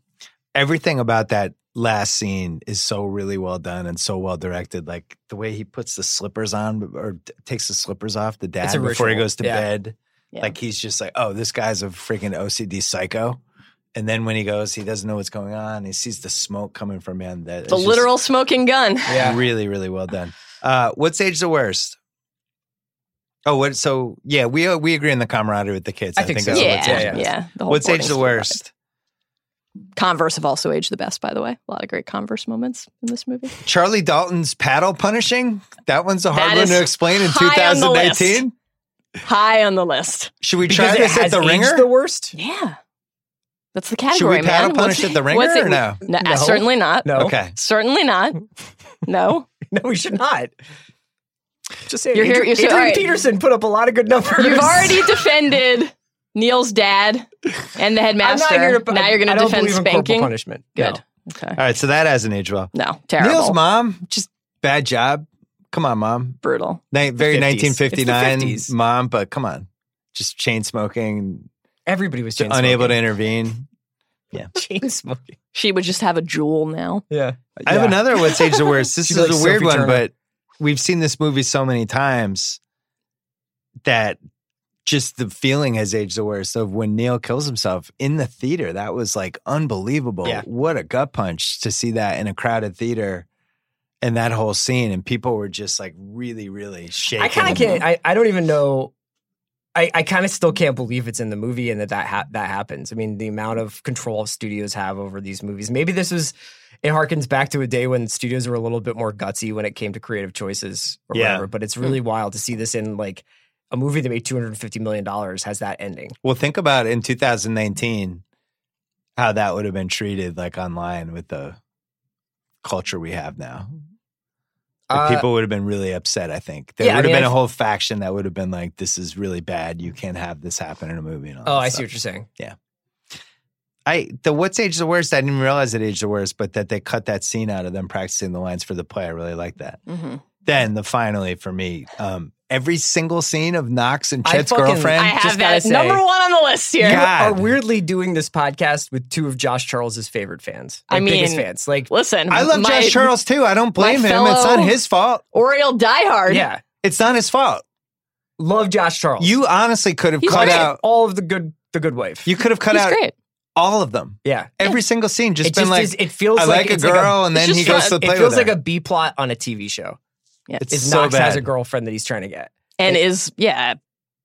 Speaker 1: everything about that last scene is so really well done and so well directed. Like the way he puts the slippers on or t- takes the slippers off the dad
Speaker 3: a
Speaker 1: before he
Speaker 3: ritual.
Speaker 1: goes to
Speaker 3: Yeah.
Speaker 1: bed. Like he's just like, oh, this guy's a freaking OCD psycho. And then when he goes, he doesn't know what's going on. He sees the smoke coming from him. That
Speaker 2: The
Speaker 1: it's just
Speaker 2: literal smoking gun.
Speaker 1: really, really well done. Uh, what's age the worst? Oh, what? So yeah, we uh, we agree on the camaraderie with the kids.
Speaker 2: I
Speaker 1: I,
Speaker 2: think so.
Speaker 1: that's
Speaker 2: Yeah,
Speaker 1: what's age the worst.
Speaker 2: yeah, the whole
Speaker 1: What's age
Speaker 2: boarding
Speaker 1: the
Speaker 2: school
Speaker 1: worst?
Speaker 2: Converse have also aged the best, by the way. A lot of great Converse moments in this movie.
Speaker 1: Charlie Dalton's paddle punishing? That one's a hard
Speaker 2: That
Speaker 1: one to
Speaker 2: is
Speaker 1: explain in
Speaker 2: high on the list.
Speaker 1: 2019.
Speaker 2: High on the list.
Speaker 1: Should we
Speaker 3: Because
Speaker 1: try
Speaker 3: it
Speaker 1: this at
Speaker 3: has
Speaker 1: the
Speaker 3: aged
Speaker 1: ringer?
Speaker 3: The worst.
Speaker 2: Yeah. That's the
Speaker 1: Should
Speaker 2: category,
Speaker 1: we paddle
Speaker 2: man.
Speaker 1: punish
Speaker 2: What's-
Speaker 1: at the ringer
Speaker 2: what's it-
Speaker 1: or no?
Speaker 2: N- uh, Certainly not.
Speaker 1: No. Okay.
Speaker 2: Certainly not. No.
Speaker 3: no, we should not. Just saying.
Speaker 2: You're here-
Speaker 3: Adrian,
Speaker 2: you're so-
Speaker 3: Adrian
Speaker 2: all right.
Speaker 3: Peterson put up a lot of good numbers.
Speaker 2: You've already defended Neil's dad and the headmaster.
Speaker 3: here to-
Speaker 2: now you're going
Speaker 3: I
Speaker 2: to
Speaker 3: don't
Speaker 2: defend
Speaker 3: believe in corporal
Speaker 2: spanking.
Speaker 3: punishment.
Speaker 2: Good.
Speaker 3: No.
Speaker 2: Okay.
Speaker 1: All right, so that hasn't aged well.
Speaker 2: No, terrible.
Speaker 1: Neil's mom, just bad job. Come on, mom.
Speaker 2: Brutal.
Speaker 1: Ni- very
Speaker 3: 50s. It's the
Speaker 1: 1959
Speaker 3: 50s.
Speaker 1: mom, but come on. Just chain smoking,
Speaker 3: Everybody was chain
Speaker 1: unable to
Speaker 3: smoking.
Speaker 1: intervene.
Speaker 3: chain smoking.
Speaker 2: She would just have a jewel now.
Speaker 3: Yeah.
Speaker 1: I have another what's age the worst. This
Speaker 3: She's
Speaker 1: is
Speaker 3: like
Speaker 1: a weird
Speaker 3: Sophie
Speaker 1: one,
Speaker 3: Turner.
Speaker 1: but we've seen this movie so many times that just the feeling has aged the worst of when Neil kills himself in the theater. That was like unbelievable.
Speaker 3: Yeah.
Speaker 1: What a gut punch to see that in a crowded theater and that whole scene. And people were just like really, really shaking.
Speaker 3: I kind of can't. I, I don't even know. I, I kind of still can't believe it's in the movie and that that ha- that happens. I mean, the amount of control studios have over these movies. Maybe this was it harkens back to a day when studios were a little bit more gutsy when it came to creative choices or
Speaker 1: Yeah. Hmm.
Speaker 3: whatever. But it's really wild to see this in like a movie that made two hundred and fifty million dollars has that ending.
Speaker 1: Well, think about in 2019 how that would have been treated like online with the culture we have now. The
Speaker 3: Uh,
Speaker 1: people would have been really upset, I think. There
Speaker 3: yeah, I
Speaker 1: would have
Speaker 3: mean,
Speaker 1: been
Speaker 3: I
Speaker 1: a
Speaker 3: th-
Speaker 1: whole faction that would have been like, this is really bad. You can't have this happen in a movie. And all
Speaker 3: Oh,
Speaker 1: that
Speaker 3: I
Speaker 1: stuff.
Speaker 3: see what you're saying.
Speaker 1: I the what's age the worst. I didn't realize it aged the worst, but that they cut that scene out of them practicing the lines for the play. I really like that.
Speaker 2: Mm-hmm.
Speaker 1: Then the finally for me, um, every single scene of Knox and
Speaker 3: I
Speaker 1: Chet's
Speaker 3: fucking-
Speaker 1: girlfriend.
Speaker 2: I have
Speaker 1: just gotta
Speaker 2: that
Speaker 1: say,
Speaker 2: number one on the list here.
Speaker 3: You
Speaker 1: God.
Speaker 3: are weirdly doing this podcast with two of Josh Charles's favorite fans.
Speaker 2: I
Speaker 3: Like, biggest
Speaker 2: mean,
Speaker 3: fans. Like,
Speaker 2: Listen,
Speaker 1: I love
Speaker 2: my-
Speaker 1: Josh Charles too. I don't blame
Speaker 2: my
Speaker 1: him. it's not
Speaker 2: fellow-
Speaker 1: his fault.
Speaker 2: Oriole diehard.
Speaker 3: yeah,
Speaker 1: It's not his fault.
Speaker 3: love Josh Charles.
Speaker 1: You honestly could have
Speaker 2: He's
Speaker 1: cut
Speaker 2: great.
Speaker 1: out.
Speaker 3: all of the good, the good wife.
Speaker 1: You could have cut
Speaker 2: He's
Speaker 1: out
Speaker 2: great.
Speaker 1: all of them.
Speaker 3: yeah,
Speaker 1: Every single scene, just
Speaker 3: it
Speaker 1: been
Speaker 3: just
Speaker 1: like
Speaker 3: is, it feels
Speaker 1: I like, a
Speaker 3: it's
Speaker 1: girl, and
Speaker 2: it's
Speaker 1: then he
Speaker 2: just
Speaker 1: goes
Speaker 2: fun.
Speaker 1: to play
Speaker 3: it feels
Speaker 1: with
Speaker 3: like
Speaker 1: her.
Speaker 3: a B plot on a TV show.
Speaker 2: Yeah.
Speaker 1: It's
Speaker 3: Is
Speaker 1: so
Speaker 3: Knox has
Speaker 1: bad.
Speaker 3: a girlfriend that he's trying to get.
Speaker 2: and is yeah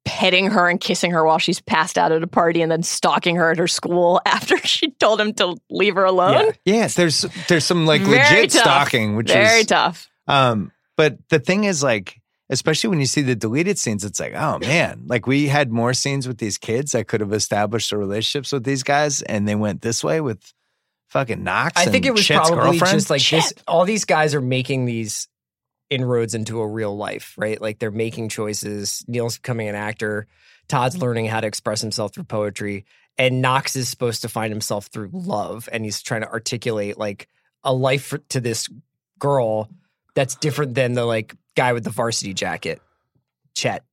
Speaker 2: petting her and kissing her while she's passed out at a party and then stalking her at her school after she told him to leave her alone
Speaker 3: Yeah.
Speaker 1: yes, there's there's some like
Speaker 2: Very
Speaker 1: legit
Speaker 2: tough.
Speaker 1: stalking, which
Speaker 2: very
Speaker 1: is
Speaker 2: tough
Speaker 1: Um, but the thing is, like, especially when you see the deleted scenes, it's like, oh man, like we had more scenes with these kids that could have established the relationships with these guys, and they went this way with fucking Knox.
Speaker 3: I think
Speaker 1: and
Speaker 3: it was
Speaker 1: Chet's
Speaker 3: probably
Speaker 1: girlfriend.
Speaker 3: just like this. All these guys are making these inroads into a real life, right? Like they're making choices. Neil's becoming an actor. Todd's learning how to express himself through poetry, and Knox is supposed to find himself through love, and he's trying to articulate like a life for, to this girl that's different than the like guy with the varsity jacket, Chet.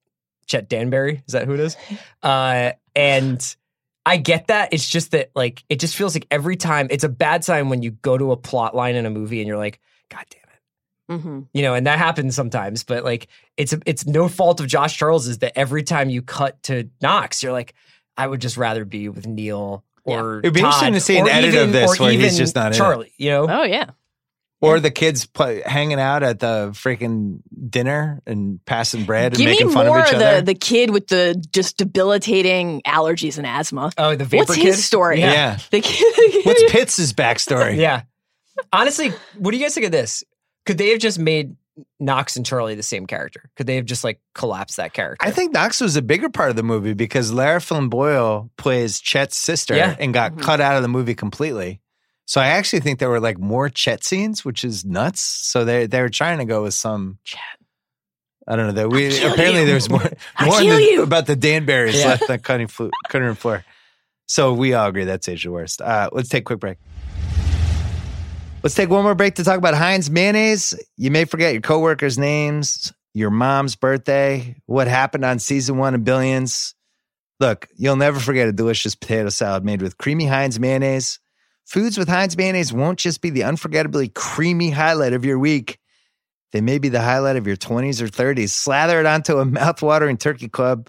Speaker 3: Chet Danbury, is that who it is? Uh, and I get that. It's just that like it just feels like every time it's a bad sign when you go to a plot line in a movie and you're like, God damn it.
Speaker 2: mm-hmm.
Speaker 3: You know, and that happens sometimes, but like it's it's no fault of Josh Charles is that every time you cut to Knox, you're like, I would just rather be with Neil or
Speaker 1: It'd be
Speaker 3: Todd,
Speaker 1: interesting to see an
Speaker 3: or
Speaker 1: edit of
Speaker 3: even-
Speaker 1: this
Speaker 3: or
Speaker 1: where he's
Speaker 3: even
Speaker 1: just not in it.
Speaker 3: Charlie, you know?
Speaker 2: oh yeah
Speaker 1: or the kids play, hanging out at the freaking dinner and passing bread and
Speaker 2: give me
Speaker 1: making fun
Speaker 2: more
Speaker 1: of each
Speaker 2: of
Speaker 1: other.
Speaker 2: the, the kid with the just debilitating allergies and asthma
Speaker 3: Oh, the vapor
Speaker 2: what's
Speaker 3: kid?
Speaker 2: his story
Speaker 1: yeah.
Speaker 2: the kid
Speaker 1: What's Pitts' backstory?
Speaker 3: Yeah. Honestly, what do you guys think of this? Could they have just made Knox and Charlie the same character? Could they have just like collapsed that character?
Speaker 1: I think Knox was a bigger part of the movie because Lara Flynn Boyle plays Chet's sister
Speaker 3: Yeah.
Speaker 1: and got
Speaker 2: Mhm.
Speaker 1: cut out of the movie completely. So I actually think there were like more Chet scenes, which is nuts. So they they were trying to go with some Chet. I don't know that we
Speaker 2: kill
Speaker 1: apparently
Speaker 2: you.
Speaker 1: there's more
Speaker 2: I'll
Speaker 1: more in
Speaker 2: kill
Speaker 1: the-
Speaker 2: you.
Speaker 1: about the Danberries
Speaker 3: Yeah.
Speaker 1: left on cutting flu- cutting floor. So we all agree that's Asia worst. Uh, let's take a quick break. Let's take one more break to talk about Heinz mayonnaise. You may forget your coworkers' names, your mom's birthday, what happened on season one of Billions. Look, you'll never forget a delicious potato salad made with creamy Heinz mayonnaise. Foods with Heinz mayonnaise won't just be the unforgettably creamy highlight of your week. They may be the highlight of your 20s or 30s. Slather it onto a mouthwatering turkey club,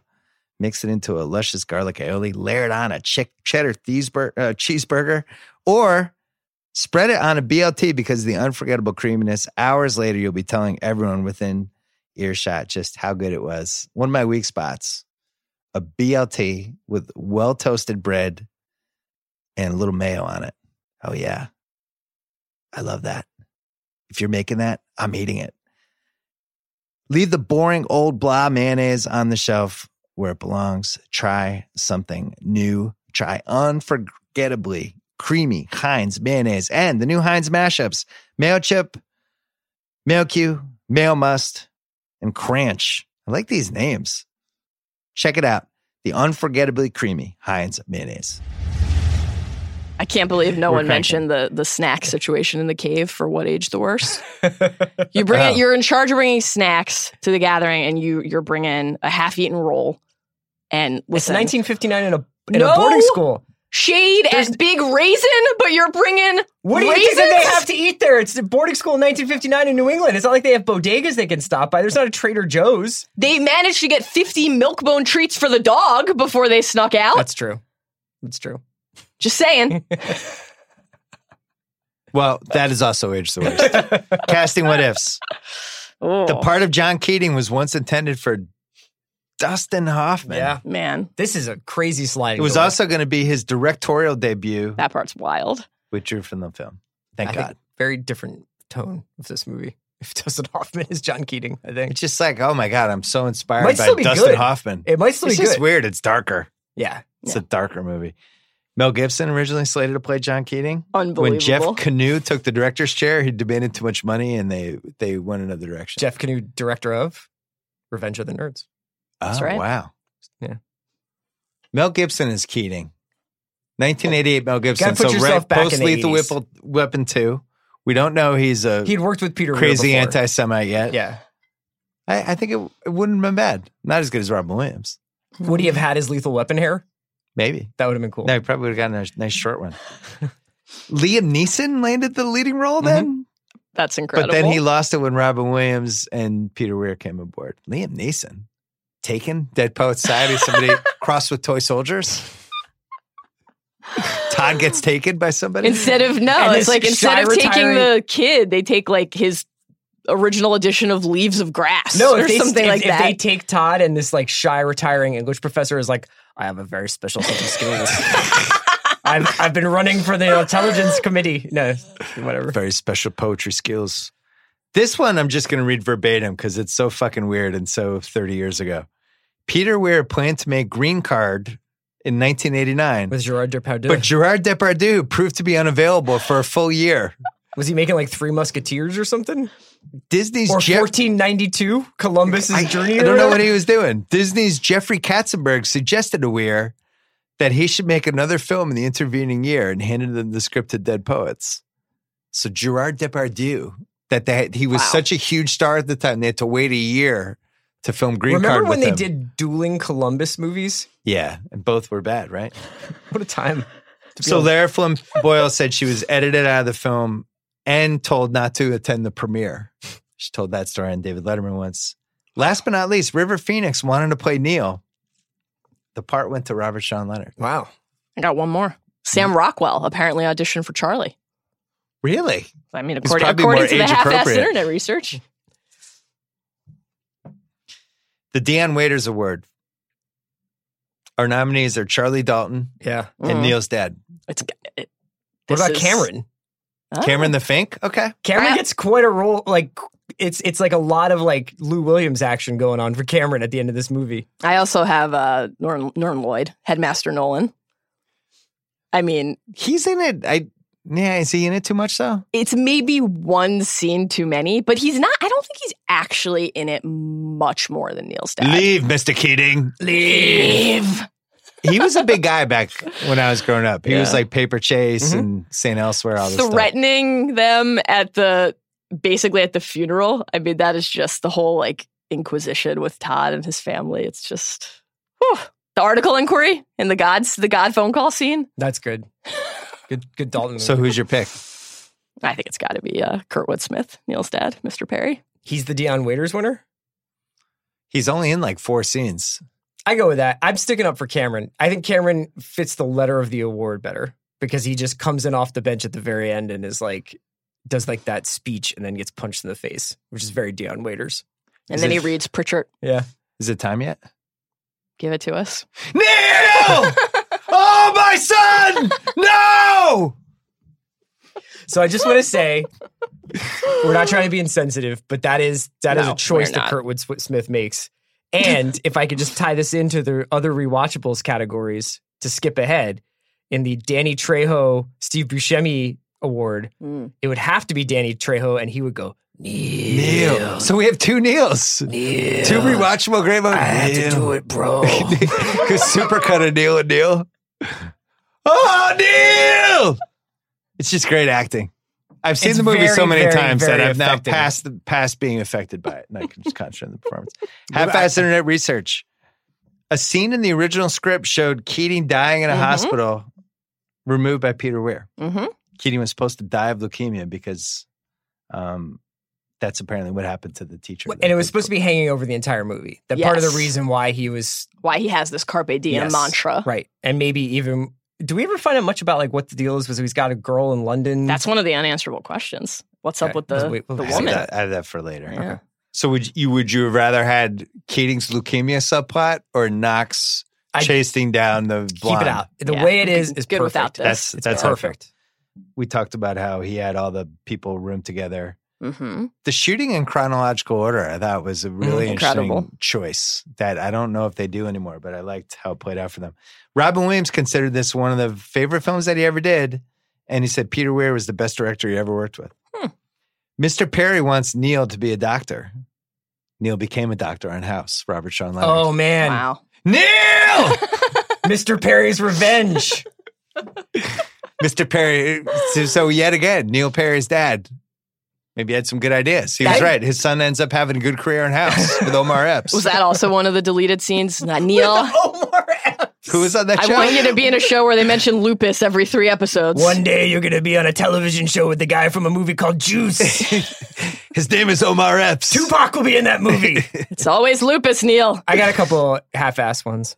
Speaker 1: mix it into a luscious garlic aioli, layer it on a chick- cheddar cheeseburger, uh, cheeseburger, or spread it on a BLT because of the unforgettable creaminess. Hours later, you'll be telling everyone within earshot just how good it was. One of my weak spots a BLT with well toasted bread and a little mayo on it. Oh, yeah. I love that. If you're making that, I'm eating it. Leave the boring old blah mayonnaise on the shelf where it belongs. Try something new. Try unforgettably creamy Heinz mayonnaise and the new Heinz mashups mayo chip, mayo Q, mayo must, and cranch. I like these names. Check it out. The unforgettably creamy Heinz mayonnaise.
Speaker 2: i can't believe no
Speaker 1: We're
Speaker 2: one
Speaker 1: cranking.
Speaker 2: mentioned the the snack situation in the cave for what age the worst you bring
Speaker 1: Oh.
Speaker 2: it, you're in charge of bringing snacks to the gathering and you you're bringing a half-eaten roll and
Speaker 3: It's
Speaker 2: listen,
Speaker 3: 1959 in a in
Speaker 2: No
Speaker 3: a boarding school.
Speaker 2: shade and big raisin, but you're bringing
Speaker 3: What do you
Speaker 2: raisins?
Speaker 3: think that they have to eat there? It's a boarding school in 1959 in New England. It's not like they have bodegas they can stop by. There's not a Trader Joe's.
Speaker 2: They managed to get 50 milkbone treats for the dog before they snuck out.
Speaker 3: That's true. That's true.
Speaker 2: Just saying.
Speaker 1: Well, that is also Age the Worst. Casting What Ifs.
Speaker 3: Oh.
Speaker 1: The part of John Keating was once intended for Dustin Hoffman.
Speaker 3: Yeah.
Speaker 2: Man,
Speaker 3: This is a crazy sliding
Speaker 1: It was
Speaker 3: door.
Speaker 1: also going to be his directorial debut,
Speaker 2: that part's wild.
Speaker 1: which drew from the film. Thank
Speaker 3: I think,
Speaker 1: God.
Speaker 3: very different tone of this movie. If Dustin Hoffman is John Keating, I think.
Speaker 1: It's just like, oh my God, I'm so inspired
Speaker 3: Might
Speaker 1: by
Speaker 3: still be
Speaker 1: Dustin
Speaker 3: good.
Speaker 1: Hoffman.
Speaker 3: It might still
Speaker 1: it's
Speaker 3: be
Speaker 1: just
Speaker 3: good.
Speaker 1: weird. It's darker.
Speaker 3: Yeah.
Speaker 1: It's a darker movie. Mel Gibson originally slated to play John Keating. When
Speaker 2: Unbelievable.
Speaker 1: Jeff Canoe took the director's chair, he demanded too much money and they they went another direction.
Speaker 3: Jeff Canoe, director of Revenge of the Nerds.
Speaker 1: oh,
Speaker 2: right.
Speaker 1: wow.
Speaker 3: Yeah.
Speaker 1: Mel Gibson is Keating. 1988 Mel Gibson.
Speaker 3: Gotta put
Speaker 1: so
Speaker 3: yourself back in
Speaker 1: post
Speaker 3: the
Speaker 1: Lethal
Speaker 3: 80s.
Speaker 1: Whipple, Weapon 2. We don't know he's a
Speaker 3: He'd worked with Peter Weir
Speaker 1: crazy
Speaker 3: before.
Speaker 1: anti Semite yet.
Speaker 3: Yeah.
Speaker 1: I, I think it, it wouldn't have been bad. Not as good as Robin Williams.
Speaker 3: Would he have had his lethal weapon hair?
Speaker 1: Maybe.
Speaker 3: That would have been cool.
Speaker 1: No, he probably would have gotten a nice short one. Liam Neeson landed the leading role
Speaker 3: Mm-hmm.
Speaker 1: then?
Speaker 2: That's incredible.
Speaker 1: But then he lost it when Robin Williams and Peter Weir came aboard. Liam Neeson, Taken, Dead Poet Society, somebody crossed with toy soldiers. Todd gets taken by somebody.
Speaker 2: Instead of no,
Speaker 3: And
Speaker 2: it's
Speaker 3: this
Speaker 2: like
Speaker 3: shy
Speaker 2: instead of taking
Speaker 3: retiring-
Speaker 2: the kid, they take like his original edition of Leaves of Grass
Speaker 3: No,
Speaker 2: or
Speaker 3: if they,
Speaker 2: something
Speaker 3: if-
Speaker 2: like
Speaker 3: if
Speaker 2: that.
Speaker 3: they take Todd and this like shy retiring English professor is like, I have a very special set of skills. I've I've been running for the intelligence committee. No, whatever.
Speaker 1: very special poetry skills. This one I'm just going to read verbatim because it's so fucking weird and so 30 years ago. Peter Weir planned to make Green Card in 1989,
Speaker 3: With Gerard Depardieu,
Speaker 1: but Gerard Depardieu proved to be unavailable for a full year.
Speaker 3: was he making like Three Musketeers or something?
Speaker 1: Disney's
Speaker 3: Or
Speaker 1: Jeff-
Speaker 3: 1492, Columbus's journey.
Speaker 1: I don't know what he was doing. Disney's Jeffrey Katzenberg suggested to Weir that he should make another film in the intervening year and handed them the script to Dead Poets. So Gerard Depardieu, that they, he was
Speaker 2: Wow.
Speaker 1: such a huge star at the time, they had to wait a year to film Green
Speaker 3: Remember
Speaker 1: Card with
Speaker 3: when they
Speaker 1: him.
Speaker 3: did dueling Columbus movies?
Speaker 1: Yeah, and both were bad, right?
Speaker 3: What a time!
Speaker 1: So Lara Flynn Boyle said she was edited out of the film and told not to attend the premiere. She told that story on David Letterman once. Last but not least, River Phoenix wanted to play Neil. The part went to Robert Sean Leonard.
Speaker 3: Wow.
Speaker 2: I got one more.
Speaker 3: Hmm.
Speaker 2: Sam Rockwell apparently auditioned for Charlie.
Speaker 1: Really?
Speaker 2: I mean,
Speaker 1: He's
Speaker 2: according,
Speaker 1: probably
Speaker 2: according
Speaker 1: more
Speaker 2: to the half-assed
Speaker 1: age-appropriate.
Speaker 2: internet research,
Speaker 1: The Dion Waiters Award. Our nominees are Charlie Dalton
Speaker 3: Yeah.
Speaker 1: and
Speaker 2: Mhm.
Speaker 1: Neil's dad.
Speaker 2: it's. It,
Speaker 3: What
Speaker 2: this
Speaker 3: about
Speaker 2: is-
Speaker 3: Cameron?
Speaker 2: Oh.
Speaker 1: Cameron the Fink. Okay.
Speaker 3: Cameron
Speaker 2: I-
Speaker 3: gets quite a role. Like it's it's like a lot of like Lou Williams action going on for Cameron at the end of this movie.
Speaker 2: I also have uh, Norton, Norton Lloyd, Headmaster Nolan. I mean,
Speaker 1: He's in it. I yeah, is he in it too much though?
Speaker 2: it's maybe one scene too many, but he's not. I don't think he's actually in it much more than Neil's dad.
Speaker 1: Leave, Mr. Keating.
Speaker 2: Leave.
Speaker 1: He was a big guy back when I was growing up. He was like Paper Chase
Speaker 3: Mhm.
Speaker 1: and St. Elsewhere, all this stuff.
Speaker 2: Threatening them at the basically at the funeral. I mean, that is just the whole like inquisition with Todd and his family. It's just whew. the article inquiry and the gods, the god phone call scene.
Speaker 3: That's good. Good good Dalton.
Speaker 1: So who's your pick?
Speaker 2: I think it's got to be uh, Kurtwood Smith, Neil's dad, Mr. Perry.
Speaker 3: he's the Dion Waiters winner.
Speaker 1: He's only in like four scenes.
Speaker 3: I go with that. I'm sticking up for Cameron. I think Cameron fits the letter of the award better because he just comes in off the bench at the very end and is like does like that speech and then gets punched in the face, which is very Dion Waiters.
Speaker 2: And
Speaker 1: Is
Speaker 2: then
Speaker 1: it-
Speaker 2: he reads Pritchard,
Speaker 3: Yeah.
Speaker 1: Is it time yet?
Speaker 2: give it to us.
Speaker 1: Neil! oh, my son! No!
Speaker 3: So I just want to say, we're not trying to be insensitive, but that is that is
Speaker 2: No,
Speaker 3: a choice
Speaker 2: we're not.
Speaker 3: that Kurtwood Sw- Smith makes. And if I could just tie this into the other rewatchables categories to skip ahead in the Danny Trejo Steve Buscemi award,
Speaker 2: Mm.
Speaker 3: it would have to be Danny Trejo, and he would go
Speaker 1: Neil. So we have two Neils. Two rewatchable great moments. I had to do it, bro. Because supercut of Neil and Neil. Oh, Neil! It's just great acting. I've seen
Speaker 3: It's
Speaker 1: the movie so
Speaker 3: very,
Speaker 1: many
Speaker 3: very,
Speaker 1: times
Speaker 3: very
Speaker 1: that I've now
Speaker 3: effective.
Speaker 1: passed the, past being affected by it, and I can just concentrate on the performance. Half-assed internet Mm-hmm. research. A scene in the original script showed Keating dying in a hospital removed by Peter Weir.
Speaker 2: Mm-hmm.
Speaker 1: Keating was supposed to die of leukemia because um, that's apparently what happened to the teacher.
Speaker 3: And it was supposed to be hanging over the entire movie. That part of the
Speaker 2: Yes.
Speaker 3: reason why he was
Speaker 2: Why he has this carpe diem
Speaker 3: Yes.
Speaker 2: mantra.
Speaker 3: right, and maybe even do we ever find out much about like what the deal is? Was he's got a girl in London?
Speaker 2: That's one of the unanswerable questions. What's
Speaker 3: Okay.
Speaker 2: up with the,
Speaker 3: Wait, wait,
Speaker 2: the
Speaker 3: wait.
Speaker 1: I have
Speaker 2: woman?
Speaker 1: that, I have that for later.
Speaker 2: Yeah. Okay.
Speaker 1: So would you would you have rather had Keating's leukemia subplot or Knox
Speaker 3: I-
Speaker 1: chasing down the blonde?
Speaker 3: Keep it out. The
Speaker 2: Yeah.
Speaker 3: way it
Speaker 2: Okay,
Speaker 3: is is
Speaker 2: good
Speaker 3: perfect.
Speaker 2: without this.
Speaker 1: That's
Speaker 3: It's
Speaker 1: that's
Speaker 3: perfect.
Speaker 1: We talked about how he had all the people roomed together.
Speaker 2: Mm-hmm.
Speaker 1: The shooting in chronological order, I thought was a really
Speaker 2: Mhm.
Speaker 1: interesting
Speaker 2: Incredible.
Speaker 1: choice that I don't know if they do anymore, but I liked how it played out for them. Robin Williams considered this one of the favorite films that he ever did, and he said Peter Weir was the best director he ever worked with.
Speaker 2: Hmm.
Speaker 1: Mr. Perry wants Neil to be a doctor. Neil became a doctor on House. Robert Sean Leonard.
Speaker 3: Oh man,
Speaker 2: Wow.
Speaker 1: Neil!
Speaker 3: Mr. Perry's revenge.
Speaker 1: Mr. Perry. So, so yet again, Neil Perry's dad. Maybe had some good ideas. He was
Speaker 3: That-
Speaker 1: right. His son ends up having a good career in house with Omar Epps,
Speaker 2: Was that also one of the deleted scenes? Not Neil.
Speaker 3: Omar Epps.
Speaker 1: who was on that
Speaker 2: I
Speaker 1: show.
Speaker 2: want you to be in a show where they mention lupus every three episodes.
Speaker 3: One day you're gonna be on a television show with the guy from a movie called Juice.
Speaker 1: His name is Omar Epps.
Speaker 3: Tupac will be in that movie.
Speaker 2: It's always lupus, Neil.
Speaker 3: I got a couple half-ass ones.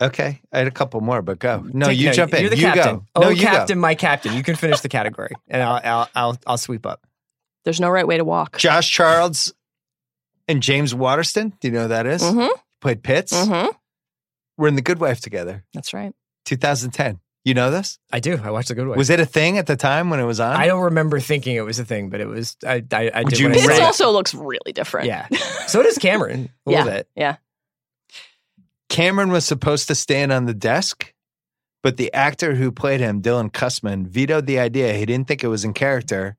Speaker 1: Okay, I had a couple more, but go. No,
Speaker 3: Take-
Speaker 1: you jump in.
Speaker 3: You're the
Speaker 1: you
Speaker 3: captain.
Speaker 1: go.
Speaker 3: Oh,
Speaker 1: no, you
Speaker 3: captain,
Speaker 1: go.
Speaker 3: my captain. You can finish the category, and I'll I'll I'll, I'll sweep up.
Speaker 2: There's no right way to walk.
Speaker 1: Josh Charles and James Waterston. Do you know who that is?
Speaker 2: Mm-hmm.
Speaker 1: Played Pitts.
Speaker 2: Mm-hmm.
Speaker 1: We're in The Good Wife together.
Speaker 2: That's right.
Speaker 1: 2010. You know this?
Speaker 3: I do. I watched the good one.
Speaker 1: Was it a thing at the time when it was on?
Speaker 3: I don't remember thinking it was a thing, but it was. I I, I
Speaker 1: Would
Speaker 3: did
Speaker 1: you
Speaker 3: what I
Speaker 2: Pitts
Speaker 1: Right.
Speaker 3: said.
Speaker 2: also looks really different.
Speaker 3: Yeah. So does Cameron a
Speaker 2: yeah.
Speaker 3: little bit.
Speaker 2: Yeah.
Speaker 1: Cameron was supposed to stand on the desk, but the actor who played him, Dylan Cussman, vetoed the idea. He didn't think it was in character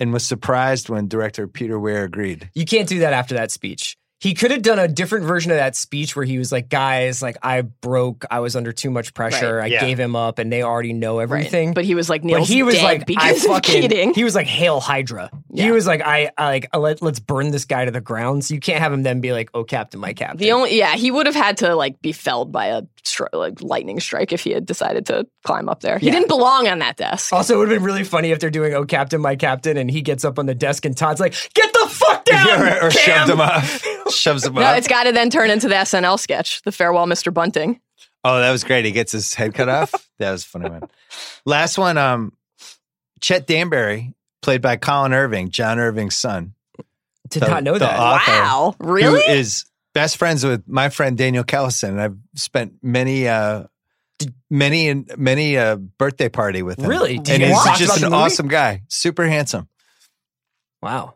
Speaker 1: and was surprised when director Peter Weir agreed.
Speaker 3: You can't do that after that speech. He could have done a different version of that speech where he was like, "Guys, like I broke. I was under too much pressure. I
Speaker 1: Yeah.
Speaker 3: gave him up, and they already know
Speaker 2: Right.
Speaker 3: everything."
Speaker 2: But he was like
Speaker 3: But
Speaker 2: Neil's
Speaker 3: he was
Speaker 2: dead
Speaker 3: like,
Speaker 2: because
Speaker 3: I
Speaker 2: of
Speaker 3: fucking,
Speaker 2: Keating.
Speaker 3: He was like, hail Hydra. He
Speaker 2: Yeah.
Speaker 3: was like, I, I like, uh, let, let's burn this guy to the ground. So you can't have him then be like, oh, Captain, my Captain.
Speaker 2: the only yeah, he would have had to like be felled by a stri- like lightning strike if he had decided to climb up there. He
Speaker 3: Yeah. Oh,
Speaker 2: didn't belong on that desk.
Speaker 3: Also, it would have been really funny if they're doing "Oh Captain, My Captain" and he gets up on the desk and Todd's like, "Get the fuck down!"
Speaker 1: or or
Speaker 3: Cam!"
Speaker 1: shoved him off. Shoves him
Speaker 2: no,
Speaker 1: off.
Speaker 2: it's got to then turn into the SNL sketch, the farewell, Mr. Bunting.
Speaker 1: Oh, that was great. He gets his head cut off. That was a funny one. Last one, um, Chet Danbury, played by Colin Irving, John Irving's son.
Speaker 3: Did
Speaker 1: The-
Speaker 3: not know
Speaker 1: the
Speaker 3: that.
Speaker 1: au- Author.
Speaker 2: Wow,
Speaker 1: Who
Speaker 2: really?
Speaker 1: is best friends with my friend Daniel Callison. And I've spent many uh many and many uh birthday party with him.
Speaker 3: Really? Did
Speaker 1: and
Speaker 3: you
Speaker 1: he's
Speaker 3: guys talk
Speaker 1: just
Speaker 3: about
Speaker 1: an
Speaker 3: the movie?
Speaker 1: awesome guy. Super handsome.
Speaker 3: Wow.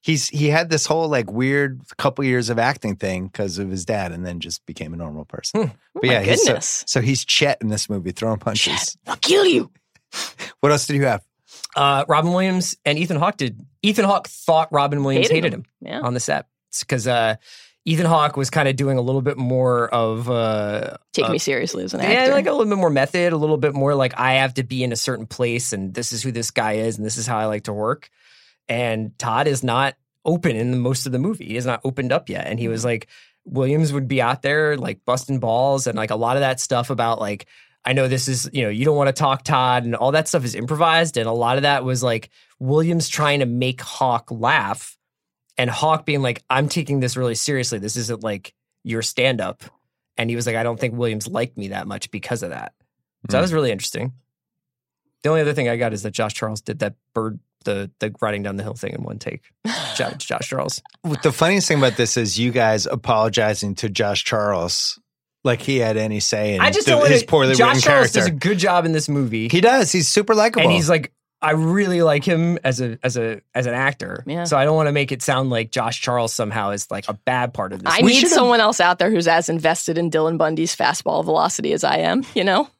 Speaker 1: He's he had this whole like weird couple years of acting thing because of his dad and then just became a normal person.
Speaker 3: Hmm.
Speaker 1: But
Speaker 3: Oh
Speaker 2: my
Speaker 1: yeah, he's so-
Speaker 2: goodness.
Speaker 1: so, he's Chet in this movie, throwing punches.
Speaker 2: I'll kill you.
Speaker 1: What else did you have?
Speaker 3: Uh, Robin Williams and Ethan Hawke did. Ethan Hawke thought Robin Williams hated, him.
Speaker 2: Yeah.
Speaker 3: on the set because uh, Ethan Hawke was kind of doing a little bit more of uh,
Speaker 2: Take
Speaker 3: uh,
Speaker 2: me seriously as an actor.
Speaker 3: yeah, like a little bit more method, a little bit more like I have to be in a certain place and this is who this guy is and this is how I like to work. And Todd is not open in the most of the movie. He is not opened up yet, and he
Speaker 2: Mm-hmm.
Speaker 3: was like Williams would be out there like busting balls and like a lot of that stuff about like. I know this is, you know, you don't want to talk Todd and all that stuff is improvised. And a lot of that was like Williams trying to make Hawk laugh and Hawk being like, I'm taking this really seriously. This isn't like your stand up. And he was like, I don't think Williams liked me that much because of that. So
Speaker 1: Hmm.
Speaker 3: that was really interesting. The only other thing I got is that Josh Charles did that bird, the the riding down the hill thing in one take. Josh, Josh Charles.
Speaker 1: What The funniest thing about this is you guys apologizing to Josh Charles like he had any say in
Speaker 3: I just
Speaker 1: the-
Speaker 3: don't want
Speaker 1: his poorly
Speaker 3: Josh
Speaker 1: written
Speaker 3: Charles
Speaker 1: character.
Speaker 3: does a good job in this movie.
Speaker 1: he does. He's super likable.
Speaker 3: and he's like, I really like him as a as a as an actor.
Speaker 2: Yeah.
Speaker 3: So I don't want to make it sound like Josh Charles somehow is like a bad part of this.
Speaker 2: I
Speaker 3: We
Speaker 2: need
Speaker 3: should've-
Speaker 2: someone else out there who's as invested in Dylan Bundy's fastball velocity as I am, you know?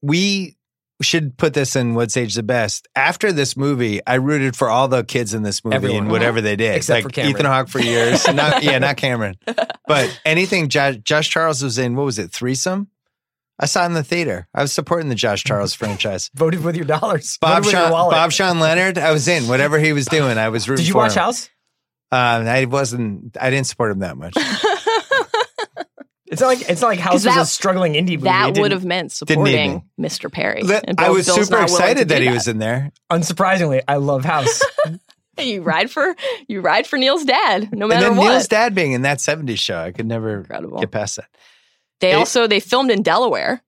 Speaker 1: we should put this in What's Age the Best. After this movie, I rooted for all the kids in this movie
Speaker 3: Everyone.
Speaker 1: and whatever they did.
Speaker 3: Except for
Speaker 1: like
Speaker 3: Cameron.
Speaker 1: Ethan Hawke for years. not, yeah, not Cameron. But anything Josh, Josh Charles was in, what was it, Threesome? I saw it in the theater. I was supporting the Josh Charles franchise.
Speaker 3: voted with your dollars.
Speaker 1: Bob
Speaker 3: Voted with your
Speaker 1: Sean,
Speaker 3: wallet.
Speaker 1: Bob Sean Leonard, I was in. Whatever he was doing, I was rooting
Speaker 3: Did you
Speaker 1: for
Speaker 3: watch
Speaker 1: him. Uh,
Speaker 3: House?
Speaker 1: Um, I wasn't. I didn't support him that much.
Speaker 3: It's It's not like it's not like House
Speaker 2: 'Cause
Speaker 3: was
Speaker 2: that-
Speaker 3: a struggling indie movie. It
Speaker 2: That
Speaker 3: didn't-
Speaker 2: would have meant supporting Mr. Perry.
Speaker 3: Let-
Speaker 2: And
Speaker 3: I was
Speaker 2: Bill's
Speaker 3: super
Speaker 2: not willing to
Speaker 3: excited
Speaker 2: do
Speaker 3: that he was
Speaker 1: in there.
Speaker 3: Unsurprisingly, I love House.
Speaker 2: You ride for you ride for Neil's dad, no
Speaker 1: and
Speaker 2: matter
Speaker 1: then
Speaker 2: what.
Speaker 1: Neil's dad being in that 70s show. I could never get past that.
Speaker 2: they
Speaker 1: It-
Speaker 2: also they filmed in Delaware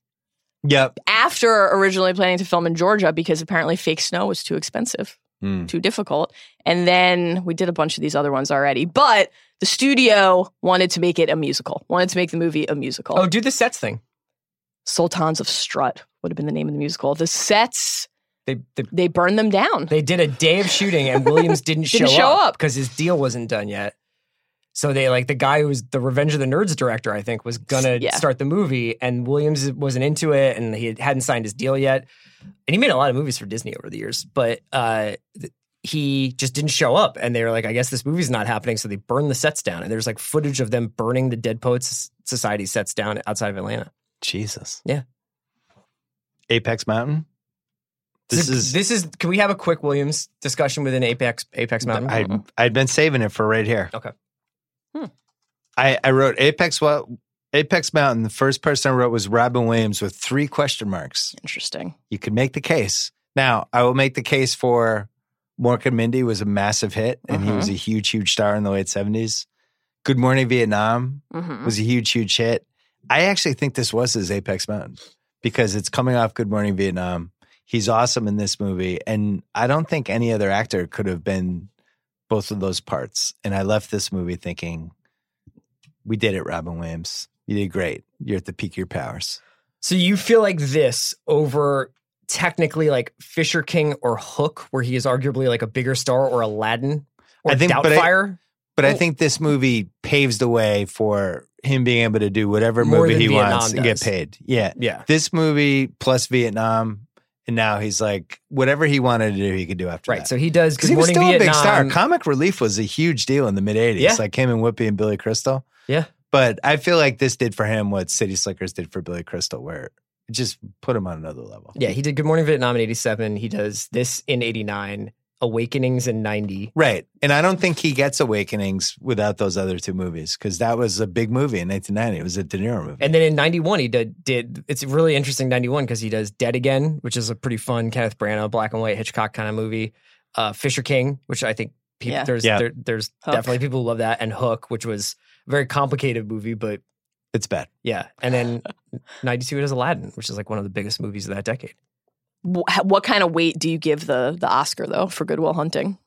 Speaker 1: Yep.
Speaker 2: after originally planning to film in Georgia because apparently fake snow was too expensive,
Speaker 1: Hmm.
Speaker 2: too difficult. And then we did a bunch of these other ones already, but the studio wanted to make it a musical. Wanted to make the movie a musical.
Speaker 3: oh, do the sets thing.
Speaker 2: Sultans of Strut would have been the name of the musical. The sets
Speaker 3: They they,
Speaker 2: burned them down.
Speaker 3: They did a day of shooting, and Williams didn't,
Speaker 2: Didn't show up.
Speaker 3: because his deal wasn't done yet. So they like the guy who was the Revenge of the Nerds director, I think, was gonna
Speaker 2: Yeah.
Speaker 3: start the movie, and Williams wasn't into it, and he hadn't signed his deal yet. And he made a lot of movies for Disney over the years, but uh, th- he just didn't show up. And they were like, "I guess this movie's not happening," so they burned the sets down. And there's like footage of them burning the Dead Poets Society sets down outside of Atlanta.
Speaker 1: Jesus.
Speaker 3: Yeah.
Speaker 1: Apex Mountain. This
Speaker 3: So
Speaker 1: is
Speaker 3: this is. Can we have a quick Williams discussion within Apex Apex Mountain?
Speaker 1: I I'd been saving it for right here.
Speaker 3: Okay.
Speaker 1: I, I wrote Apex what Apex Mountain. The first person I wrote was Robin Williams with three question marks.
Speaker 2: Interesting.
Speaker 1: You could make the case. Now I will make the case for Mork and Mindy was a massive hit, and he was a
Speaker 2: Mhm.
Speaker 1: huge, huge star in the late seventies. Good Morning Vietnam
Speaker 2: Mhm.
Speaker 1: was a huge, huge hit. I actually think this was his Apex Mountain because it's coming off Good Morning Vietnam. He's awesome in this movie, and I don't think any other actor could have been both of those parts. And I left this movie thinking, "We did it, Robin Williams. You did great. You're at the peak of your powers."
Speaker 3: So you feel like this over technically like Fisher King or Hook, where he is arguably like a bigger star, or Aladdin, or
Speaker 1: I think, but I-
Speaker 3: Doubtfire.
Speaker 1: But I
Speaker 3: Oh.
Speaker 1: think this movie paves the way for him being able to do whatever
Speaker 3: More
Speaker 1: movie
Speaker 3: than
Speaker 1: he
Speaker 3: Vietnam
Speaker 1: wants and get
Speaker 3: does.
Speaker 1: paid. Yeah.
Speaker 3: Yeah.
Speaker 1: This movie plus Vietnam. And now he's like, whatever he wanted to do, he could do after
Speaker 3: right.
Speaker 1: that.
Speaker 3: So he does. Good
Speaker 1: Because he was
Speaker 3: Morning
Speaker 1: still
Speaker 3: Vietnam.
Speaker 1: a big star. Comic Relief was a huge deal in the mid 80s,
Speaker 3: Yeah.
Speaker 1: like him and Whoopi and Billy Crystal.
Speaker 3: Yeah.
Speaker 1: But I feel like this did for him what City Slickers did for Billy Crystal, where it just put him on another level.
Speaker 3: Yeah, he did Good Morning Vietnam in '87. He does this in '89. Awakenings in '90.
Speaker 1: Right. And I don't think he gets Awakenings without those other two movies because that was a big movie in 1990. It was a De Niro movie.
Speaker 3: And then in '91, he did, did. It's really interesting '91 because he does Dead Again, which is a pretty fun Kenneth Branagh, black and white Hitchcock kind of movie. Uh, Fisher King, which I think people,
Speaker 2: Yeah.
Speaker 3: there's
Speaker 1: Yeah.
Speaker 3: There, there's
Speaker 2: Hook.
Speaker 3: definitely people who love that, and Hook, which was a very complicated movie, but
Speaker 1: It's bad.
Speaker 3: yeah. And then '92 it is Aladdin, which is like one of the biggest movies of that decade.
Speaker 2: Wh- what kind of weight do you give the the Oscar though for Goodwill Hunting?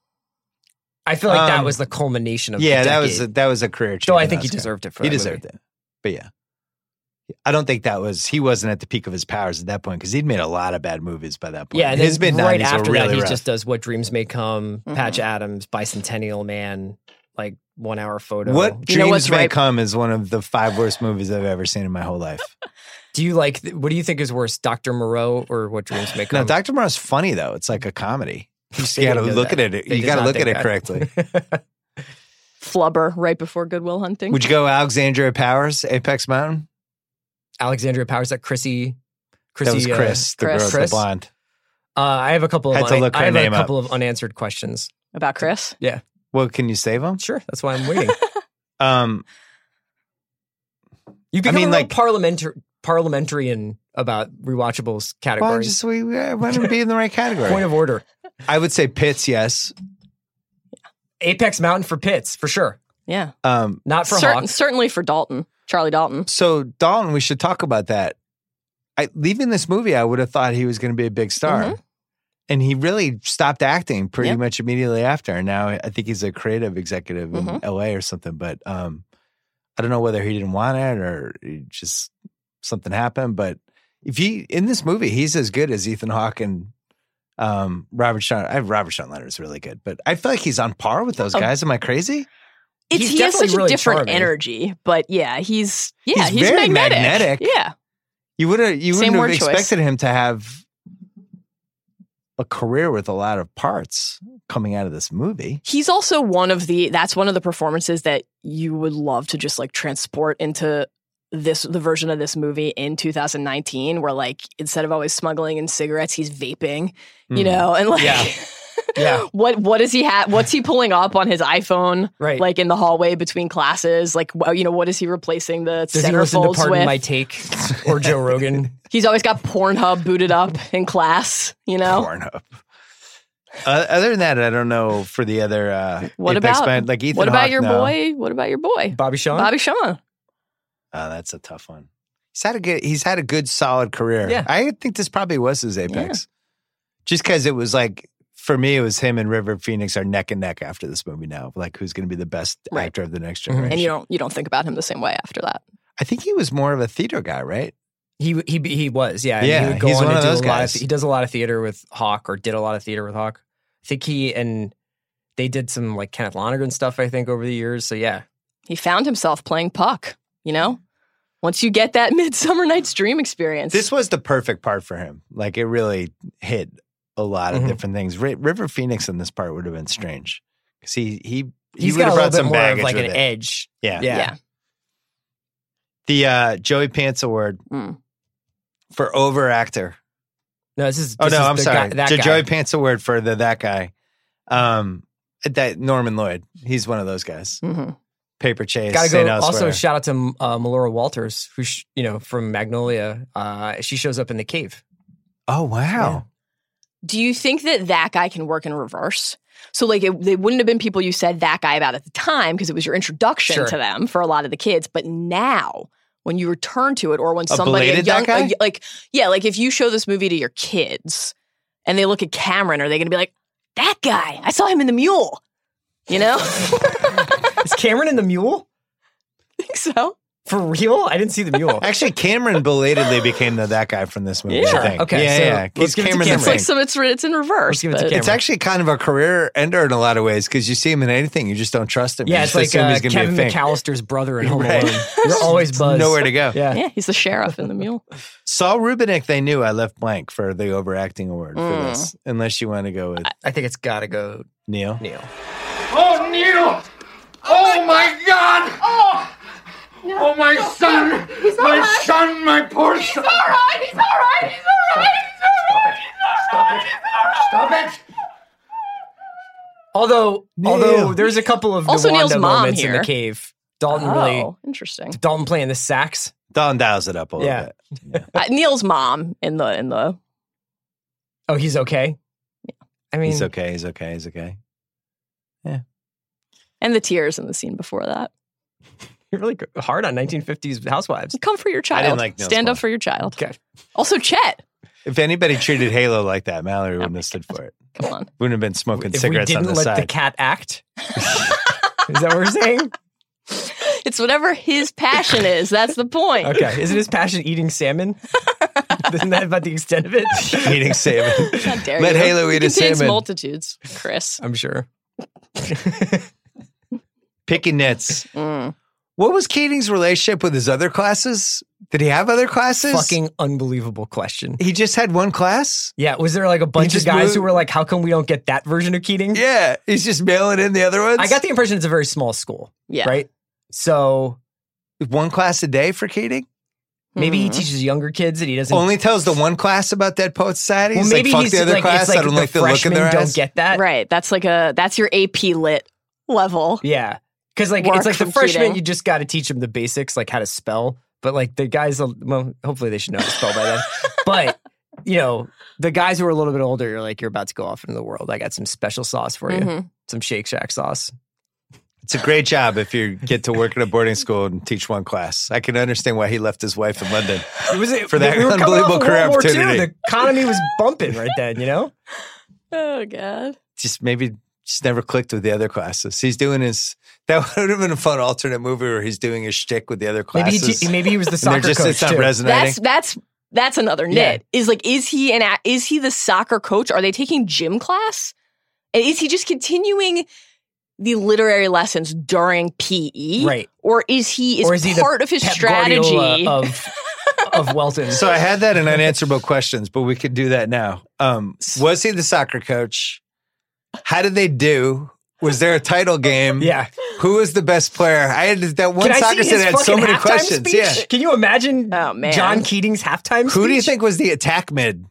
Speaker 3: I feel like that
Speaker 1: Um,
Speaker 3: was the culmination of the
Speaker 1: yeah, that was a,
Speaker 3: decade.
Speaker 1: that was a career.
Speaker 3: Though I
Speaker 1: changing
Speaker 3: think he
Speaker 1: Oscar.
Speaker 3: deserved it for
Speaker 1: He
Speaker 3: that
Speaker 1: deserved it, but yeah, I don't think that was he wasn't at the peak of his powers at that point because he'd made a lot of bad movies by that point.
Speaker 3: Yeah, and
Speaker 1: his
Speaker 3: then
Speaker 1: mid
Speaker 3: right
Speaker 1: nineties were
Speaker 3: after that,
Speaker 1: really
Speaker 3: he
Speaker 1: rough.
Speaker 3: just does "What Dreams May Come,"
Speaker 2: Mhm.
Speaker 3: Patch Adams, Bicentennial Man, like one hour photo.
Speaker 1: what
Speaker 2: You know what's
Speaker 1: dreams may
Speaker 2: right-
Speaker 1: come is one of the five worst movies I've ever seen in my whole life.
Speaker 3: do you like? What do you think is worse, Doctor Moreau or What Dreams May
Speaker 1: now,
Speaker 3: Come?
Speaker 1: Doctor Moreau's funny though; it's like a comedy. You just
Speaker 3: They
Speaker 1: got to
Speaker 3: didn't know
Speaker 1: look
Speaker 3: that.
Speaker 1: at it.
Speaker 3: They
Speaker 1: you
Speaker 3: did
Speaker 1: got to
Speaker 3: not
Speaker 1: look at
Speaker 3: think
Speaker 1: it
Speaker 3: that.
Speaker 1: correctly.
Speaker 2: Flubber right before Goodwill Hunting.
Speaker 1: Would you go Alexandria Powers, Apex Mountain?
Speaker 3: Alexandria Powers, that Chrissy, Chrissy,
Speaker 1: that was
Speaker 3: uh,
Speaker 1: Chris, the
Speaker 2: Chris.
Speaker 1: girl,
Speaker 3: Chris?
Speaker 1: the blonde.
Speaker 3: Uh, I have a couple of
Speaker 1: Had to
Speaker 3: una-
Speaker 1: look
Speaker 3: I
Speaker 1: her
Speaker 3: have a
Speaker 1: name up.
Speaker 3: couple of unanswered questions.
Speaker 2: About Chris?
Speaker 1: Well, can you save him?
Speaker 3: Sure, that's why I'm waiting.
Speaker 1: Um,
Speaker 3: You become
Speaker 1: mean,
Speaker 3: a real
Speaker 1: like-
Speaker 3: parliamentary parliamentarian about rewatchables
Speaker 1: well,
Speaker 3: categories.
Speaker 1: just we, we want to be in the right category.
Speaker 3: Point of order:
Speaker 1: I would say Pitts, yes.
Speaker 3: Apex Mountain for Pitts for sure,
Speaker 2: Yeah.
Speaker 1: Um,
Speaker 3: not for
Speaker 2: Cer-
Speaker 3: Hawk.
Speaker 2: certainly for Dalton, Charlie Dalton.
Speaker 1: So Dalton, we should talk about that. I leaving this movie, I would have thought he was going to be a big star, and he really stopped acting pretty
Speaker 2: Yep.
Speaker 1: much immediately after. And now I think he's a creative executive in
Speaker 2: Mhm.
Speaker 1: L.A. or something. But um, I don't know whether he didn't want it or he just something happened. But if he in this movie, he's as good as Ethan Hawke and um, Robert Sean. I Robert Sean Leonard is really good, but I feel like he's on par with those
Speaker 2: Um,
Speaker 1: guys. Am I crazy?
Speaker 2: It's,
Speaker 3: He's
Speaker 2: he has
Speaker 3: definitely
Speaker 2: such a
Speaker 3: really
Speaker 2: different
Speaker 3: charming.
Speaker 2: energy, but yeah, he's yeah,
Speaker 1: He's
Speaker 2: he's,
Speaker 1: very
Speaker 2: magnetic.
Speaker 1: magnetic.
Speaker 2: Yeah.
Speaker 1: You would have you
Speaker 2: Same
Speaker 1: wouldn't have
Speaker 2: word choice.
Speaker 1: expected him to have a career with a lot of parts coming out of this movie.
Speaker 2: He's also one of the that's one of the performances that you would love to just like transport into this the version of this movie in 2019 where like instead of always smuggling in cigarettes, he's vaping, you
Speaker 1: Mm.
Speaker 2: know, and like
Speaker 3: Hmm. Yeah.
Speaker 1: Yeah.
Speaker 2: what what does he have? What's he pulling up on his iPhone?
Speaker 3: Right.
Speaker 2: Like in the hallway between classes. Like wh- you know, what is he replacing the
Speaker 3: Does he listen to
Speaker 2: centerfolds
Speaker 3: Pardon
Speaker 2: with?
Speaker 3: My Take or Joe Rogan?
Speaker 2: He's always got Pornhub booted up in class. You know.
Speaker 1: Pornhub. Uh, other than that, I don't know for the other. Uh,
Speaker 2: What
Speaker 1: Apex
Speaker 2: about
Speaker 1: band, like Ethan?
Speaker 2: What about
Speaker 1: Hawke,
Speaker 2: your
Speaker 1: no.
Speaker 2: boy? What about your boy?
Speaker 3: Bobby Sean?
Speaker 2: Bobby Sean.
Speaker 1: Oh, that's a tough one. He's had a good. He's had a good, solid career.
Speaker 2: Yeah.
Speaker 1: I think this probably was his apex. Just because it was like for me, it was him and River Phoenix are neck and neck after this movie now. Like who's going to be the best
Speaker 2: Right. Mm-hmm.
Speaker 1: actor of the next generation?
Speaker 2: And you don't you don't think about him the same way after that.
Speaker 1: I think he was more of a theater guy, right?
Speaker 3: He he he was yeah. and
Speaker 1: Yeah,
Speaker 3: he would go
Speaker 1: he's
Speaker 3: on
Speaker 1: one
Speaker 3: and
Speaker 1: of
Speaker 3: do
Speaker 1: those
Speaker 3: a lot
Speaker 1: guys.
Speaker 3: Of, he does a lot of theater with Hawk, or did a lot of theater with Hawk. I think he and they did some like Kenneth Lonergan stuff. I think over the years. So yeah,
Speaker 2: He found himself playing puck. You know. Once you get that Midsummer Night's Dream experience,
Speaker 1: This was the perfect part for him. Like it really hit a lot of
Speaker 3: Mhm.
Speaker 1: different things. Ri River Phoenix in this part would have been strange because he he he
Speaker 3: he's
Speaker 1: would
Speaker 3: got
Speaker 1: have
Speaker 3: a little
Speaker 1: brought
Speaker 3: bit
Speaker 1: some
Speaker 3: more of
Speaker 1: baggage
Speaker 3: like
Speaker 1: with
Speaker 3: an
Speaker 1: it.
Speaker 3: edge.
Speaker 1: Yeah.
Speaker 3: Yeah.
Speaker 2: yeah.
Speaker 1: The uh, Joey Pants Award
Speaker 2: Mm.
Speaker 1: for over actor.
Speaker 3: No, this is.
Speaker 1: Oh
Speaker 3: this
Speaker 1: no,
Speaker 3: is
Speaker 1: I'm
Speaker 3: the
Speaker 1: sorry.
Speaker 3: Guy, that
Speaker 1: Jo-
Speaker 3: guy.
Speaker 1: Joey Pants Award for the that guy. Um, that Norman Lloyd. He's one of those guys.
Speaker 2: hmm
Speaker 1: Paper Chase.
Speaker 3: Mm-hmm. Gotta
Speaker 1: St.
Speaker 3: go. Also,
Speaker 1: Elsewhere.
Speaker 3: shout out to uh, Melora Walters, who sh- you know from Magnolia. Uh, she shows up in the cave.
Speaker 1: oh wow.
Speaker 2: Do you think that that guy can work in reverse? So, like, it, they wouldn't have been people you said that guy about at the time because it was your introduction
Speaker 3: Sure.
Speaker 2: to them for a lot of the kids. But now, when you return to it, or when
Speaker 1: A
Speaker 2: somebody a
Speaker 1: belated
Speaker 2: young,
Speaker 1: that guy?
Speaker 2: a y- like, yeah, like if you show this movie to your kids and they look at Cameron, are they going to be like, "That guy, I saw him in the Mule"? You know,
Speaker 3: Is Cameron in the mule
Speaker 2: think so.
Speaker 3: for real? I didn't see the mule.
Speaker 1: Actually, Cameron belatedly became the that guy from this movie.
Speaker 2: Yeah.
Speaker 1: I think.
Speaker 3: Okay,
Speaker 1: Yeah,
Speaker 3: so
Speaker 1: yeah.
Speaker 3: let's give it to
Speaker 1: Cameron the
Speaker 3: Cameron.
Speaker 2: It's like
Speaker 1: Thing.
Speaker 2: some, it's re- it's in reverse.
Speaker 3: Let's give it to
Speaker 2: but-
Speaker 3: Cameron.
Speaker 1: It's actually kind of a career ender in a lot of ways because you see him in anything, you just don't trust him. You
Speaker 3: Yeah, it's
Speaker 1: just
Speaker 3: like
Speaker 1: assume
Speaker 3: uh,
Speaker 1: he's gonna
Speaker 3: Kevin
Speaker 1: be a thing.
Speaker 3: McAllister's brother in Home
Speaker 1: Right.
Speaker 3: Alone. You're always buzzed.
Speaker 1: Nowhere to go.
Speaker 3: Yeah.
Speaker 2: yeah, he's the sheriff in the Mule.
Speaker 1: Saul Rubinick, they knew I left blank for the overacting award for
Speaker 2: Mm.
Speaker 1: this, unless you want to go with
Speaker 3: I think it's gotta go
Speaker 1: Neil.
Speaker 3: Neil.
Speaker 10: Oh, Neil! Oh, my God! Oh! oh, my son! my son, my poor son!
Speaker 9: He's all right. He's all right.
Speaker 10: Stop it!
Speaker 3: Although,
Speaker 1: Neil.
Speaker 3: although there's a couple of
Speaker 2: Also
Speaker 3: Nawanda
Speaker 2: Neil's mom
Speaker 3: moments in
Speaker 2: here.
Speaker 3: the cave. Dalton
Speaker 2: oh,
Speaker 3: really,
Speaker 2: interesting.
Speaker 3: Dalton playing the sax.
Speaker 1: Don dials it up a little
Speaker 3: Yeah.
Speaker 1: bit.
Speaker 2: Uh, Neil's mom in the in the
Speaker 3: Oh, he's okay. I mean,
Speaker 1: He's okay. He's okay. He's okay.
Speaker 2: and the tears in the scene before that.
Speaker 3: you're really hard on 1950s housewives.
Speaker 2: Come for your child.
Speaker 1: didn't like Neil's
Speaker 2: Stand
Speaker 1: mom.
Speaker 2: up for your child.
Speaker 3: Okay.
Speaker 2: Also, Chet.
Speaker 1: If anybody treated Halo like that, Mallory wouldn't have stood for it.
Speaker 2: Come on.
Speaker 1: Wouldn't have been smoking
Speaker 3: If we
Speaker 1: cigarettes
Speaker 3: didn't
Speaker 1: on the
Speaker 3: let the
Speaker 1: side.
Speaker 3: cat act, is that what we're saying?
Speaker 2: It's whatever his passion is. That's the point.
Speaker 3: Okay, isn't his passion eating salmon? isn't that about the extent of it?
Speaker 1: eating salmon.
Speaker 2: How dare
Speaker 1: Let
Speaker 2: you.
Speaker 1: Halo
Speaker 2: It
Speaker 1: eat a
Speaker 2: contains
Speaker 1: salmon.
Speaker 2: multitudes, Chris.
Speaker 3: I'm sure.
Speaker 1: Picking nits.
Speaker 2: Mm.
Speaker 1: What was Keating's relationship with his other classes? Did he have other classes?
Speaker 3: Fucking unbelievable question.
Speaker 1: He just had one class?
Speaker 3: Yeah, was there like a bunch of
Speaker 1: just
Speaker 3: guys
Speaker 1: moved-
Speaker 3: who were like, "How come we don't get that version of Keating?"
Speaker 1: Yeah. He's just mailing in the other ones?
Speaker 3: I got the impression it's a very small school,
Speaker 2: Yeah.
Speaker 3: right? So
Speaker 1: one class a day for Keating?
Speaker 3: maybe he
Speaker 2: Mhm.
Speaker 3: teaches younger kids and he doesn't.
Speaker 1: Only tells the one class about Dead Poet Society?
Speaker 3: well,
Speaker 1: He's
Speaker 3: maybe
Speaker 1: like, fuck
Speaker 3: he's
Speaker 1: the other
Speaker 3: like,
Speaker 1: class.
Speaker 3: it's like
Speaker 1: I don't like the look in
Speaker 3: freshmen
Speaker 1: their
Speaker 3: don't
Speaker 1: eyes.
Speaker 3: get that,
Speaker 2: Right. That's like a that's your AP lit level.
Speaker 3: Yeah, because like
Speaker 2: Work
Speaker 3: it's like the
Speaker 2: from
Speaker 3: freshmen,
Speaker 2: Keating.
Speaker 3: you just got to teach them the basics, like how to spell. But like the guys, uh, well, hopefully they should know how to spell by then. But you know, the guys who are a little bit older, you're like, you're about to go off into the world. I got some special sauce for you,
Speaker 2: Mhm.
Speaker 3: some Shake Shack sauce.
Speaker 1: It's a great job if you get to work at a boarding school and teach one class. I can understand why he left his wife in London.
Speaker 3: It was
Speaker 1: For that
Speaker 3: we were coming
Speaker 1: unbelievable
Speaker 3: off of
Speaker 1: career
Speaker 3: World War II.
Speaker 1: opportunity.
Speaker 3: The economy was bumping right then, you know.
Speaker 2: Oh God.
Speaker 1: Just maybe just never clicked with the other classes. He's doing his that would have been a fun alternate movie where he's doing his shtick with the other
Speaker 3: Maybe he,
Speaker 1: classes.
Speaker 3: te- maybe he was the
Speaker 1: and they're
Speaker 3: soccer
Speaker 1: just
Speaker 3: coach
Speaker 1: it's not
Speaker 3: too.
Speaker 1: resonating.
Speaker 2: That's that's that's another nit. Is like is he an a- is he the soccer coach? Are they taking gym class? And is he just continuing the literary lessons during PE?
Speaker 3: Right.
Speaker 2: Or is he is,
Speaker 3: Or is he the
Speaker 2: part of his
Speaker 3: Pep
Speaker 2: strategy?
Speaker 3: Guardiola of of Welton.
Speaker 1: so I had that in unanswerable questions, but we could do that now. Um, was he the soccer coach? How did they do? Was there a title game?
Speaker 3: yeah.
Speaker 1: Who was the best player? I had that one
Speaker 3: Can I
Speaker 1: soccer
Speaker 3: see
Speaker 1: kid
Speaker 3: his
Speaker 1: had so
Speaker 3: fucking
Speaker 1: many
Speaker 3: halftime
Speaker 1: questions.
Speaker 3: speech?
Speaker 1: Yeah.
Speaker 3: Can you imagine
Speaker 2: Oh, man.
Speaker 3: John Keating's halftime
Speaker 1: Who do you
Speaker 3: speech?
Speaker 1: think was the attack mid?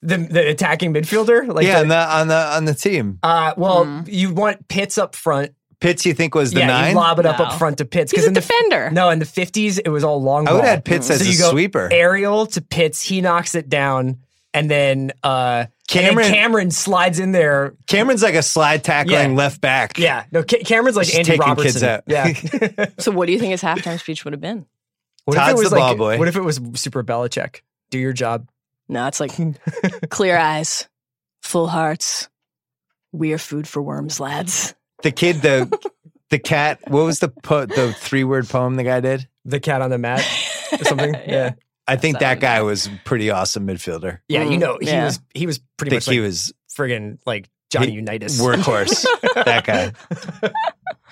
Speaker 3: the, the attacking midfielder? Like
Speaker 1: yeah,
Speaker 3: the-
Speaker 1: on the on the on the team.
Speaker 3: Uh, well,
Speaker 2: Hmm.
Speaker 3: you want Pitts up front.
Speaker 1: Pitts, you think was the
Speaker 3: yeah,
Speaker 1: nine?
Speaker 3: You lob it up up front to Pitts.
Speaker 2: He's a
Speaker 3: in the f-
Speaker 2: defender. Hmm.
Speaker 3: no, in the fifties, it was all long.
Speaker 1: I would
Speaker 3: ball.
Speaker 1: add Pitts as
Speaker 3: so
Speaker 1: a
Speaker 3: you go
Speaker 1: sweeper.
Speaker 3: Aerial to Pitts, he knocks it down, and then uh, Cameron
Speaker 1: Cameron-
Speaker 3: Cameron slides in there.
Speaker 1: Cameron's like a slide tackling
Speaker 3: Yeah.
Speaker 1: left back.
Speaker 3: Yeah, no, Ca- Cameron's like
Speaker 1: Just
Speaker 3: Andy
Speaker 1: taking
Speaker 3: Robertson.
Speaker 1: kids out.
Speaker 3: Yeah,
Speaker 2: So what do you think his halftime speech would have been?
Speaker 3: what
Speaker 1: Todd's the ball
Speaker 3: like,
Speaker 1: boy.
Speaker 3: What if it was Super Belichick? Do your job.
Speaker 2: No, it's like clear eyes, full hearts. We are food for worms, lads.
Speaker 1: The kid, the the cat. What was the po- the three word poem the guy did?
Speaker 3: The cat on the mat or something. yeah.
Speaker 1: I think that guy was pretty awesome midfielder.
Speaker 3: Yeah, you
Speaker 2: Mm,
Speaker 3: know, he
Speaker 2: yeah.
Speaker 3: was he was
Speaker 1: I
Speaker 3: pretty
Speaker 1: think
Speaker 3: much like
Speaker 1: he was
Speaker 3: friggin' like Johnny
Speaker 1: He-
Speaker 3: Unitas.
Speaker 1: workhorse. that guy.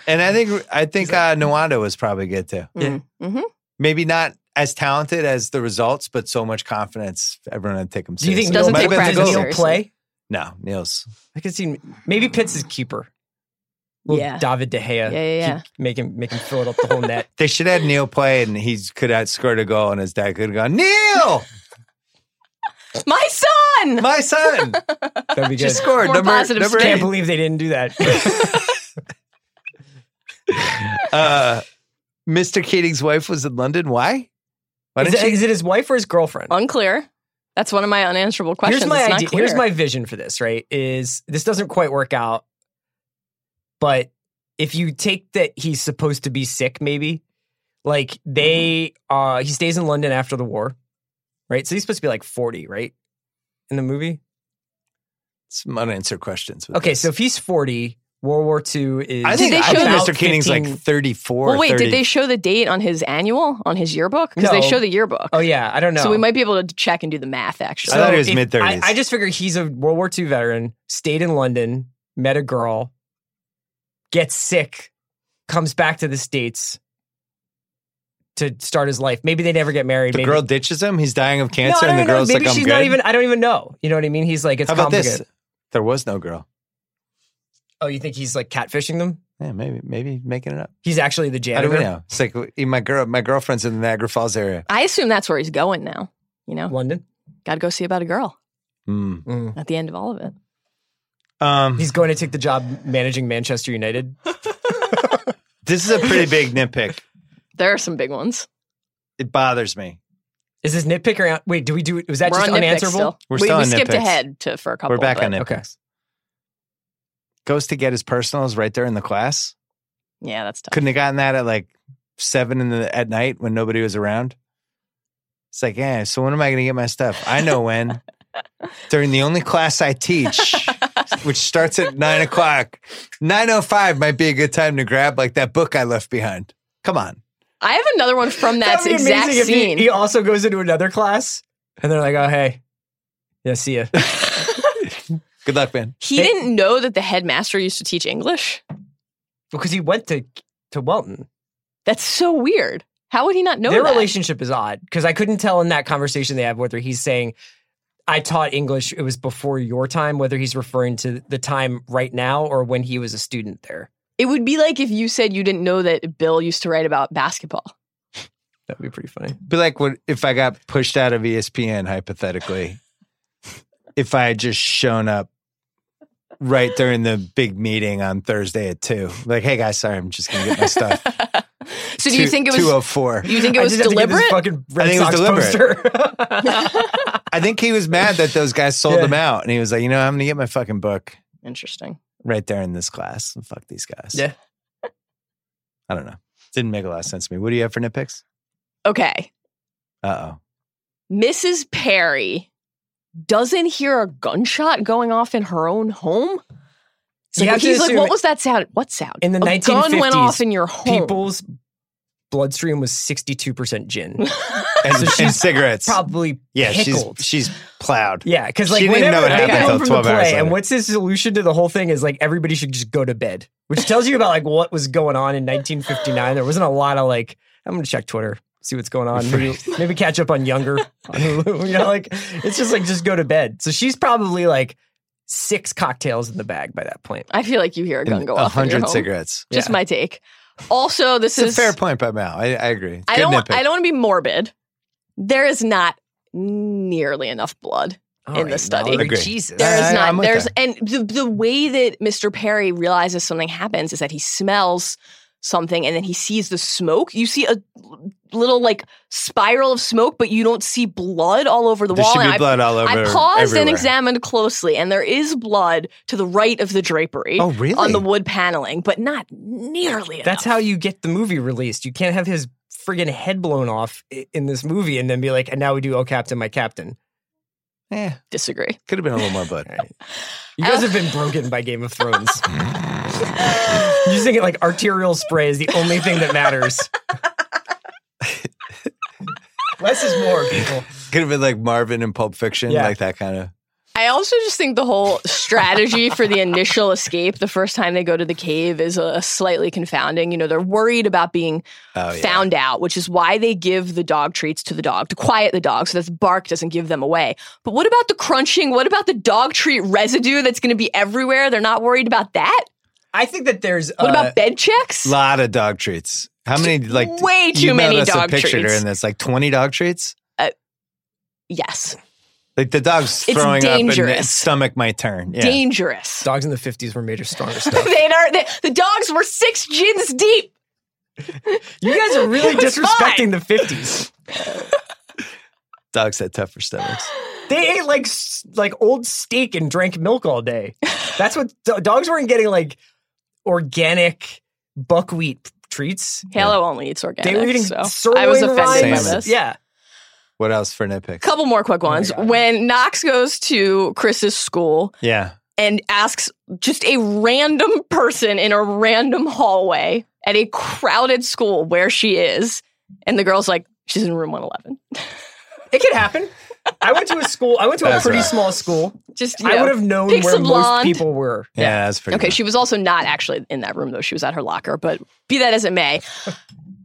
Speaker 1: And I think I think uh, Nwanda was probably good too.
Speaker 2: Yeah. Mhm.
Speaker 1: Maybe not as talented as the results, but so much confidence, everyone would take him
Speaker 3: Do you
Speaker 1: seriously.
Speaker 3: think
Speaker 2: Doesn't
Speaker 1: Might
Speaker 3: Neil,
Speaker 2: take
Speaker 1: have been
Speaker 3: does
Speaker 1: the
Speaker 2: practice
Speaker 1: goal.
Speaker 3: Neil
Speaker 2: seriously.
Speaker 3: play?
Speaker 1: No, Neil's.
Speaker 3: I could see maybe Pitts is keeper. Little
Speaker 2: Yeah.
Speaker 3: David De
Speaker 2: Yeah, yeah,
Speaker 3: Gea.
Speaker 2: yeah.
Speaker 3: Keep- make him make him fill it up the whole net.
Speaker 1: They should have had Neil play, and he could have scored a goal, and his dad could have gone, Neil,
Speaker 2: My son.
Speaker 1: my son,
Speaker 3: That'd be good.
Speaker 1: just scored
Speaker 2: More
Speaker 1: number,
Speaker 2: positive
Speaker 1: number
Speaker 3: Can't
Speaker 1: eight.
Speaker 3: believe they didn't do that.
Speaker 1: Uh, Mr. Keating's wife was in London. Why? Why
Speaker 3: is,
Speaker 1: didn't
Speaker 3: it,
Speaker 1: she?
Speaker 3: is it his wife or his girlfriend?
Speaker 2: Unclear. That's one of my unanswerable questions.
Speaker 3: Here's my
Speaker 2: It's not
Speaker 3: idea.
Speaker 2: clear.
Speaker 3: Here's my vision for this. Right? Is this doesn't quite work out, but if you take that he's supposed to be sick, maybe like they
Speaker 2: Mm-hmm.
Speaker 3: uh he stays in London after the war, right? So he's supposed to be like forty, right? In the movie.
Speaker 1: Some unanswered questions. with
Speaker 3: Okay,
Speaker 1: this.
Speaker 3: so if he's forty, World War II is.
Speaker 1: I
Speaker 2: Did
Speaker 1: think,
Speaker 2: they
Speaker 1: I
Speaker 2: show
Speaker 1: think
Speaker 2: that-
Speaker 1: Mr. Keating's
Speaker 3: 15
Speaker 1: like 34.
Speaker 2: Well, wait.
Speaker 1: 30.
Speaker 2: Did they show the date on his annual on his yearbook? Because they
Speaker 3: No.
Speaker 2: show the yearbook.
Speaker 3: Oh yeah, I don't know.
Speaker 2: So we might be able to check and do the math. Actually,
Speaker 1: I thought he was
Speaker 3: if-
Speaker 1: mid-thirties.
Speaker 3: I, I just figure he's a World War II veteran, stayed in London, met a girl, gets sick, comes back to the states to start his life. Maybe they never get married.
Speaker 1: The
Speaker 3: maybe.
Speaker 1: girl ditches him. He's dying of
Speaker 3: no,
Speaker 1: cancer,
Speaker 3: I
Speaker 1: and
Speaker 3: don't
Speaker 1: the
Speaker 3: even know.
Speaker 1: girl's
Speaker 3: maybe
Speaker 1: like, "I'm
Speaker 3: she's
Speaker 1: good."
Speaker 3: not even. I don't even know. You know what I mean? He's like, it's
Speaker 1: How about
Speaker 3: complicated.
Speaker 1: this? There was no girl.
Speaker 3: Oh, you think he's like catfishing them?
Speaker 1: Yeah, maybe, maybe making it up.
Speaker 3: He's actually the
Speaker 1: I
Speaker 3: janitor.
Speaker 1: don't know. It's like my girl, my girlfriend's in the Niagara Falls area.
Speaker 2: I assume that's where he's going now. You know,
Speaker 3: London.
Speaker 2: got to go see about a girl
Speaker 1: Hmm.
Speaker 3: Mm.
Speaker 2: at the end of all of it.
Speaker 1: Um,
Speaker 3: He's going to take the job managing Manchester United.
Speaker 1: this is a pretty big nitpick.
Speaker 2: There are some big ones.
Speaker 1: It bothers me.
Speaker 3: Is this nitpick or wait? Do we do? Was that
Speaker 2: We're
Speaker 3: just
Speaker 2: on nitpicks
Speaker 3: unanswerable?
Speaker 2: Still.
Speaker 1: We're
Speaker 2: we,
Speaker 1: still
Speaker 2: we
Speaker 1: on
Speaker 2: skipped
Speaker 1: nitpicks.
Speaker 2: ahead to for a couple.
Speaker 1: We're back
Speaker 2: but-
Speaker 1: on nitpicks.
Speaker 3: okay.
Speaker 1: Goes to get his personals right there in the class.
Speaker 2: Yeah, that's tough.
Speaker 1: Couldn't have gotten that at like seven in the at night when nobody was around. It's like, yeah. So when am I going to get my stuff? I know when. During the only class I teach, which starts at nine o'clock, nine o five might be a good time to grab like that book I left behind. Come on.
Speaker 2: I have another one from that
Speaker 3: That'd be
Speaker 2: exact
Speaker 3: amazing if he-
Speaker 2: scene.
Speaker 3: He, also goes into another class, and they're like, "Oh, hey, yeah, see ya."
Speaker 1: Good luck, man.
Speaker 2: He didn't know that the headmaster used to teach English.
Speaker 3: because he went to to Welton.
Speaker 2: That's so weird. How would he not know
Speaker 3: Their
Speaker 2: that?
Speaker 3: relationship is odd because I couldn't tell in that conversation they have whether he's saying, "I taught English. It was before your time," whether he's referring to the time right now or when he was a student there.
Speaker 2: it would be like if you said you didn't know that Bill used to write about basketball.
Speaker 3: That'd be pretty funny.
Speaker 1: Be like what if I got pushed out of E ESPN hypothetically, if I had just shown up right during the big meeting on Thursday at two. Like, hey guys, sorry, I'm just gonna get my stuff.
Speaker 2: So do you think it was?
Speaker 1: two oh four?
Speaker 2: you think it was
Speaker 3: I just have to get this
Speaker 2: deliberate?
Speaker 3: fucking Red
Speaker 1: I think it was
Speaker 3: Sox poster.
Speaker 1: I think he was mad that those guys sold
Speaker 3: Yeah.
Speaker 1: him out, and he was like, you know, I'm gonna get my fucking book
Speaker 2: Interesting.
Speaker 1: right there in this class. And fuck these guys.
Speaker 3: Yeah.
Speaker 1: I don't know. Didn't make a lot of sense to me. What do you have for nitpicks?
Speaker 2: Okay,
Speaker 1: Uh oh.
Speaker 2: Mrs. Perry doesn't hear a gunshot going off in her own home. It's
Speaker 3: You
Speaker 2: like-
Speaker 3: have to
Speaker 2: he's like,
Speaker 3: assume
Speaker 2: what was that sound? What sound?
Speaker 3: in the
Speaker 2: a gun went
Speaker 3: 1950s,
Speaker 2: off in your home.
Speaker 3: People's bloodstream was sixty-two percent gin,
Speaker 1: And, and cigarettes.
Speaker 3: probably
Speaker 1: yeah,
Speaker 3: pickled.
Speaker 1: she's she's plowed.
Speaker 3: Yeah, because like
Speaker 1: She didn't
Speaker 3: whenever
Speaker 1: know it
Speaker 3: they
Speaker 1: happened
Speaker 3: get home
Speaker 1: until
Speaker 3: from
Speaker 1: 12
Speaker 3: the
Speaker 1: hours
Speaker 3: play,
Speaker 1: later.
Speaker 3: and what's his solution to the whole thing is like everybody should just go to bed, which tells you about like what was going on in 1959. There wasn't a lot of like I'm gonna check Twitter, see what's going on, maybe, maybe catch up on Younger on Hulu. You know, like it's just like just go to bed. So she's probably like six cocktails in the bag by that point.
Speaker 2: I feel like you hear a gun
Speaker 1: And
Speaker 2: go
Speaker 1: A
Speaker 2: off. in your
Speaker 1: hundred
Speaker 2: home.
Speaker 1: cigarettes.
Speaker 2: Just
Speaker 3: Yeah.
Speaker 2: my take. Also, this
Speaker 1: It's
Speaker 2: is
Speaker 1: a fair point by Mal. I, I agree. Good
Speaker 2: I don't.
Speaker 1: nitpick.
Speaker 2: I don't want to be morbid. There is not nearly enough blood
Speaker 3: All
Speaker 2: in
Speaker 3: right,
Speaker 2: the study.
Speaker 3: Mallory, Agree. Jesus.
Speaker 2: There
Speaker 3: I- I-
Speaker 2: is
Speaker 3: I'm
Speaker 2: not
Speaker 3: with
Speaker 2: there's
Speaker 3: that.
Speaker 2: and the, the way that Mr. Perry realizes something happens is that he smells something and then he sees the smoke. You see a little like spiral of smoke, but you don't see blood all over the
Speaker 1: There
Speaker 2: wall.
Speaker 1: should be
Speaker 2: And I-
Speaker 1: blood all
Speaker 2: I
Speaker 1: over-
Speaker 2: paused and
Speaker 1: everywhere.
Speaker 2: examined closely, and there is blood to the right of the drapery.
Speaker 3: Oh, really?
Speaker 2: On the wood paneling, but not nearly enough.
Speaker 3: That's how you get the movie released. You can't have his friggin' head blown off i- in this movie and then be like, and now we do Oh Captain, My Captain.
Speaker 1: Yeah.
Speaker 2: Disagree.
Speaker 1: Could have been a little more blood.
Speaker 3: You guys have been broken by Game of Thrones. Using it like arterial spray is the only thing that matters. Less is more, people.
Speaker 1: Could have been like Marvin in Pulp Fiction,
Speaker 3: Yeah.
Speaker 1: like that kind of.
Speaker 2: I also just think the whole strategy for the initial escape, the first time they go to the cave, is a slightly confounding. You know, they're worried about being
Speaker 1: Oh, yeah.
Speaker 2: found out, which is why they give the dog treats to the dog to quiet the dog so that the bark doesn't give them away. But what about the crunching? What about the dog treat residue that's going to be everywhere? They're not worried about that.
Speaker 3: I think that there's
Speaker 2: what
Speaker 1: uh,
Speaker 2: about bed checks?
Speaker 1: Lot of dog treats. How many like
Speaker 2: Way
Speaker 1: you
Speaker 2: too
Speaker 1: mailed
Speaker 2: many
Speaker 1: us a
Speaker 2: dog
Speaker 1: picture
Speaker 2: treats.
Speaker 1: and that's like twenty dog treats.
Speaker 2: yes,
Speaker 1: Like the dog's
Speaker 2: It's
Speaker 1: throwing up and
Speaker 2: dangerous.
Speaker 1: its stomach might turn. Yeah.
Speaker 2: dangerous.
Speaker 3: Dogs in the 50s were made of stronger stuff.
Speaker 2: they are they, the dogs were six gins deep.
Speaker 3: You guys are really
Speaker 2: It was
Speaker 3: disrespecting the 50s.
Speaker 1: Dogs had tougher stomachs.
Speaker 3: They ate like s- like old steak and drank milk all day. That's what do- dogs weren't getting like organic buckwheat p- treats.
Speaker 2: Halo only eats organic.
Speaker 3: They were eating
Speaker 2: so
Speaker 3: sirloin
Speaker 2: I was offended by
Speaker 3: rinds.
Speaker 2: this.
Speaker 3: Yeah.
Speaker 1: What else for nitpick?
Speaker 2: Couple more
Speaker 3: Oh
Speaker 2: quick ones. when Knox goes to Chris's school
Speaker 1: Yeah.
Speaker 2: and asks just a random person in a random hallway at a crowded school where she is, and the girl's like, she's in room 111.
Speaker 3: It could happen. I went to a school. I went to a
Speaker 1: That's
Speaker 3: pretty
Speaker 1: right.
Speaker 3: small school.
Speaker 2: Just you
Speaker 3: I
Speaker 2: know,
Speaker 3: would have known
Speaker 2: pick
Speaker 3: where
Speaker 2: some
Speaker 3: most
Speaker 2: blonde.
Speaker 3: people were.
Speaker 1: Yeah, that's pretty.
Speaker 2: Okay,
Speaker 1: good.
Speaker 2: she was also not actually in that room though. She was at her locker, but be that as it may,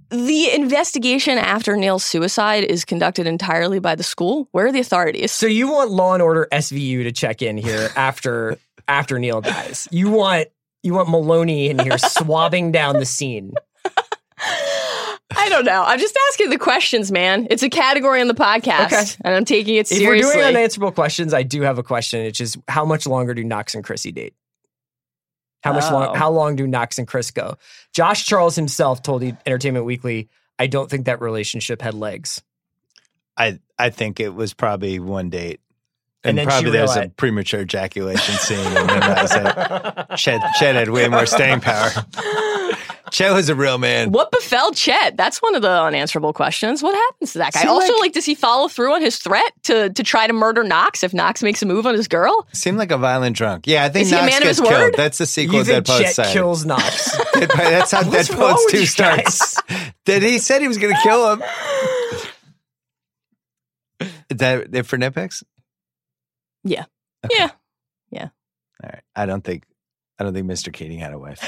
Speaker 2: the investigation after Neil's suicide is conducted entirely by the school. Where are the authorities?
Speaker 3: So you want Law and Order SVU to check in here after after Neil dies. You want you want Maloney in here swabbing down the scene.
Speaker 2: I don't know. I'm just asking the questions, man. It's a category on the podcast,
Speaker 3: Okay.
Speaker 2: and I'm taking it
Speaker 3: If we're
Speaker 2: seriously.
Speaker 3: doing unanswerable questions, I do have a question. It's just how much longer do Knox and Chrissy date? How much long?
Speaker 2: Oh.
Speaker 3: How long do Knox and Chris go? Josh Charles himself told E- Entertainment Weekly, "I don't think that relationship had legs."
Speaker 1: I I think it was probably one date. And,
Speaker 3: And then she
Speaker 1: probably there's a
Speaker 3: realized-
Speaker 1: premature ejaculation scene. And then I said, Chet, Chet had way more staying power. Chet was a real man.
Speaker 2: what befell Chet? That's one of the unanswerable questions. What happens to that guy?
Speaker 1: See,
Speaker 2: also,
Speaker 1: like-
Speaker 2: like, does he follow through on his threat to to try to murder Knox if Knox makes a move on his girl?
Speaker 1: Seemed like a violent drunk. Yeah, I think
Speaker 2: Is he a
Speaker 1: Knox
Speaker 2: man of
Speaker 1: gets
Speaker 2: his
Speaker 1: killed.
Speaker 2: word?
Speaker 1: That's the sequel
Speaker 3: you
Speaker 1: to Dead
Speaker 3: think Chet
Speaker 1: Poets Society.
Speaker 3: kills Knox?
Speaker 1: Dead Po- That's how Dead
Speaker 3: What's wrong
Speaker 1: Poets
Speaker 3: with
Speaker 1: 2
Speaker 3: you
Speaker 1: starts. That he said he was going to kill him. Is that it for nitpicks?
Speaker 2: Yeah.
Speaker 1: Okay.
Speaker 2: Yeah.
Speaker 1: All right. I don't think I don't think Mr. Keating had a wife.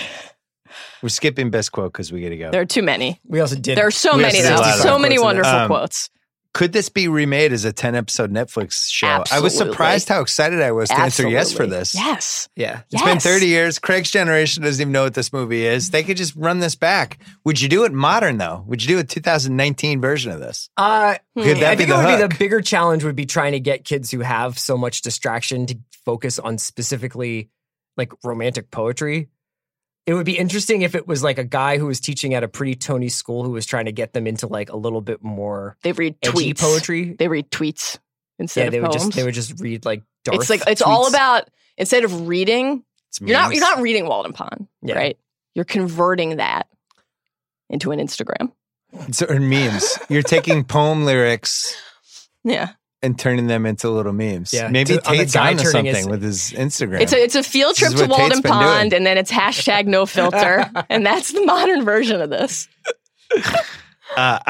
Speaker 1: We're skipping best quote because we got to go.
Speaker 2: There are too many.
Speaker 3: we also did.
Speaker 2: There are so
Speaker 1: We
Speaker 2: many,
Speaker 1: have to do a
Speaker 2: though.
Speaker 1: lot of
Speaker 2: So
Speaker 1: quotes
Speaker 2: many
Speaker 1: in there.
Speaker 2: wonderful
Speaker 1: Um,
Speaker 2: quotes.
Speaker 1: Could this be remade as a 10 episode Netflix show? I was
Speaker 2: Absolutely.
Speaker 1: surprised how excited I was to
Speaker 2: Absolutely.
Speaker 1: answer yes for this.
Speaker 2: Yes.
Speaker 3: Yeah.
Speaker 1: It's been
Speaker 2: Yes.
Speaker 1: 30 years. Craig's generation doesn't even know what this movie is. They could just run this back. Would you do it modern, though? Would you do a 2019 version of this?
Speaker 3: Uh,
Speaker 2: Hmm.
Speaker 1: Could that
Speaker 3: I
Speaker 1: be
Speaker 3: think
Speaker 1: the
Speaker 3: it would be
Speaker 1: hook?
Speaker 3: the bigger challenge would be trying to get kids who have so much distraction to focus on specifically like romantic poetry. It would be interesting if it was like a guy who was teaching at a pretty Tony school who was trying to get them into like a little bit more
Speaker 2: They read
Speaker 3: edgy
Speaker 2: tweets.
Speaker 3: poetry.
Speaker 2: They read tweets instead
Speaker 3: yeah, they
Speaker 2: of
Speaker 3: would
Speaker 2: poems.
Speaker 3: just they would just read like Darth.
Speaker 2: it's like it's all
Speaker 3: tweets.
Speaker 2: about instead of reading,
Speaker 1: It's
Speaker 2: you're not
Speaker 1: memes.
Speaker 2: you're not reading Walden Pond,
Speaker 3: Yeah.
Speaker 2: right? You're converting that into an Instagram.
Speaker 1: It's or memes. You're taking poem lyrics
Speaker 2: Yeah.
Speaker 1: and turning them into little memes.
Speaker 3: Yeah.
Speaker 1: Maybe
Speaker 3: To- on the
Speaker 1: Tate's
Speaker 3: guy
Speaker 1: onto
Speaker 3: turning his-
Speaker 1: something with his Instagram.
Speaker 2: It's a it's a field
Speaker 1: This is
Speaker 2: trip to
Speaker 1: what Tate's
Speaker 2: Walden
Speaker 1: been doing.
Speaker 2: Pond and then it's hashtag no filter. and that's the modern version of this.
Speaker 1: uh,
Speaker 2: You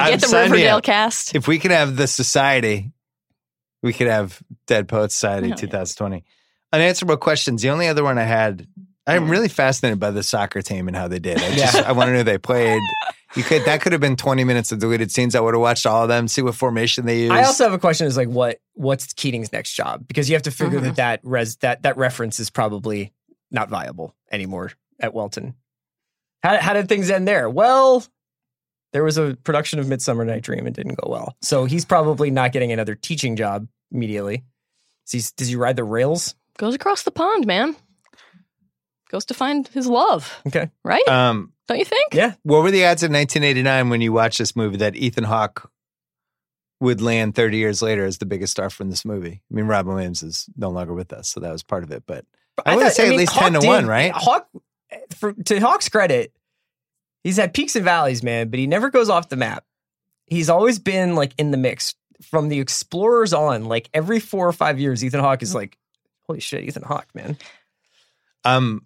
Speaker 1: I'm
Speaker 2: Get the
Speaker 1: signing
Speaker 2: Riverdale
Speaker 1: up.
Speaker 2: cast.
Speaker 1: If we could have the society, we could have Dead Poets Society
Speaker 2: Oh, yeah.
Speaker 1: 2020. Unanswerable questions. The only other one I had, I'm really fascinated by the soccer team and how they did. I just, I want to know who they played. You could that could have been 20 minutes of deleted scenes. I would have watched all of them, see what formation they used.
Speaker 3: I also have a question: is like what what's Keating's next job? Because you have to figure
Speaker 2: Mhm.
Speaker 3: that that res that that reference is probably not viable anymore at Welton. How how did things end there? Well, there was a production of Midsummer Night Dream and didn't go well, so he's probably not getting another teaching job immediately. Does he, does he ride the rails?
Speaker 2: Goes across the pond, man. Goes to find his love,
Speaker 3: Okay.
Speaker 2: right?
Speaker 1: Um,
Speaker 2: Don't you think?
Speaker 3: Yeah.
Speaker 1: what were the odds in 1989 when you watched this movie that Ethan Hawke would land 30 years later as the biggest star from this movie? I mean, Robin Williams is no longer with us, so that was part of it. But I would
Speaker 3: thought-
Speaker 1: say at
Speaker 3: mean,
Speaker 1: least
Speaker 3: Hawk
Speaker 1: 10 to
Speaker 3: did-
Speaker 1: 1, right?
Speaker 3: Hawk, for, to Hawk's credit, he's had peaks and valleys, man, but he never goes off the map. He's always been like in the mix from the Explorers on. Like every four or five years, Ethan Hawk is like, holy shit, Ethan Hawk, man.
Speaker 1: I'm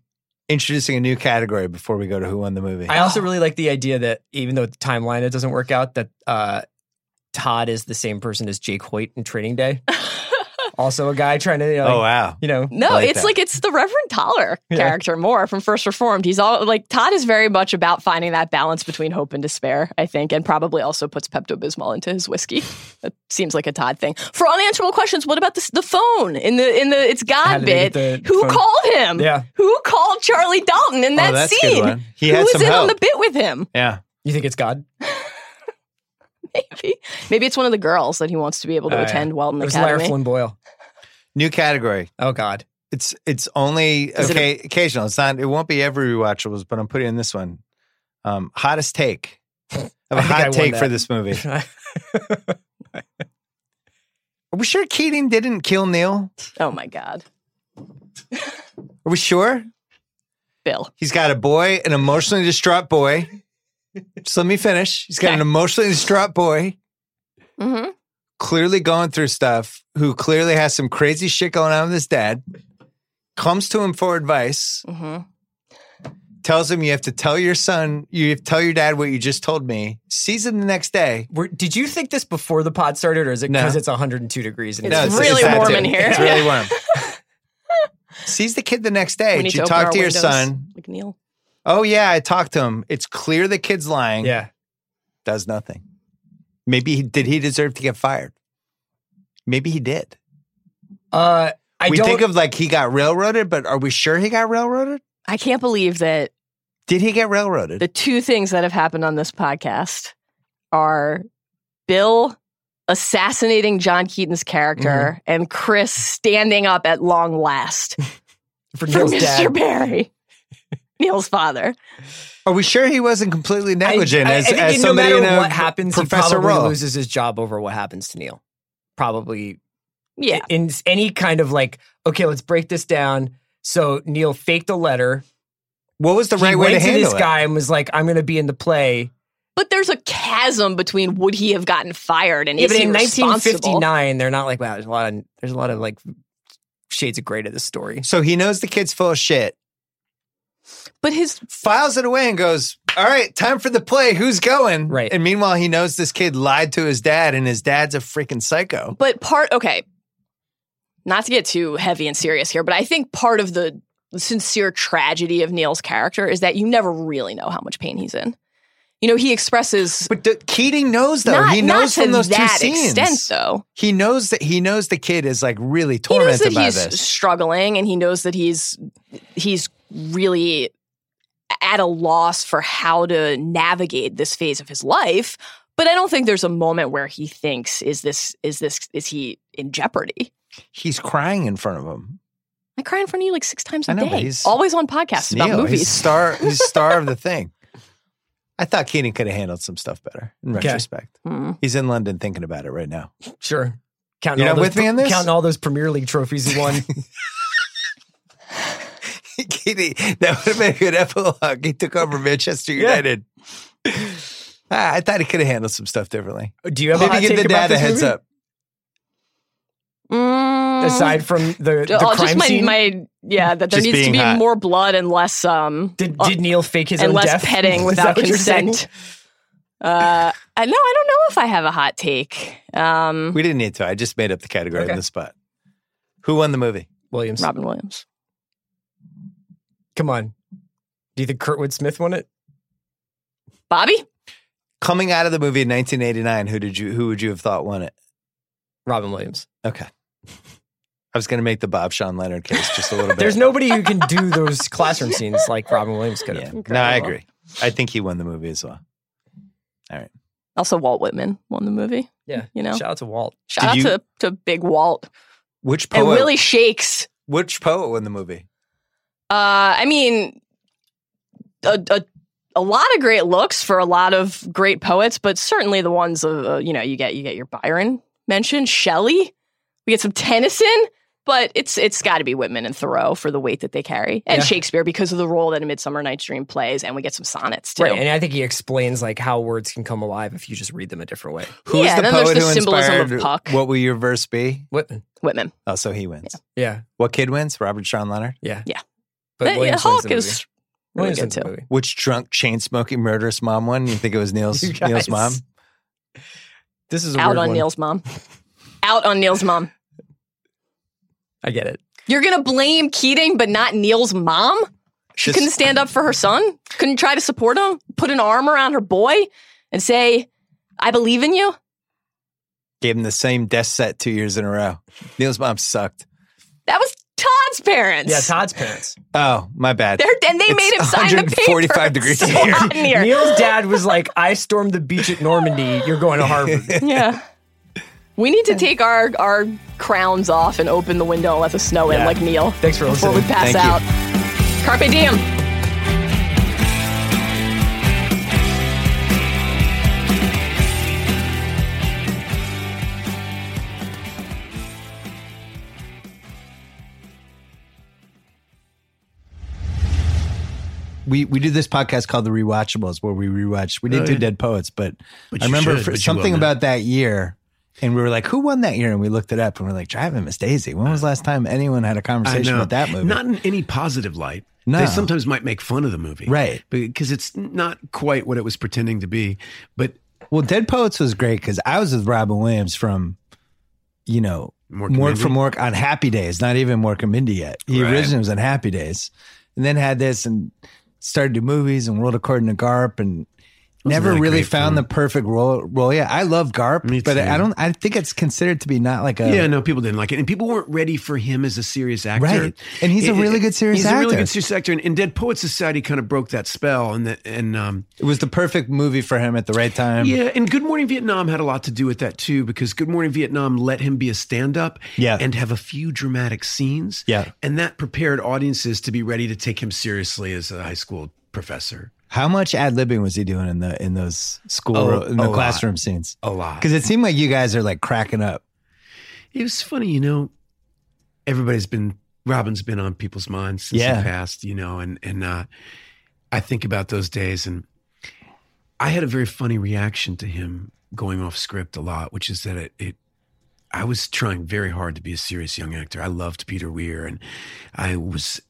Speaker 1: introducing a new category before we go to who won the movie.
Speaker 3: I also really like the idea that even though the timeline it doesn't work out, that uh, Todd is the same person as Jake Hoyt in Training Day. also, a guy trying to you know,
Speaker 1: oh, wow.
Speaker 3: you know
Speaker 2: No,
Speaker 1: like
Speaker 2: it's
Speaker 1: that.
Speaker 2: like it's the Reverend Toller
Speaker 3: Yeah.
Speaker 2: character more from First Reformed. He's all like Todd is very much about finding that balance between hope and despair, I think, and probably also puts Pepto Bismol into his whiskey. that seems like a Todd thing. For unanswerable questions, what about this, the phone in the in the it's
Speaker 3: How
Speaker 2: God
Speaker 3: did they
Speaker 2: bit?
Speaker 3: get the
Speaker 2: Who
Speaker 3: phone?
Speaker 2: called him?
Speaker 3: Yeah.
Speaker 2: Who called Charlie Dalton in
Speaker 1: Oh,
Speaker 2: that
Speaker 1: that's a good
Speaker 2: scene?
Speaker 1: one. He
Speaker 2: Who
Speaker 1: had
Speaker 2: was
Speaker 1: some
Speaker 2: in on
Speaker 1: help.
Speaker 2: the bit with him?
Speaker 1: Yeah.
Speaker 3: you think it's God?
Speaker 2: Maybe maybe it's one of the girls that he wants to be able to
Speaker 3: Oh, yeah.
Speaker 2: attend Walton
Speaker 3: It was Lara
Speaker 2: Academy.
Speaker 3: Flynn Boyle.
Speaker 1: New category.
Speaker 3: Oh God,
Speaker 1: It's it's only
Speaker 3: Is it
Speaker 1: okay, occasional. It's not. It won't be every rewatchables, but I'm putting in this one. Um, hottest take. I have a
Speaker 3: I think I
Speaker 1: hot
Speaker 3: won
Speaker 1: take for
Speaker 3: that.
Speaker 1: this movie. Are we sure Keating didn't kill Neil?
Speaker 2: Oh my God,
Speaker 1: Are we sure?
Speaker 2: Bill.
Speaker 1: He's got a boy, an emotionally distraught boy. Just let me finish. He's got an
Speaker 2: Okay.
Speaker 1: emotionally distraught boy,
Speaker 2: Mm-hmm.
Speaker 1: clearly going through stuff, who clearly has some crazy shit going on with his dad. Comes to him for advice,
Speaker 2: Mm-hmm.
Speaker 1: tells him you have to tell your son, you have to tell your dad what you just told me. Sees him the next day.
Speaker 3: Were, did you think this before the pod started, or is it
Speaker 1: No.
Speaker 3: because it's 102 degrees? And
Speaker 2: It's
Speaker 1: No,
Speaker 2: really
Speaker 1: hot
Speaker 2: warm
Speaker 1: take.
Speaker 2: in here.
Speaker 1: It's really warm. Sees the kid the next day. Did
Speaker 2: we need
Speaker 1: you
Speaker 2: to open
Speaker 1: talk
Speaker 2: our
Speaker 1: to your
Speaker 2: windows.
Speaker 1: son?
Speaker 2: Like Neil.
Speaker 1: Oh yeah, I talked to him. It's clear the kid's lying.
Speaker 3: yeah,
Speaker 1: does nothing. Maybe he, did he deserve to get fired? Maybe he did.
Speaker 3: uh, I
Speaker 1: we
Speaker 3: don't.
Speaker 1: think of like he got railroaded, but are we sure he got railroaded?
Speaker 2: I can't believe that
Speaker 1: Did he get railroaded?
Speaker 2: the two things that have happened on this podcast are Bill assassinating John Keaton's
Speaker 3: Mm-hmm.
Speaker 2: character and Chris standing up at long last
Speaker 3: for
Speaker 2: for
Speaker 3: Neil's
Speaker 2: Mr.
Speaker 3: dad.
Speaker 2: Barry, Neil's father.
Speaker 1: are we sure he wasn't completely negligent
Speaker 3: I, I,
Speaker 1: as,
Speaker 3: I think
Speaker 1: as
Speaker 3: no
Speaker 1: somebody
Speaker 3: matter
Speaker 1: in a
Speaker 3: what happens, he
Speaker 1: professor
Speaker 3: probably
Speaker 1: role?
Speaker 3: loses his job over what happens to Neil. Probably
Speaker 2: Yeah.
Speaker 3: in any kind of like, okay, let's break this down. So Neil faked a letter.
Speaker 1: What was the
Speaker 3: he
Speaker 1: right way
Speaker 3: went
Speaker 1: to
Speaker 3: to
Speaker 1: handle
Speaker 3: this
Speaker 1: it?
Speaker 3: guy and was like, "I'm going to be in the play."
Speaker 2: But there's a chasm between would he have gotten fired and is
Speaker 3: but
Speaker 2: he
Speaker 3: in
Speaker 2: responsible?
Speaker 3: 1959, they're not like, "Wow, there's a lot of there's a lot of like shades of gray to this story."
Speaker 1: So he knows the kid's full of shit,
Speaker 2: But his
Speaker 1: files it away, and goes, "All right, time for the play. Who's going?"
Speaker 3: Right.
Speaker 1: And meanwhile, he knows this kid lied to his dad, and his dad's a freaking psycho.
Speaker 2: But part okay. Not to get too heavy and serious here, but I think part of the sincere tragedy of Neil's character is that you never really know how much pain he's in. You know, he expresses
Speaker 1: But d- Keating knows though.
Speaker 2: not,
Speaker 1: he knows
Speaker 2: not to
Speaker 1: from those
Speaker 2: that
Speaker 1: two scenes.
Speaker 2: extent though.
Speaker 1: he knows that he knows the kid is like really
Speaker 2: He knows
Speaker 1: tormented
Speaker 2: that
Speaker 1: by
Speaker 2: he's
Speaker 1: this.
Speaker 2: struggling and he knows that he's he's really at a loss for how to navigate this phase of his life. But I don't think there's a moment where he thinks, is this is this is he in jeopardy?
Speaker 1: He's crying in front of him.
Speaker 2: I cry in front of you like six times a
Speaker 1: I know, but
Speaker 2: day.
Speaker 1: he's-
Speaker 2: Always on podcasts
Speaker 1: It's
Speaker 2: about
Speaker 1: Neil. He's
Speaker 2: movies.
Speaker 1: star. He's star of the thing. I thought Keating could have handled some stuff better in
Speaker 3: Okay.
Speaker 1: retrospect.
Speaker 2: Hmm.
Speaker 1: He's in London thinking about it right now.
Speaker 3: Sure. Counting
Speaker 1: You're
Speaker 3: all
Speaker 1: not
Speaker 3: those-
Speaker 1: with me on this?
Speaker 3: Counting all those Premier League trophies he won.
Speaker 1: Keating, that would have been a good epilogue. He took over Manchester
Speaker 3: Yeah.
Speaker 1: United. Ah, I thought he could have handled some stuff differently.
Speaker 3: Do you have a hot
Speaker 1: Maybe give
Speaker 3: take
Speaker 1: the
Speaker 3: about
Speaker 1: dad a
Speaker 3: this
Speaker 1: heads
Speaker 3: movie?
Speaker 1: up.
Speaker 2: Mm.
Speaker 3: Aside from the, the
Speaker 2: oh,
Speaker 3: crime
Speaker 2: just my,
Speaker 3: scene,
Speaker 2: my yeah that there
Speaker 1: Just
Speaker 2: needs to
Speaker 1: being
Speaker 2: be
Speaker 1: hot.
Speaker 2: more blood and less um
Speaker 3: did,
Speaker 2: uh,
Speaker 3: did Neil fake his
Speaker 2: and
Speaker 3: own
Speaker 2: less
Speaker 3: death?
Speaker 2: petting
Speaker 3: Is
Speaker 2: without
Speaker 3: that what you're saying?
Speaker 2: consent. Uh, I no, I don't know if I have a hot take. Um,
Speaker 1: We didn't need to. I just made up the category on
Speaker 3: Okay.
Speaker 1: the spot. Who won the movie?
Speaker 3: Williams,
Speaker 2: Robin Williams.
Speaker 3: come on. Do you think Kurtwood Smith won it?
Speaker 2: Bobby?
Speaker 1: Coming out of the movie in 1989, who did you? Who would you have thought won it?
Speaker 3: Robin Williams.
Speaker 1: Okay. I was going to make the Bob Sean Leonard case just a little bit.
Speaker 3: There's nobody who can do those classroom scenes like Robin Williams could have.
Speaker 1: Yeah. No, I
Speaker 2: Incredible.
Speaker 1: agree. I think he won the movie as well.
Speaker 2: Also Walt Whitman won the movie.
Speaker 3: Yeah.
Speaker 2: You know?
Speaker 3: Shout out to Walt.
Speaker 2: Shout out
Speaker 1: you- Oh,
Speaker 2: to, to Big Walt.
Speaker 1: Which
Speaker 2: And
Speaker 1: poet?
Speaker 2: Willie shakes.
Speaker 1: Which poet won the movie?
Speaker 2: Uh, I mean, a, a a lot of great looks for a lot of great poets, but certainly the ones of uh, you know you get you get your Byron mentioned, Shelley, we get some Tennyson, but it's it's got to be Whitman and Thoreau for the weight that they carry, and
Speaker 3: Yeah.
Speaker 2: Shakespeare because of the role that A Midsummer Night's Dream plays, and we get some sonnets too.
Speaker 3: Right, and I think he explains like how words can come alive if you just read them a different way.
Speaker 1: Who's
Speaker 2: Yeah,
Speaker 1: the
Speaker 2: then
Speaker 1: poet
Speaker 2: there's the
Speaker 1: who
Speaker 2: symbolism of
Speaker 1: inspired
Speaker 2: Puck.
Speaker 1: What will your verse be?
Speaker 3: Whitman.
Speaker 2: Whitman.
Speaker 1: Oh, so he wins.
Speaker 3: Yeah.
Speaker 1: What kid wins? Robert Sean Leonard.
Speaker 3: Yeah.
Speaker 2: Yeah.
Speaker 1: But
Speaker 2: But, yeah,
Speaker 1: Williams wins
Speaker 2: Hawk
Speaker 1: the
Speaker 2: is really
Speaker 1: Williams
Speaker 2: good
Speaker 1: wins
Speaker 2: too.
Speaker 1: the Which drunk chain smoking murderous mom won? You think it was Neil's
Speaker 2: You guys.
Speaker 1: Neil's mom? This is a
Speaker 2: Out
Speaker 1: weird
Speaker 2: on
Speaker 1: one.
Speaker 2: Neil's mom. Out on Neil's mom.
Speaker 3: I get it.
Speaker 2: You're gonna blame Keating, but not Neil's mom. She
Speaker 1: Just-
Speaker 2: couldn't stand up for her son. Couldn't try to support him. Put an arm around her boy and say, "I believe in you."
Speaker 1: Gave him the same death set two years in a row. Neil's mom sucked.
Speaker 2: That was Todd's parents.
Speaker 3: Yeah, Todd's parents.
Speaker 1: Oh, my bad.
Speaker 2: They're, and they
Speaker 1: It's
Speaker 2: made him sign the paper.
Speaker 1: 145 degrees
Speaker 2: It's
Speaker 1: here.
Speaker 2: hot in here.
Speaker 3: Neil's dad was like, "I stormed the beach at Normandy. You're going to Harvard."
Speaker 2: Yeah. We need to take our our crowns off and open the window and let the snow in,
Speaker 3: Yeah.
Speaker 2: like Neil.
Speaker 3: Thanks for
Speaker 2: before
Speaker 3: listening.
Speaker 2: we pass
Speaker 3: Thank you.
Speaker 2: out. Carpe diem.
Speaker 1: we we did this podcast called the rewatchables where we rewatched we didn't
Speaker 12: Oh,
Speaker 1: do
Speaker 12: yeah.
Speaker 1: dead poets but,
Speaker 12: But
Speaker 1: i
Speaker 12: you
Speaker 1: remember
Speaker 12: should,
Speaker 1: for
Speaker 12: but you
Speaker 1: something
Speaker 12: won't
Speaker 1: about that year and we were like who won that year and we looked it up and we're like driving miss daisy when was the last time anyone had a conversation
Speaker 12: I know.
Speaker 1: about that movie
Speaker 12: Not in any positive light.
Speaker 1: No.
Speaker 12: They sometimes might make fun of the movie.
Speaker 1: Right.
Speaker 12: Because it's not quite what it was pretending to be. But
Speaker 1: well dead poets was great because i was with robin williams from you know
Speaker 12: Mork
Speaker 1: Mork,
Speaker 12: and Mindy?
Speaker 1: from Mork on Happy Days, not even Mork and Mindy yet. He
Speaker 12: Right.
Speaker 1: originally was on Happy Days, and then had this and started to do movies and World According to Garp, and
Speaker 12: Wasn't
Speaker 1: never
Speaker 12: that a
Speaker 1: really
Speaker 12: great
Speaker 1: found the perfect role. Role, yeah. I love Garp, but I don't. I think it's considered to be not like a
Speaker 12: yeah, no, people didn't like it. And people weren't ready for him as a serious actor.
Speaker 1: Right. And he's a really good serious
Speaker 12: he's a really
Speaker 1: actor.
Speaker 12: good serious actor. And, and Dead Poets Society kind of broke that spell. And, that and um,
Speaker 1: It was the perfect movie for him at the right time.
Speaker 12: Yeah, and Good Morning Vietnam had a lot to do with that too, because Good Morning Vietnam let him be a stand-up
Speaker 1: Yeah.
Speaker 12: and have a few dramatic scenes.
Speaker 1: Yeah.
Speaker 12: And that prepared audiences to be ready to take him seriously as a high school professor.
Speaker 1: How much ad libbing was he doing in the in those school
Speaker 12: A-
Speaker 1: in the
Speaker 12: Oh, a lot.
Speaker 1: classroom scenes?
Speaker 12: A lot.
Speaker 1: Because it seemed like you guys are like cracking up.
Speaker 12: It was funny, you know, everybody's been Robin's been on people's minds since
Speaker 1: Yeah.
Speaker 12: he passed, you know, and and uh I think about those days and I had a very funny reaction to him going off script a lot, which is that it, it I was trying very hard to be a serious young actor. I loved Peter Weir and I was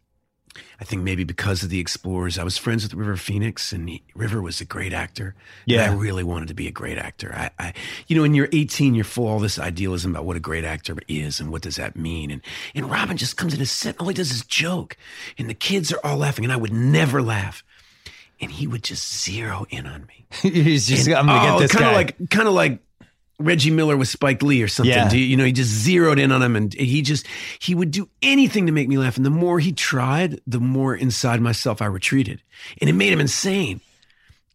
Speaker 12: I think maybe because of the Explorers, I was friends with River Phoenix, and he, River was a great actor. and
Speaker 1: Yeah.
Speaker 12: I really wanted to be a great actor. I, I, you know, when you're 18, you're full of all this idealism about what a great actor is and what does that mean. And and Robin just comes in his set, and all he does is joke, and the kids are all laughing, and I would never laugh, and he would just zero in on me.
Speaker 1: He's just I'm gonna get this
Speaker 12: kind
Speaker 1: guy.
Speaker 12: of Oh, like kind of like Reggie Miller with Spike Lee or something.
Speaker 1: Yeah.
Speaker 12: Do you, you know, he just zeroed in on him, and he just he would do anything to make me laugh. And the more he tried, the more inside myself I retreated, and it made him insane.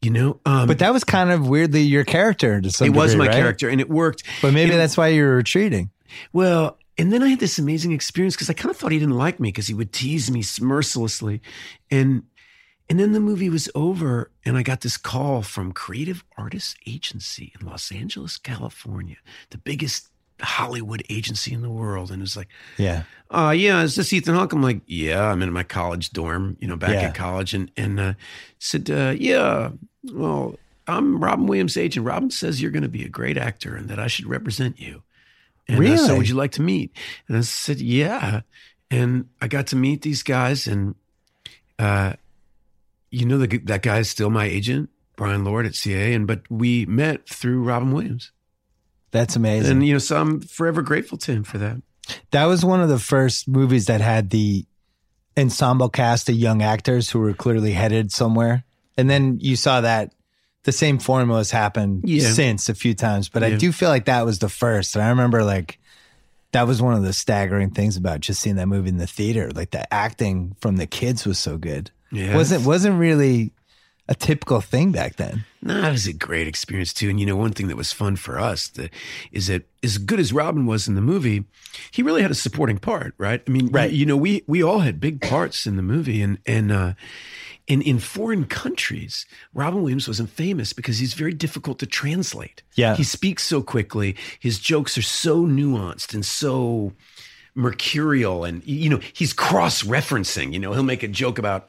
Speaker 12: You know, um,
Speaker 1: but that was kind of weirdly your character. To some
Speaker 12: it was
Speaker 1: degree,
Speaker 12: my
Speaker 1: right?
Speaker 12: character, and it worked.
Speaker 1: But maybe
Speaker 12: And-
Speaker 1: that's why you were retreating.
Speaker 12: well, and then I had this amazing experience because I kind of thought he didn't like me because he would tease me mercilessly, and and then the movie was over, and I got this call from Creative Artists Agency in Los Angeles, California, the biggest Hollywood agency in the world, and it was like,
Speaker 1: Yeah.
Speaker 12: uh, yeah, is this Ethan Hawke? I'm like, yeah, I'm in my college dorm, you know, back
Speaker 1: Yeah.
Speaker 12: at college. And, and uh, said, uh, yeah, well, I'm Robin Williams' agent. Robin says you're going to be a great actor and that I should represent you. And uh, so
Speaker 1: Really?
Speaker 12: would you like to meet? And I said, yeah. And I got to meet these guys and, uh, you know, the, that guy is still my agent, Brian Lord at CA. And, but we met through Robin Williams.
Speaker 1: That's amazing.
Speaker 12: And, you know, so I'm forever grateful to him for that.
Speaker 1: That was one of the first movies that had the ensemble cast of young actors who were clearly headed somewhere. And then you saw that the same formula has happened
Speaker 12: Yeah.
Speaker 1: since a few times, but I
Speaker 12: Yeah.
Speaker 1: do feel like that was the first. And I remember like that was one of the staggering things about just seeing that movie in the theater. Like the acting from the kids was so good.
Speaker 12: Yeah.
Speaker 1: Wasn't wasn't really a typical thing back then.
Speaker 12: No, it was a great experience too. And you know, one thing that was fun for us that is that as good as Robin was in the movie, he really had a supporting part, right? I mean, right. You, know, we we all had big parts in the movie, and and uh, in in foreign countries, Robin Williams wasn't famous because he's very difficult to translate.
Speaker 1: Yeah.
Speaker 12: he speaks so quickly. His jokes are so nuanced and so mercurial and you know he's cross-referencing you know he'll make a joke about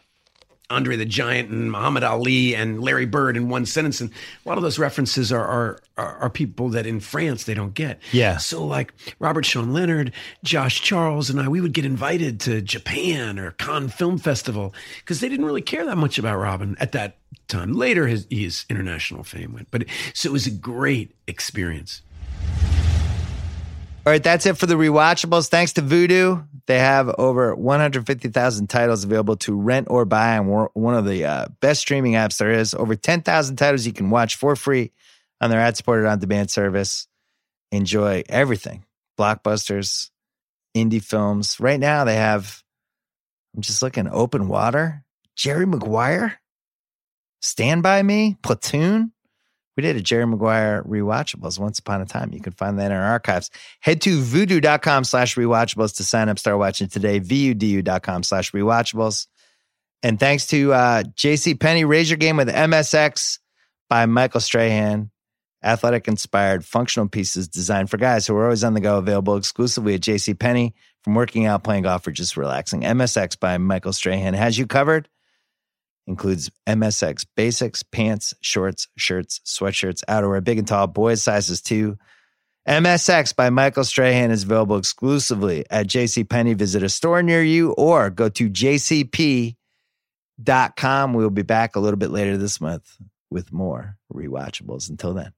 Speaker 12: Andre the Giant and Muhammad Ali and Larry Bird in one sentence. And a lot of those references are are, are, are people that in France they don't get.
Speaker 1: Yeah.
Speaker 12: So like Robert Sean Leonard, Josh Charles, and I, we would get invited to Japan or Cannes Film Festival because they didn't really care that much about Robin at that time. Later, his, his international fame went, but so it was a great experience.
Speaker 1: All right, that's it for the rewatchables. Thanks to Voodoo, they have over 150,000 titles available to rent or buy on wor- one of the uh, best streaming apps there is. Over 10,000 titles you can watch for free on their ad supported on demand service. Enjoy everything blockbusters, indie films. Right now, they have, I'm just looking, Open Water, Jerry Maguire, Stand By Me, Platoon. We did a Jerry Maguire rewatchables once upon a time. You can find that in our archives. Head to voodoo.com slash rewatchables to sign up, start watching today. VUDU.com slash rewatchables. And thanks to uh, JC Penny, Raise Your Game with MSX by Michael Strahan. Athletic inspired functional pieces designed for guys who are always on the go, available exclusively at JC Penny. From working out, playing golf, or just relaxing, MSX by Michael Strahan has you covered includes MSX basics, pants, shorts, shirts, sweatshirts, outerwear, big and tall, boys sizes too. MSX by Michael Strahan is available exclusively at JCPenney. Visit a store near you or go to jcp.com. We'll be back a little bit later this month with more rewatchables. Until then.